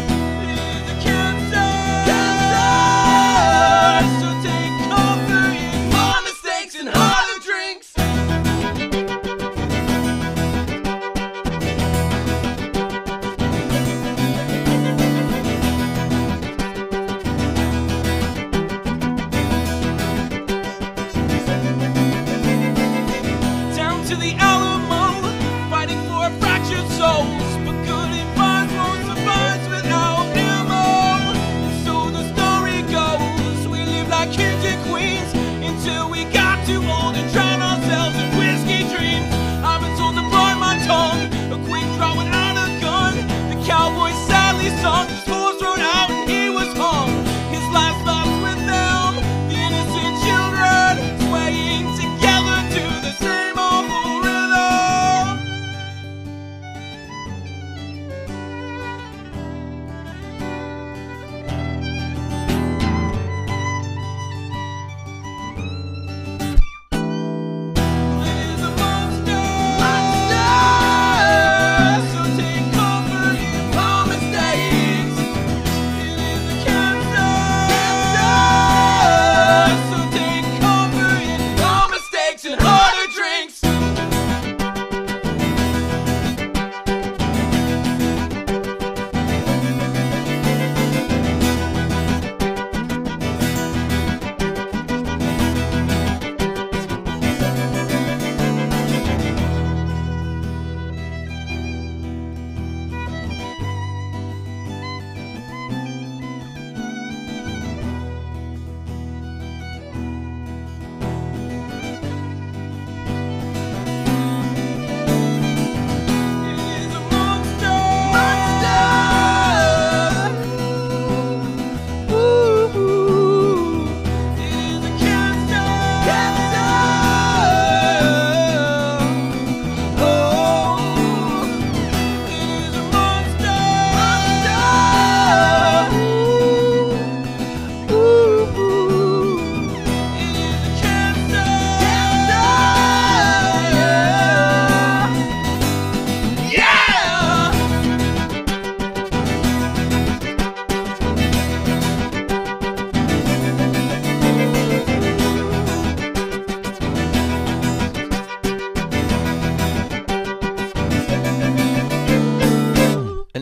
[SPEAKER 13] Monsters. Take comfort in your mistakes.
[SPEAKER 14] Oh, oh,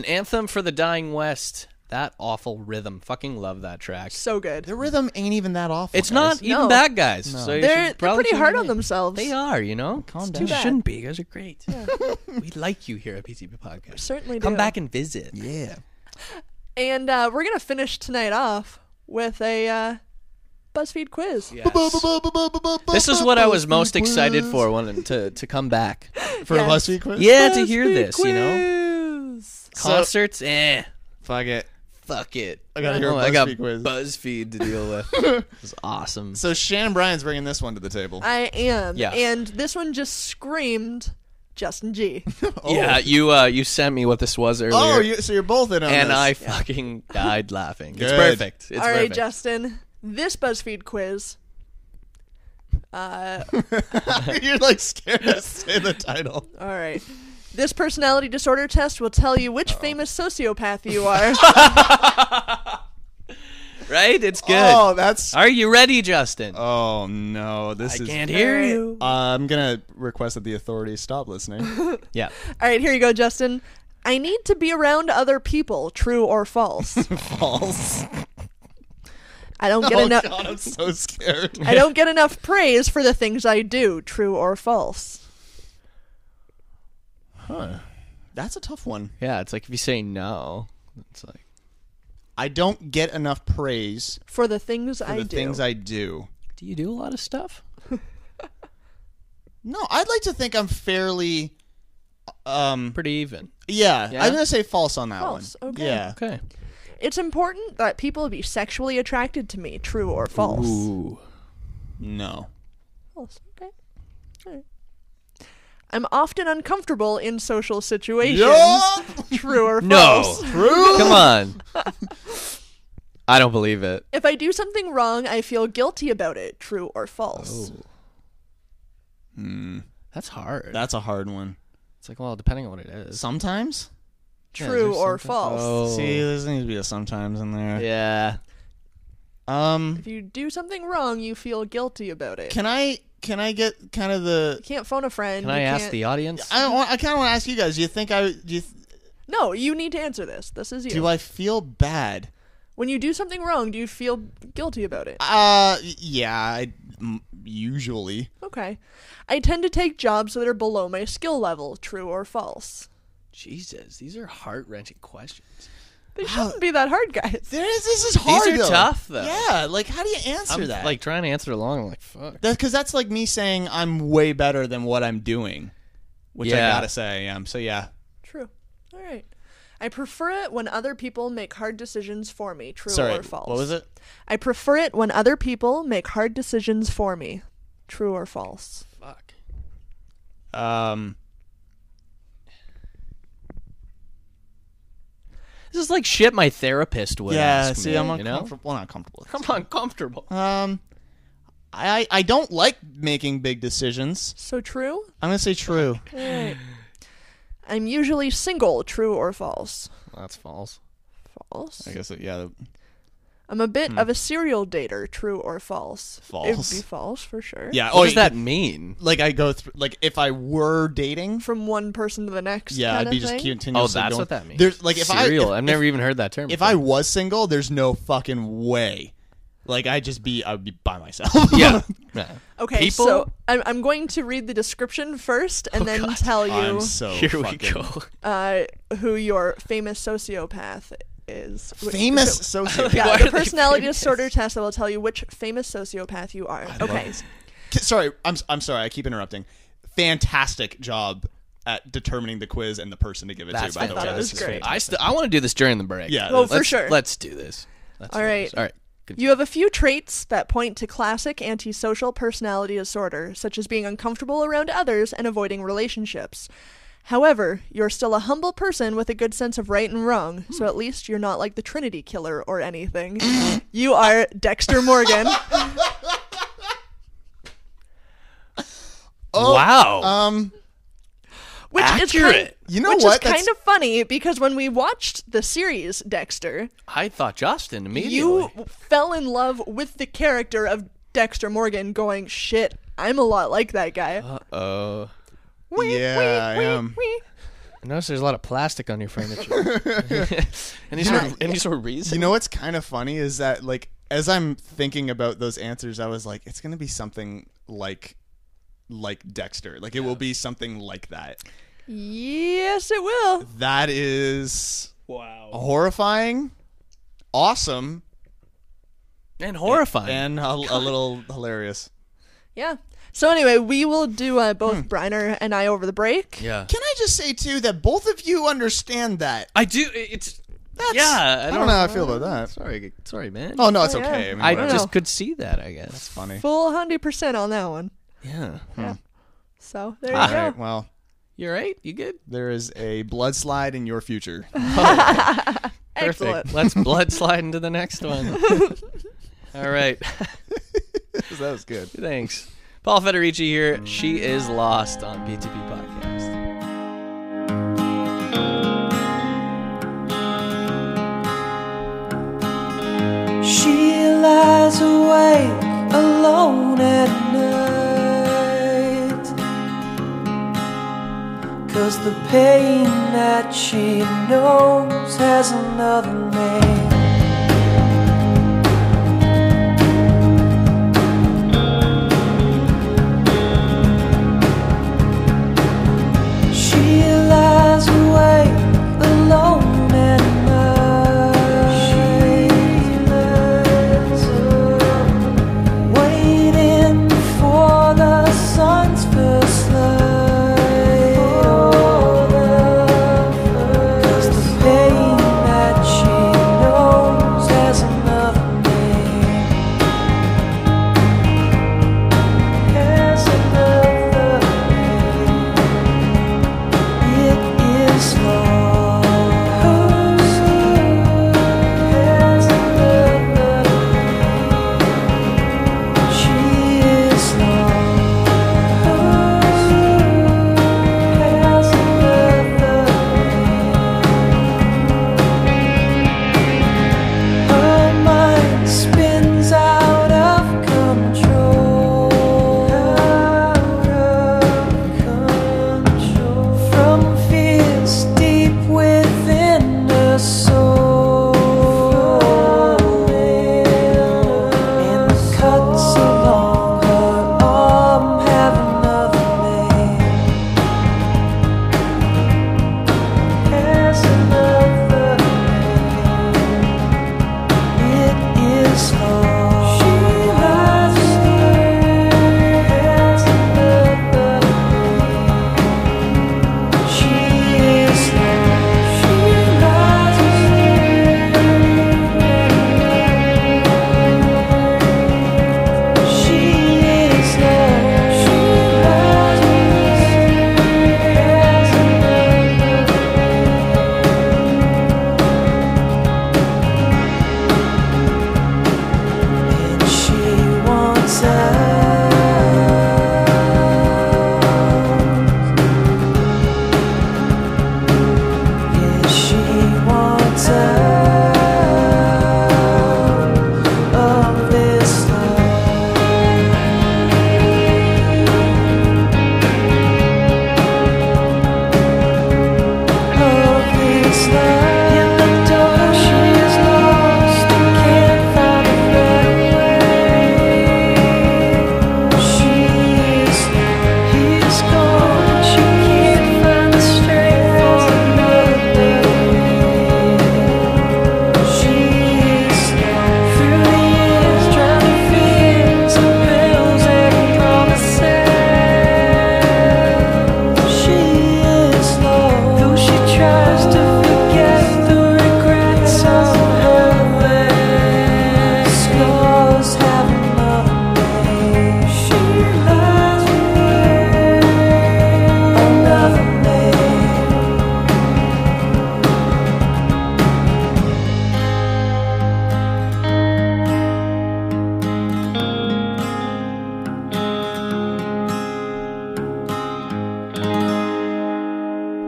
[SPEAKER 1] Anthem for the Dying West. That awful rhythm. Fucking love that track.
[SPEAKER 4] So good.
[SPEAKER 5] The rhythm ain't even that awful.
[SPEAKER 1] It's not even bad, guys. So you
[SPEAKER 4] they're
[SPEAKER 1] should
[SPEAKER 4] they're
[SPEAKER 1] probably
[SPEAKER 4] pretty
[SPEAKER 1] tune
[SPEAKER 4] hard
[SPEAKER 1] in.
[SPEAKER 4] on themselves.
[SPEAKER 1] They are, you know.
[SPEAKER 4] Calm
[SPEAKER 1] It's
[SPEAKER 4] down.
[SPEAKER 1] too
[SPEAKER 4] Too bad.
[SPEAKER 1] Shouldn't be. You guys are great. we like you here at PCP Podcast.
[SPEAKER 4] certainly
[SPEAKER 1] Come
[SPEAKER 4] do.
[SPEAKER 1] back and visit. Yeah.
[SPEAKER 4] And uh, we're gonna finish tonight off with a uh, BuzzFeed quiz.
[SPEAKER 1] Yes. This is what I was most excited for when to to come back
[SPEAKER 5] For a Yes. BuzzFeed quiz?
[SPEAKER 1] Yeah, to hear
[SPEAKER 5] BuzzFeed
[SPEAKER 1] this, you know.
[SPEAKER 5] So-
[SPEAKER 1] Concerts, eh?
[SPEAKER 5] Fuck it.
[SPEAKER 1] Fuck it.
[SPEAKER 5] I gotta hear a
[SPEAKER 1] Oh, I got
[SPEAKER 5] BuzzFeed quiz.
[SPEAKER 1] BuzzFeed to deal with. it was awesome.
[SPEAKER 5] So Shannon Bryan's bringing this one to the table.
[SPEAKER 4] I am.
[SPEAKER 1] Yeah.
[SPEAKER 4] And this one just screamed Justin G.
[SPEAKER 1] Yeah, you uh, you sent me what this was earlier.
[SPEAKER 5] oh, you, so you're both in on
[SPEAKER 1] and
[SPEAKER 5] this.
[SPEAKER 1] I fucking died laughing. It's
[SPEAKER 5] Good.
[SPEAKER 1] perfect. It's
[SPEAKER 4] All right,
[SPEAKER 1] perfect.
[SPEAKER 4] Justin. This BuzzFeed quiz. Uh,
[SPEAKER 5] You're like scared to say the title.
[SPEAKER 4] all right. This personality disorder test will tell you which famous sociopath you are.
[SPEAKER 1] Right? It's good.
[SPEAKER 5] Oh, that's.
[SPEAKER 1] Are you ready, Justin?
[SPEAKER 5] Oh no, this
[SPEAKER 1] I
[SPEAKER 5] is.
[SPEAKER 1] can't hear All right. you.
[SPEAKER 5] Uh, I'm gonna request that the authorities stop listening.
[SPEAKER 1] yeah.
[SPEAKER 4] All right, here you go, Justin. I need to be around other people, true or false.
[SPEAKER 5] False.
[SPEAKER 4] I don't get
[SPEAKER 5] oh
[SPEAKER 4] enough
[SPEAKER 5] God, I'm so scared.
[SPEAKER 4] I don't get enough praise for the things I do, true or false.
[SPEAKER 5] Huh. That's a tough one.
[SPEAKER 1] Yeah, it's like if you say no, it's like
[SPEAKER 5] I don't get enough praise
[SPEAKER 4] For the things
[SPEAKER 5] for
[SPEAKER 4] I
[SPEAKER 5] the
[SPEAKER 4] do.
[SPEAKER 5] things I do.
[SPEAKER 1] Do you do a lot of stuff?
[SPEAKER 5] No, I'd like to think I'm fairly. Um.
[SPEAKER 1] Pretty even.
[SPEAKER 5] Yeah,
[SPEAKER 1] Yeah?
[SPEAKER 5] I'm gonna say false on that
[SPEAKER 4] False,
[SPEAKER 5] one.
[SPEAKER 4] okay.
[SPEAKER 5] Yeah.
[SPEAKER 1] Okay.
[SPEAKER 4] It's important that people be sexually attracted to me, true or false.
[SPEAKER 5] Ooh. No.
[SPEAKER 4] False. Okay. All right. I'm often uncomfortable in social situations. True or
[SPEAKER 1] No.
[SPEAKER 4] false?
[SPEAKER 1] Come on. I don't believe it.
[SPEAKER 4] If I do something wrong, I feel guilty about it. True or false?
[SPEAKER 5] Oh. Hmm.
[SPEAKER 1] That's hard.
[SPEAKER 5] That's a hard one.
[SPEAKER 1] It's like, well, depending on what it is.
[SPEAKER 5] Sometimes.
[SPEAKER 1] Yeah,
[SPEAKER 4] True
[SPEAKER 1] there's
[SPEAKER 4] or
[SPEAKER 1] something-
[SPEAKER 4] false?
[SPEAKER 1] Oh.
[SPEAKER 5] See, there needs to be a sometimes in there.
[SPEAKER 1] Yeah.
[SPEAKER 5] Um.
[SPEAKER 4] If you do something wrong, you feel guilty about it.
[SPEAKER 5] Can I? Can I get kind of the?
[SPEAKER 4] you can't phone a friend.
[SPEAKER 1] Can I
[SPEAKER 4] you
[SPEAKER 1] ask
[SPEAKER 4] can't-
[SPEAKER 1] the audience?
[SPEAKER 5] I want, I kind of want to ask you guys. Do you think I? Do you, th-
[SPEAKER 4] No, you need to answer this. This is you.
[SPEAKER 5] do I feel bad?
[SPEAKER 4] when you do something wrong, do you feel guilty about it?
[SPEAKER 5] Uh. Yeah. I, m- usually.
[SPEAKER 4] Okay. I tend to take jobs that are below my skill level. True or false?
[SPEAKER 1] Jesus, these are heart wrenching questions.
[SPEAKER 4] They shouldn't be that hard, guys.
[SPEAKER 5] There is. This is hard.
[SPEAKER 1] These are
[SPEAKER 5] though.
[SPEAKER 1] tough, though.
[SPEAKER 5] Yeah. Like, how do you answer
[SPEAKER 1] I'm
[SPEAKER 5] that?
[SPEAKER 1] like trying to answer along. I'm like, fuck.
[SPEAKER 5] because that's like me saying I'm way better than what I'm doing, which
[SPEAKER 1] Yeah.
[SPEAKER 5] I gotta say I am. So yeah.
[SPEAKER 4] True. All right. I prefer it when other people make hard decisions for me. True
[SPEAKER 5] Sorry.
[SPEAKER 4] or false?
[SPEAKER 5] What was it?
[SPEAKER 4] I prefer it when other people make hard decisions for me. True or false?
[SPEAKER 1] Fuck.
[SPEAKER 5] Um.
[SPEAKER 1] This is like shit my therapist would
[SPEAKER 5] Yeah.
[SPEAKER 1] ask
[SPEAKER 5] See,
[SPEAKER 1] me.
[SPEAKER 5] I'm
[SPEAKER 1] you know?
[SPEAKER 5] uncomfortable. Well, not comfortable.
[SPEAKER 1] I'm uncomfortable.
[SPEAKER 5] Um, I I don't like making big decisions.
[SPEAKER 4] So true?
[SPEAKER 5] I'm gonna say true.
[SPEAKER 4] All right. I'm usually single. True or false?
[SPEAKER 1] That's false. uh,
[SPEAKER 4] False.
[SPEAKER 5] I guess it, yeah. that-
[SPEAKER 4] I'm a bit of a serial dater. True or false? It would
[SPEAKER 5] Hmm. False.
[SPEAKER 4] be false for sure.
[SPEAKER 5] Yeah.
[SPEAKER 1] What does
[SPEAKER 5] you-
[SPEAKER 1] that oh, mean?
[SPEAKER 5] Like I go through. Like if I were dating.
[SPEAKER 4] From one person to the next.
[SPEAKER 5] Yeah,
[SPEAKER 4] kind
[SPEAKER 5] I'd be
[SPEAKER 4] of
[SPEAKER 5] just
[SPEAKER 4] thing?
[SPEAKER 5] continuously.
[SPEAKER 1] Oh, that's
[SPEAKER 5] going-
[SPEAKER 1] what that means.
[SPEAKER 5] There's like if
[SPEAKER 1] Serial.
[SPEAKER 5] I if,
[SPEAKER 1] I've never
[SPEAKER 5] if,
[SPEAKER 1] even heard that term.
[SPEAKER 5] if
[SPEAKER 1] before.
[SPEAKER 5] I was single, there's no fucking way. Like I'd just be I'd be by myself.
[SPEAKER 1] yeah. yeah.
[SPEAKER 4] Okay,
[SPEAKER 1] People-
[SPEAKER 4] so I'm, I'm going to read the description first and then tell you
[SPEAKER 5] Oh, I'm so
[SPEAKER 1] Here we
[SPEAKER 5] fucking-
[SPEAKER 1] go.
[SPEAKER 4] uh, who your famous sociopath is. Which-
[SPEAKER 5] Famous
[SPEAKER 4] so-
[SPEAKER 5] sociopath.
[SPEAKER 4] yeah,
[SPEAKER 1] Why
[SPEAKER 4] the
[SPEAKER 1] are they
[SPEAKER 4] personality
[SPEAKER 1] famous?
[SPEAKER 4] disorder test that will tell you which famous sociopath you are. okay.
[SPEAKER 5] K- Sorry, I'm s- I'm sorry. I keep interrupting. Fantastic job at determining the quiz and the person to give it
[SPEAKER 1] That's
[SPEAKER 5] to. By the way,
[SPEAKER 4] fantastic.
[SPEAKER 5] this
[SPEAKER 4] That
[SPEAKER 5] is
[SPEAKER 4] was great.
[SPEAKER 1] I st- I want to do this during the break.
[SPEAKER 5] Yeah,
[SPEAKER 4] Oh, for
[SPEAKER 1] Let's-
[SPEAKER 4] sure.
[SPEAKER 1] Let's do this. That's
[SPEAKER 4] All
[SPEAKER 1] what it
[SPEAKER 4] right.
[SPEAKER 1] is. All right. Good.
[SPEAKER 4] You have a few traits that point to classic antisocial personality disorder, such as being uncomfortable around others and avoiding relationships. However, you're still a humble person with a good sense of right and wrong, so at least you're not like the Trinity Killer or anything. you are Dexter Morgan.
[SPEAKER 1] wow.
[SPEAKER 5] Oh. Um,
[SPEAKER 4] Which Is kind,
[SPEAKER 1] Accurate.
[SPEAKER 5] You know
[SPEAKER 4] which
[SPEAKER 5] what?
[SPEAKER 4] is kind
[SPEAKER 5] That's-
[SPEAKER 4] of funny because when we watched the series Dexter,
[SPEAKER 1] I thought Justin immediately.
[SPEAKER 4] you w- fell in love with the character of Dexter Morgan, going,
[SPEAKER 1] Uh.
[SPEAKER 4] "Shit, I'm a lot like that guy."
[SPEAKER 1] Oh.
[SPEAKER 5] Uh, yeah, I am.
[SPEAKER 4] Wee.
[SPEAKER 1] I notice there's a lot of plastic on your furniture. any sort of, any sort of reason?
[SPEAKER 5] You know what's kind of funny is that like as I'm thinking about those answers, I was like, it's gonna be something like like Dexter. Like it will be something like that.
[SPEAKER 4] Yes, it will.
[SPEAKER 5] That is wow horrifying, awesome,
[SPEAKER 1] and horrifying,
[SPEAKER 5] and a, a little hilarious.
[SPEAKER 4] Yeah. So anyway, we will do uh, both
[SPEAKER 5] Hmm.
[SPEAKER 4] Briner and I over the break.
[SPEAKER 1] Yeah.
[SPEAKER 5] Can I just say too that both of you understand that?
[SPEAKER 1] I do. It's
[SPEAKER 5] that's,
[SPEAKER 1] yeah,
[SPEAKER 5] I don't, know how I feel about that.
[SPEAKER 1] Sorry, sorry, man.
[SPEAKER 5] Oh no, it's
[SPEAKER 4] Oh, yeah.
[SPEAKER 5] okay. I, mean,
[SPEAKER 1] I
[SPEAKER 5] whatever.
[SPEAKER 1] just could see that. I guess that's
[SPEAKER 5] funny.
[SPEAKER 4] Full hundred percent on that one.
[SPEAKER 1] Yeah.
[SPEAKER 4] So there you
[SPEAKER 5] Hmm. All
[SPEAKER 4] go.
[SPEAKER 5] right, well,
[SPEAKER 1] You're right. You good?
[SPEAKER 5] there is a blood slide in your future. Oh.
[SPEAKER 1] Perfect. Let's blood slide into the next one. All right.
[SPEAKER 5] that was good.
[SPEAKER 1] Thanks. Paul Federici here. She is lost on BTP Podcast.
[SPEAKER 14] She lies awake alone at night. Cause the pain that she knows has another name. She lies awake alone at night, waiting for the sun's first light. 'Cause the pain that she knows has another name. Has another name. It is Spins out of control. From fears deep within her soul, and the cuts along her arm have another name. Has another name. It is love. She has another name. She is lost. She lies. She is lost. She lies. And she wants out. Yes, she wants out of this life. Of this life, in the dark she is lost and can't find her way. She is he's gone, and she can't find the strength for another day. She is gone through the years, trying to feed some pills and promises. She is low, though she tries to forget the regrets of her way. Scars have another name. She has another name.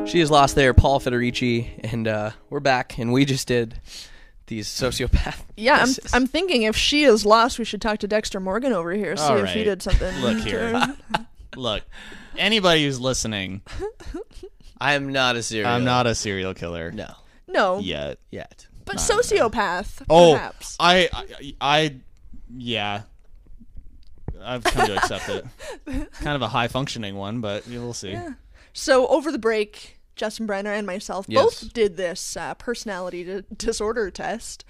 [SPEAKER 1] She is lost there, Paul Federici, and uh, we're back, and we just did these sociopath.
[SPEAKER 4] Yeah, I'm, I'm thinking if she is lost, we should talk to Dexter Morgan over here, see
[SPEAKER 5] All
[SPEAKER 4] if he
[SPEAKER 5] right.
[SPEAKER 4] did something.
[SPEAKER 5] Look
[SPEAKER 4] to
[SPEAKER 5] here.
[SPEAKER 4] her.
[SPEAKER 5] Look, anybody who's listening,
[SPEAKER 1] I am not a serial.
[SPEAKER 5] I'm not a serial killer.
[SPEAKER 1] No.
[SPEAKER 4] No.
[SPEAKER 5] Yet.
[SPEAKER 1] Yet.
[SPEAKER 4] But sociopath,
[SPEAKER 5] Oh,
[SPEAKER 4] perhaps.
[SPEAKER 5] I, I, I, yeah. I've come to accept it. Kind of a high functioning one, but we'll see.
[SPEAKER 4] Yeah. So over the break, Justin Brenner and myself
[SPEAKER 5] Yes.
[SPEAKER 4] both did this uh, personality di- disorder test,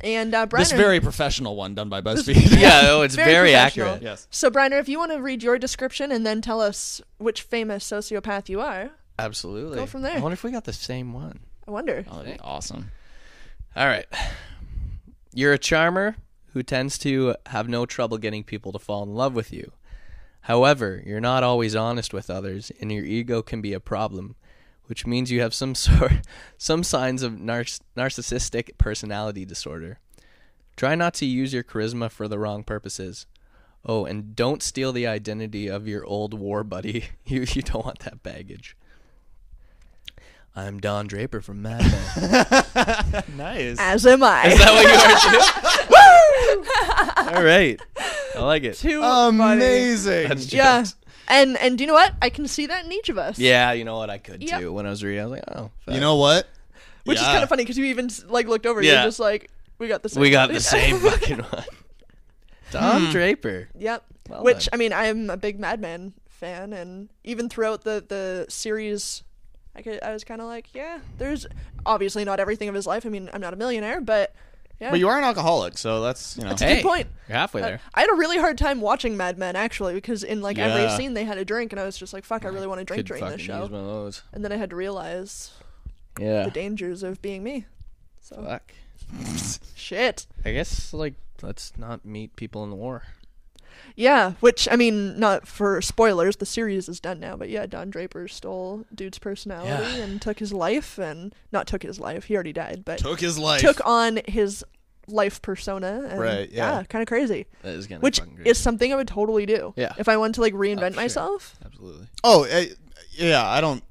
[SPEAKER 4] and uh, Brenner.
[SPEAKER 5] This very professional one done by BuzzFeed.
[SPEAKER 4] professional.
[SPEAKER 5] Yes.
[SPEAKER 4] So Brenner, if you want to read your description and then tell us which famous sociopath you are,
[SPEAKER 1] Absolutely.
[SPEAKER 4] Go from there.
[SPEAKER 1] I wonder if we got the same one.
[SPEAKER 4] I wonder.
[SPEAKER 1] Oh,
[SPEAKER 5] awesome.
[SPEAKER 1] All right. You're a charmer who tends to have no trouble getting people to fall in love with you. However, you're not always honest with others and your ego can be a problem, which means you have some sort some signs of nar- narcissistic personality disorder. Try not to use your charisma for the wrong purposes. Oh, and don't steal the identity of your old war buddy. You you don't want that baggage. I'm Don Draper from Mad Men.
[SPEAKER 5] nice.
[SPEAKER 4] As am I.
[SPEAKER 1] Is that what you are too? All right. I like it.
[SPEAKER 4] Too
[SPEAKER 5] Amazing.
[SPEAKER 1] That's
[SPEAKER 4] yeah,
[SPEAKER 1] jokes.
[SPEAKER 4] and and do you know what? I can see that in each of us.
[SPEAKER 1] Yeah, you know what? I could
[SPEAKER 4] Yep.
[SPEAKER 1] too. When I was reading, I was like, oh.
[SPEAKER 5] You know what?
[SPEAKER 4] Which is kind of funny because you even like looked over.
[SPEAKER 1] Yeah.
[SPEAKER 4] You're just like, we got the same.
[SPEAKER 1] We got
[SPEAKER 4] one."
[SPEAKER 1] the same fucking one. Tom
[SPEAKER 5] Hmm.
[SPEAKER 1] Draper.
[SPEAKER 4] Yep.
[SPEAKER 1] Well
[SPEAKER 4] Which
[SPEAKER 1] done.
[SPEAKER 4] I mean, I'm a big Mad Men fan, and even throughout the the series, I could, I was kind of like, yeah, there's obviously not everything of his life. I mean, I'm not a millionaire, but yeah.
[SPEAKER 5] But you are an alcoholic, so that's, you know.
[SPEAKER 4] That's a good point.
[SPEAKER 1] You're halfway
[SPEAKER 4] Uh, I had a really hard time watching Mad Men actually because in like every
[SPEAKER 5] Yeah.
[SPEAKER 4] scene they had a drink, and I was just like, fuck, I really want to drink
[SPEAKER 1] Could
[SPEAKER 4] during
[SPEAKER 1] fucking
[SPEAKER 4] this show.
[SPEAKER 1] use one of those.
[SPEAKER 4] And then I had to realize
[SPEAKER 1] Yeah.
[SPEAKER 4] the dangers of being me. So
[SPEAKER 1] Fuck.
[SPEAKER 4] shit.
[SPEAKER 1] I guess like let's not meet people in the war.
[SPEAKER 4] Yeah, which I mean, not for spoilers. The series is done now, but yeah, Don Draper stole dude's personality
[SPEAKER 1] Yeah.
[SPEAKER 4] and took his life, and not took his life. He already died, but
[SPEAKER 5] Took his life.
[SPEAKER 4] Took on his life persona. And
[SPEAKER 5] Right, yeah.
[SPEAKER 4] kind of crazy.
[SPEAKER 1] That is kinda
[SPEAKER 4] Which
[SPEAKER 1] fucking crazy. Oh,
[SPEAKER 4] is something I would totally do.
[SPEAKER 5] Yeah.
[SPEAKER 4] If I wanted to like reinvent myself.
[SPEAKER 1] Absolutely.
[SPEAKER 5] Oh, eh, yeah. I don't.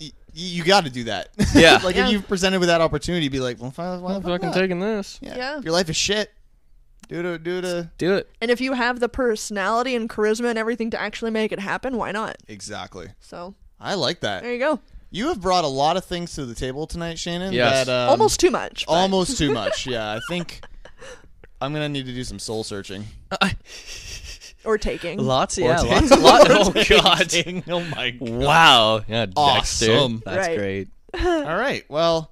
[SPEAKER 5] y- You got to do that.
[SPEAKER 1] Yeah.
[SPEAKER 5] like
[SPEAKER 1] Yeah.
[SPEAKER 5] if you're presented with that opportunity, be like, well, why, why the fuck
[SPEAKER 1] fucking
[SPEAKER 5] not?
[SPEAKER 1] taking this.
[SPEAKER 5] Yeah.
[SPEAKER 4] Yeah.
[SPEAKER 5] Your life is shit. Do to do to
[SPEAKER 1] Do it.
[SPEAKER 4] And if you have the personality and charisma and everything to actually make it happen, why not?
[SPEAKER 5] Exactly.
[SPEAKER 4] So
[SPEAKER 5] I like that.
[SPEAKER 4] there you go.
[SPEAKER 5] You have brought a lot of things to the table tonight, Shannon.
[SPEAKER 1] Yes.
[SPEAKER 5] That, um,
[SPEAKER 4] Almost too much. but-
[SPEAKER 5] Almost too much. Yeah, I think I'm gonna need to do some soul searching.
[SPEAKER 4] or taking.
[SPEAKER 1] Lots,
[SPEAKER 5] Or
[SPEAKER 1] yeah,
[SPEAKER 5] ta-
[SPEAKER 1] lots, lot. Oh
[SPEAKER 5] or
[SPEAKER 1] god,
[SPEAKER 5] taking- Oh my god.
[SPEAKER 1] wow, yeah, Dexter,
[SPEAKER 5] Awesome.
[SPEAKER 1] that's
[SPEAKER 4] Right.
[SPEAKER 1] great.
[SPEAKER 5] All right. Well,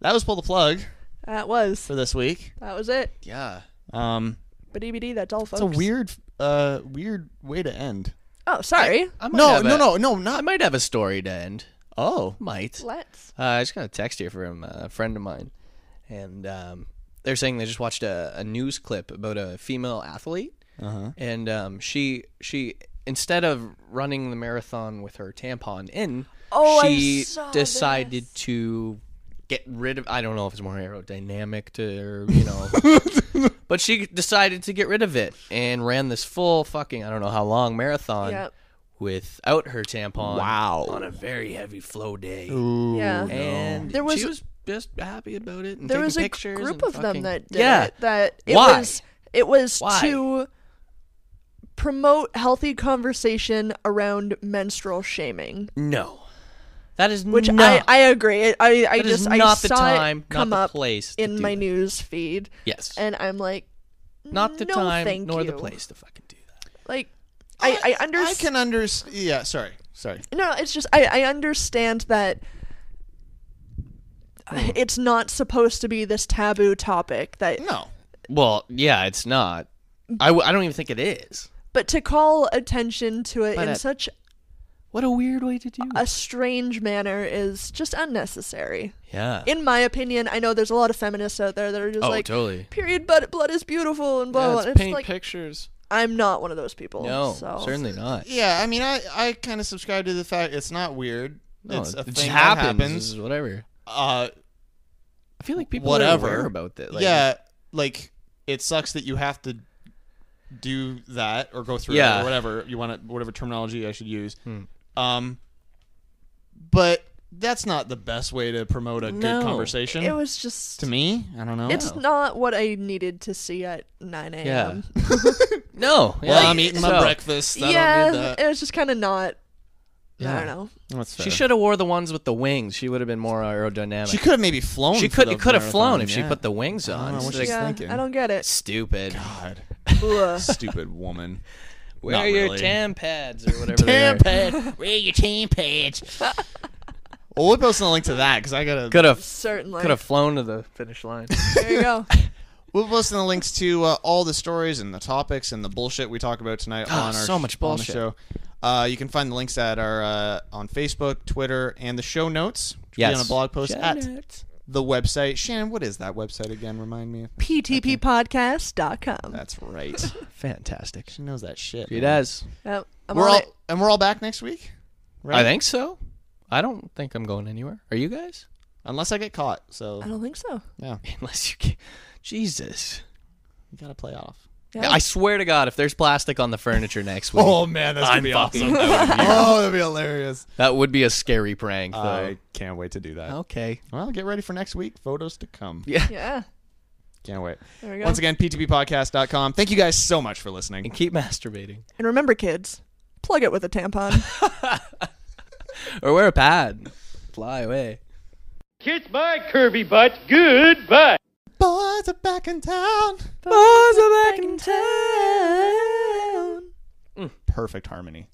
[SPEAKER 5] that was pull the plug
[SPEAKER 4] That was.
[SPEAKER 5] for this week.
[SPEAKER 4] That was it.
[SPEAKER 1] Yeah,
[SPEAKER 5] Um,
[SPEAKER 4] But EBD, that's all, folks.
[SPEAKER 5] it's a weird, uh, weird way to end.
[SPEAKER 4] Oh, sorry.
[SPEAKER 1] I might
[SPEAKER 5] No,
[SPEAKER 1] have
[SPEAKER 5] no,
[SPEAKER 1] a-
[SPEAKER 5] no, no, not.
[SPEAKER 1] I might have a story to end.
[SPEAKER 5] Oh,
[SPEAKER 1] Might.
[SPEAKER 4] Let's.
[SPEAKER 1] Uh, I just got a text here from a friend of mine, and um, they're saying they just watched a, a news clip about a female athlete,
[SPEAKER 5] Uh-huh.
[SPEAKER 1] and um, she she instead of running the marathon with her tampon in,
[SPEAKER 4] Oh, I
[SPEAKER 1] she
[SPEAKER 4] saw
[SPEAKER 1] decided to get rid of. I don't know if it's more aerodynamic to or you know, but she decided to get rid of it and ran this full fucking I don't know how long marathon.
[SPEAKER 4] Yep.
[SPEAKER 1] Without her tampon,
[SPEAKER 5] Wow.
[SPEAKER 1] on a very heavy flow day,
[SPEAKER 4] Yeah.
[SPEAKER 1] and
[SPEAKER 4] There was-
[SPEAKER 1] Oh, she was just happy about it. And
[SPEAKER 4] there
[SPEAKER 1] taking
[SPEAKER 4] was a
[SPEAKER 1] pictures
[SPEAKER 4] group
[SPEAKER 1] and
[SPEAKER 4] of them
[SPEAKER 1] fucking-
[SPEAKER 4] that did
[SPEAKER 1] yeah.
[SPEAKER 4] it. That it
[SPEAKER 1] Why?
[SPEAKER 4] was it was
[SPEAKER 1] Why?
[SPEAKER 4] to promote healthy conversation around menstrual shaming,
[SPEAKER 1] No, that is
[SPEAKER 4] which
[SPEAKER 1] not.
[SPEAKER 4] I I agree. It- I I
[SPEAKER 1] That is
[SPEAKER 4] just I
[SPEAKER 1] not the
[SPEAKER 4] saw
[SPEAKER 1] time, not
[SPEAKER 4] it come
[SPEAKER 1] the
[SPEAKER 4] up
[SPEAKER 1] place to
[SPEAKER 4] in
[SPEAKER 1] do
[SPEAKER 4] my
[SPEAKER 1] that.
[SPEAKER 4] news feed.
[SPEAKER 1] Yes.
[SPEAKER 4] and I'm like,
[SPEAKER 1] not the
[SPEAKER 4] no,
[SPEAKER 1] time
[SPEAKER 4] thank
[SPEAKER 1] nor the
[SPEAKER 4] you.
[SPEAKER 1] place to fucking do that.
[SPEAKER 4] Like, I I
[SPEAKER 5] I
[SPEAKER 4] understand.
[SPEAKER 5] can understand. Yeah, sorry, sorry.
[SPEAKER 4] No, it's just I, I understand that
[SPEAKER 1] Hmm.
[SPEAKER 4] it's not supposed to be this taboo topic that
[SPEAKER 5] No,
[SPEAKER 1] Well, yeah, it's not. I, w- I don't even think it is.
[SPEAKER 4] but to call attention to it
[SPEAKER 1] But
[SPEAKER 4] in
[SPEAKER 1] it-
[SPEAKER 4] such
[SPEAKER 1] What a weird way to do. it.
[SPEAKER 4] a strange manner is just unnecessary.
[SPEAKER 1] yeah.
[SPEAKER 4] In my opinion, I know there's a lot of feminists out there that are just
[SPEAKER 1] Oh,
[SPEAKER 4] like
[SPEAKER 1] totally.
[SPEAKER 4] period but blood is beautiful and blah
[SPEAKER 1] Yeah,
[SPEAKER 4] blah.
[SPEAKER 1] it's
[SPEAKER 4] And it's
[SPEAKER 1] paint
[SPEAKER 4] like,
[SPEAKER 1] pictures.
[SPEAKER 4] I'm not one of those people.
[SPEAKER 1] No,
[SPEAKER 4] so.
[SPEAKER 1] certainly not.
[SPEAKER 5] Yeah, I mean, I, I kind of subscribe to the fact it's not weird.
[SPEAKER 1] No,
[SPEAKER 5] it's a
[SPEAKER 1] it
[SPEAKER 5] thing
[SPEAKER 1] just
[SPEAKER 5] that
[SPEAKER 1] happens.
[SPEAKER 5] happens.
[SPEAKER 1] It's Whatever.
[SPEAKER 5] Uh,
[SPEAKER 1] I feel like people
[SPEAKER 5] whatever.
[SPEAKER 1] are aware about that. Like,
[SPEAKER 5] yeah, like it sucks that you have to do that or go through it
[SPEAKER 1] Yeah. Hmm.
[SPEAKER 5] or whatever you want to, whatever terminology I should use. Um, but that's not the best way to promote a
[SPEAKER 1] No.
[SPEAKER 5] good conversation.
[SPEAKER 4] It was just
[SPEAKER 5] to me, I don't know.
[SPEAKER 4] it's not what I needed to see at 9 a.m.
[SPEAKER 1] Oh. Yeah. No.
[SPEAKER 5] well,
[SPEAKER 1] yeah.
[SPEAKER 5] I'm eating my
[SPEAKER 1] So-
[SPEAKER 5] breakfast. I
[SPEAKER 4] yeah,
[SPEAKER 5] don't need that.
[SPEAKER 4] it was just kind of not I don't know.
[SPEAKER 5] That's
[SPEAKER 1] She
[SPEAKER 5] fair.
[SPEAKER 1] should have wore the ones with the wings. She would have been more aerodynamic.
[SPEAKER 5] She could've maybe flown
[SPEAKER 1] She
[SPEAKER 5] for
[SPEAKER 1] could
[SPEAKER 5] the
[SPEAKER 1] could have
[SPEAKER 5] marathon,
[SPEAKER 1] flown if she
[SPEAKER 5] yeah.
[SPEAKER 1] put the wings
[SPEAKER 5] I don't
[SPEAKER 1] on.
[SPEAKER 5] know what
[SPEAKER 1] It's
[SPEAKER 5] she's
[SPEAKER 1] like,
[SPEAKER 4] Yeah, I don't get it.
[SPEAKER 1] Stupid. God.
[SPEAKER 4] Ugh.
[SPEAKER 5] Stupid woman.
[SPEAKER 1] Wear
[SPEAKER 5] Not
[SPEAKER 1] your
[SPEAKER 5] really.
[SPEAKER 1] tam pads or whatever.
[SPEAKER 5] Tampad. Wear your tam pads. Well, we'll post a link to that because I gotta
[SPEAKER 1] Could have
[SPEAKER 4] Certainly.
[SPEAKER 1] Could have flown to the finish line.
[SPEAKER 4] There you go.
[SPEAKER 5] We'll post the links to uh, all the stories and the topics and the bullshit we talk about tonight
[SPEAKER 1] Ah,
[SPEAKER 5] on our
[SPEAKER 1] so much
[SPEAKER 5] on the
[SPEAKER 1] bullshit.
[SPEAKER 5] show. Uh, you can find the links at our uh, on Facebook, Twitter, and the show notes. Which will be
[SPEAKER 1] Yes.
[SPEAKER 5] on a blog post
[SPEAKER 1] Show
[SPEAKER 5] at the website. Shannon, what is that website again? Remind me.
[SPEAKER 4] PTPpodcast.com.
[SPEAKER 5] That's right.
[SPEAKER 1] Fantastic.
[SPEAKER 5] She knows that shit.
[SPEAKER 1] She
[SPEAKER 5] man.
[SPEAKER 1] does.
[SPEAKER 4] Yep, I'm
[SPEAKER 5] We're
[SPEAKER 4] on
[SPEAKER 5] all
[SPEAKER 4] it.
[SPEAKER 5] and we're all back next week. Right?
[SPEAKER 1] I think so. I don't think I'm going anywhere. Are you guys?
[SPEAKER 5] unless I get caught. So
[SPEAKER 4] I don't think so.
[SPEAKER 5] yeah,
[SPEAKER 1] Unless you, get... Jesus.
[SPEAKER 5] you gotta play off.
[SPEAKER 4] Yeah.
[SPEAKER 1] I swear to God, if there's plastic on the furniture next week,
[SPEAKER 5] Oh man, that's gonna
[SPEAKER 1] I'm
[SPEAKER 5] be
[SPEAKER 1] fucking-
[SPEAKER 5] awesome.
[SPEAKER 1] that, would be,
[SPEAKER 5] oh, that'd be hilarious.
[SPEAKER 1] that would be a scary prank, though.
[SPEAKER 5] I can't wait to do that.
[SPEAKER 1] okay.
[SPEAKER 5] Well, get ready for next week. Photos to come.
[SPEAKER 1] Yeah.
[SPEAKER 4] Yeah.
[SPEAKER 5] Can't wait.
[SPEAKER 4] There we go.
[SPEAKER 5] Once again, ptppodcast.com. Thank you guys so much for listening.
[SPEAKER 1] And keep masturbating
[SPEAKER 4] And remember, kids, plug it with a tampon.
[SPEAKER 1] or wear a pad. Fly away.
[SPEAKER 15] Kiss my curvy butt. Goodbye.
[SPEAKER 5] Boys are back in town.
[SPEAKER 1] Oh, Boys are back in town. Mm.
[SPEAKER 5] Perfect harmony.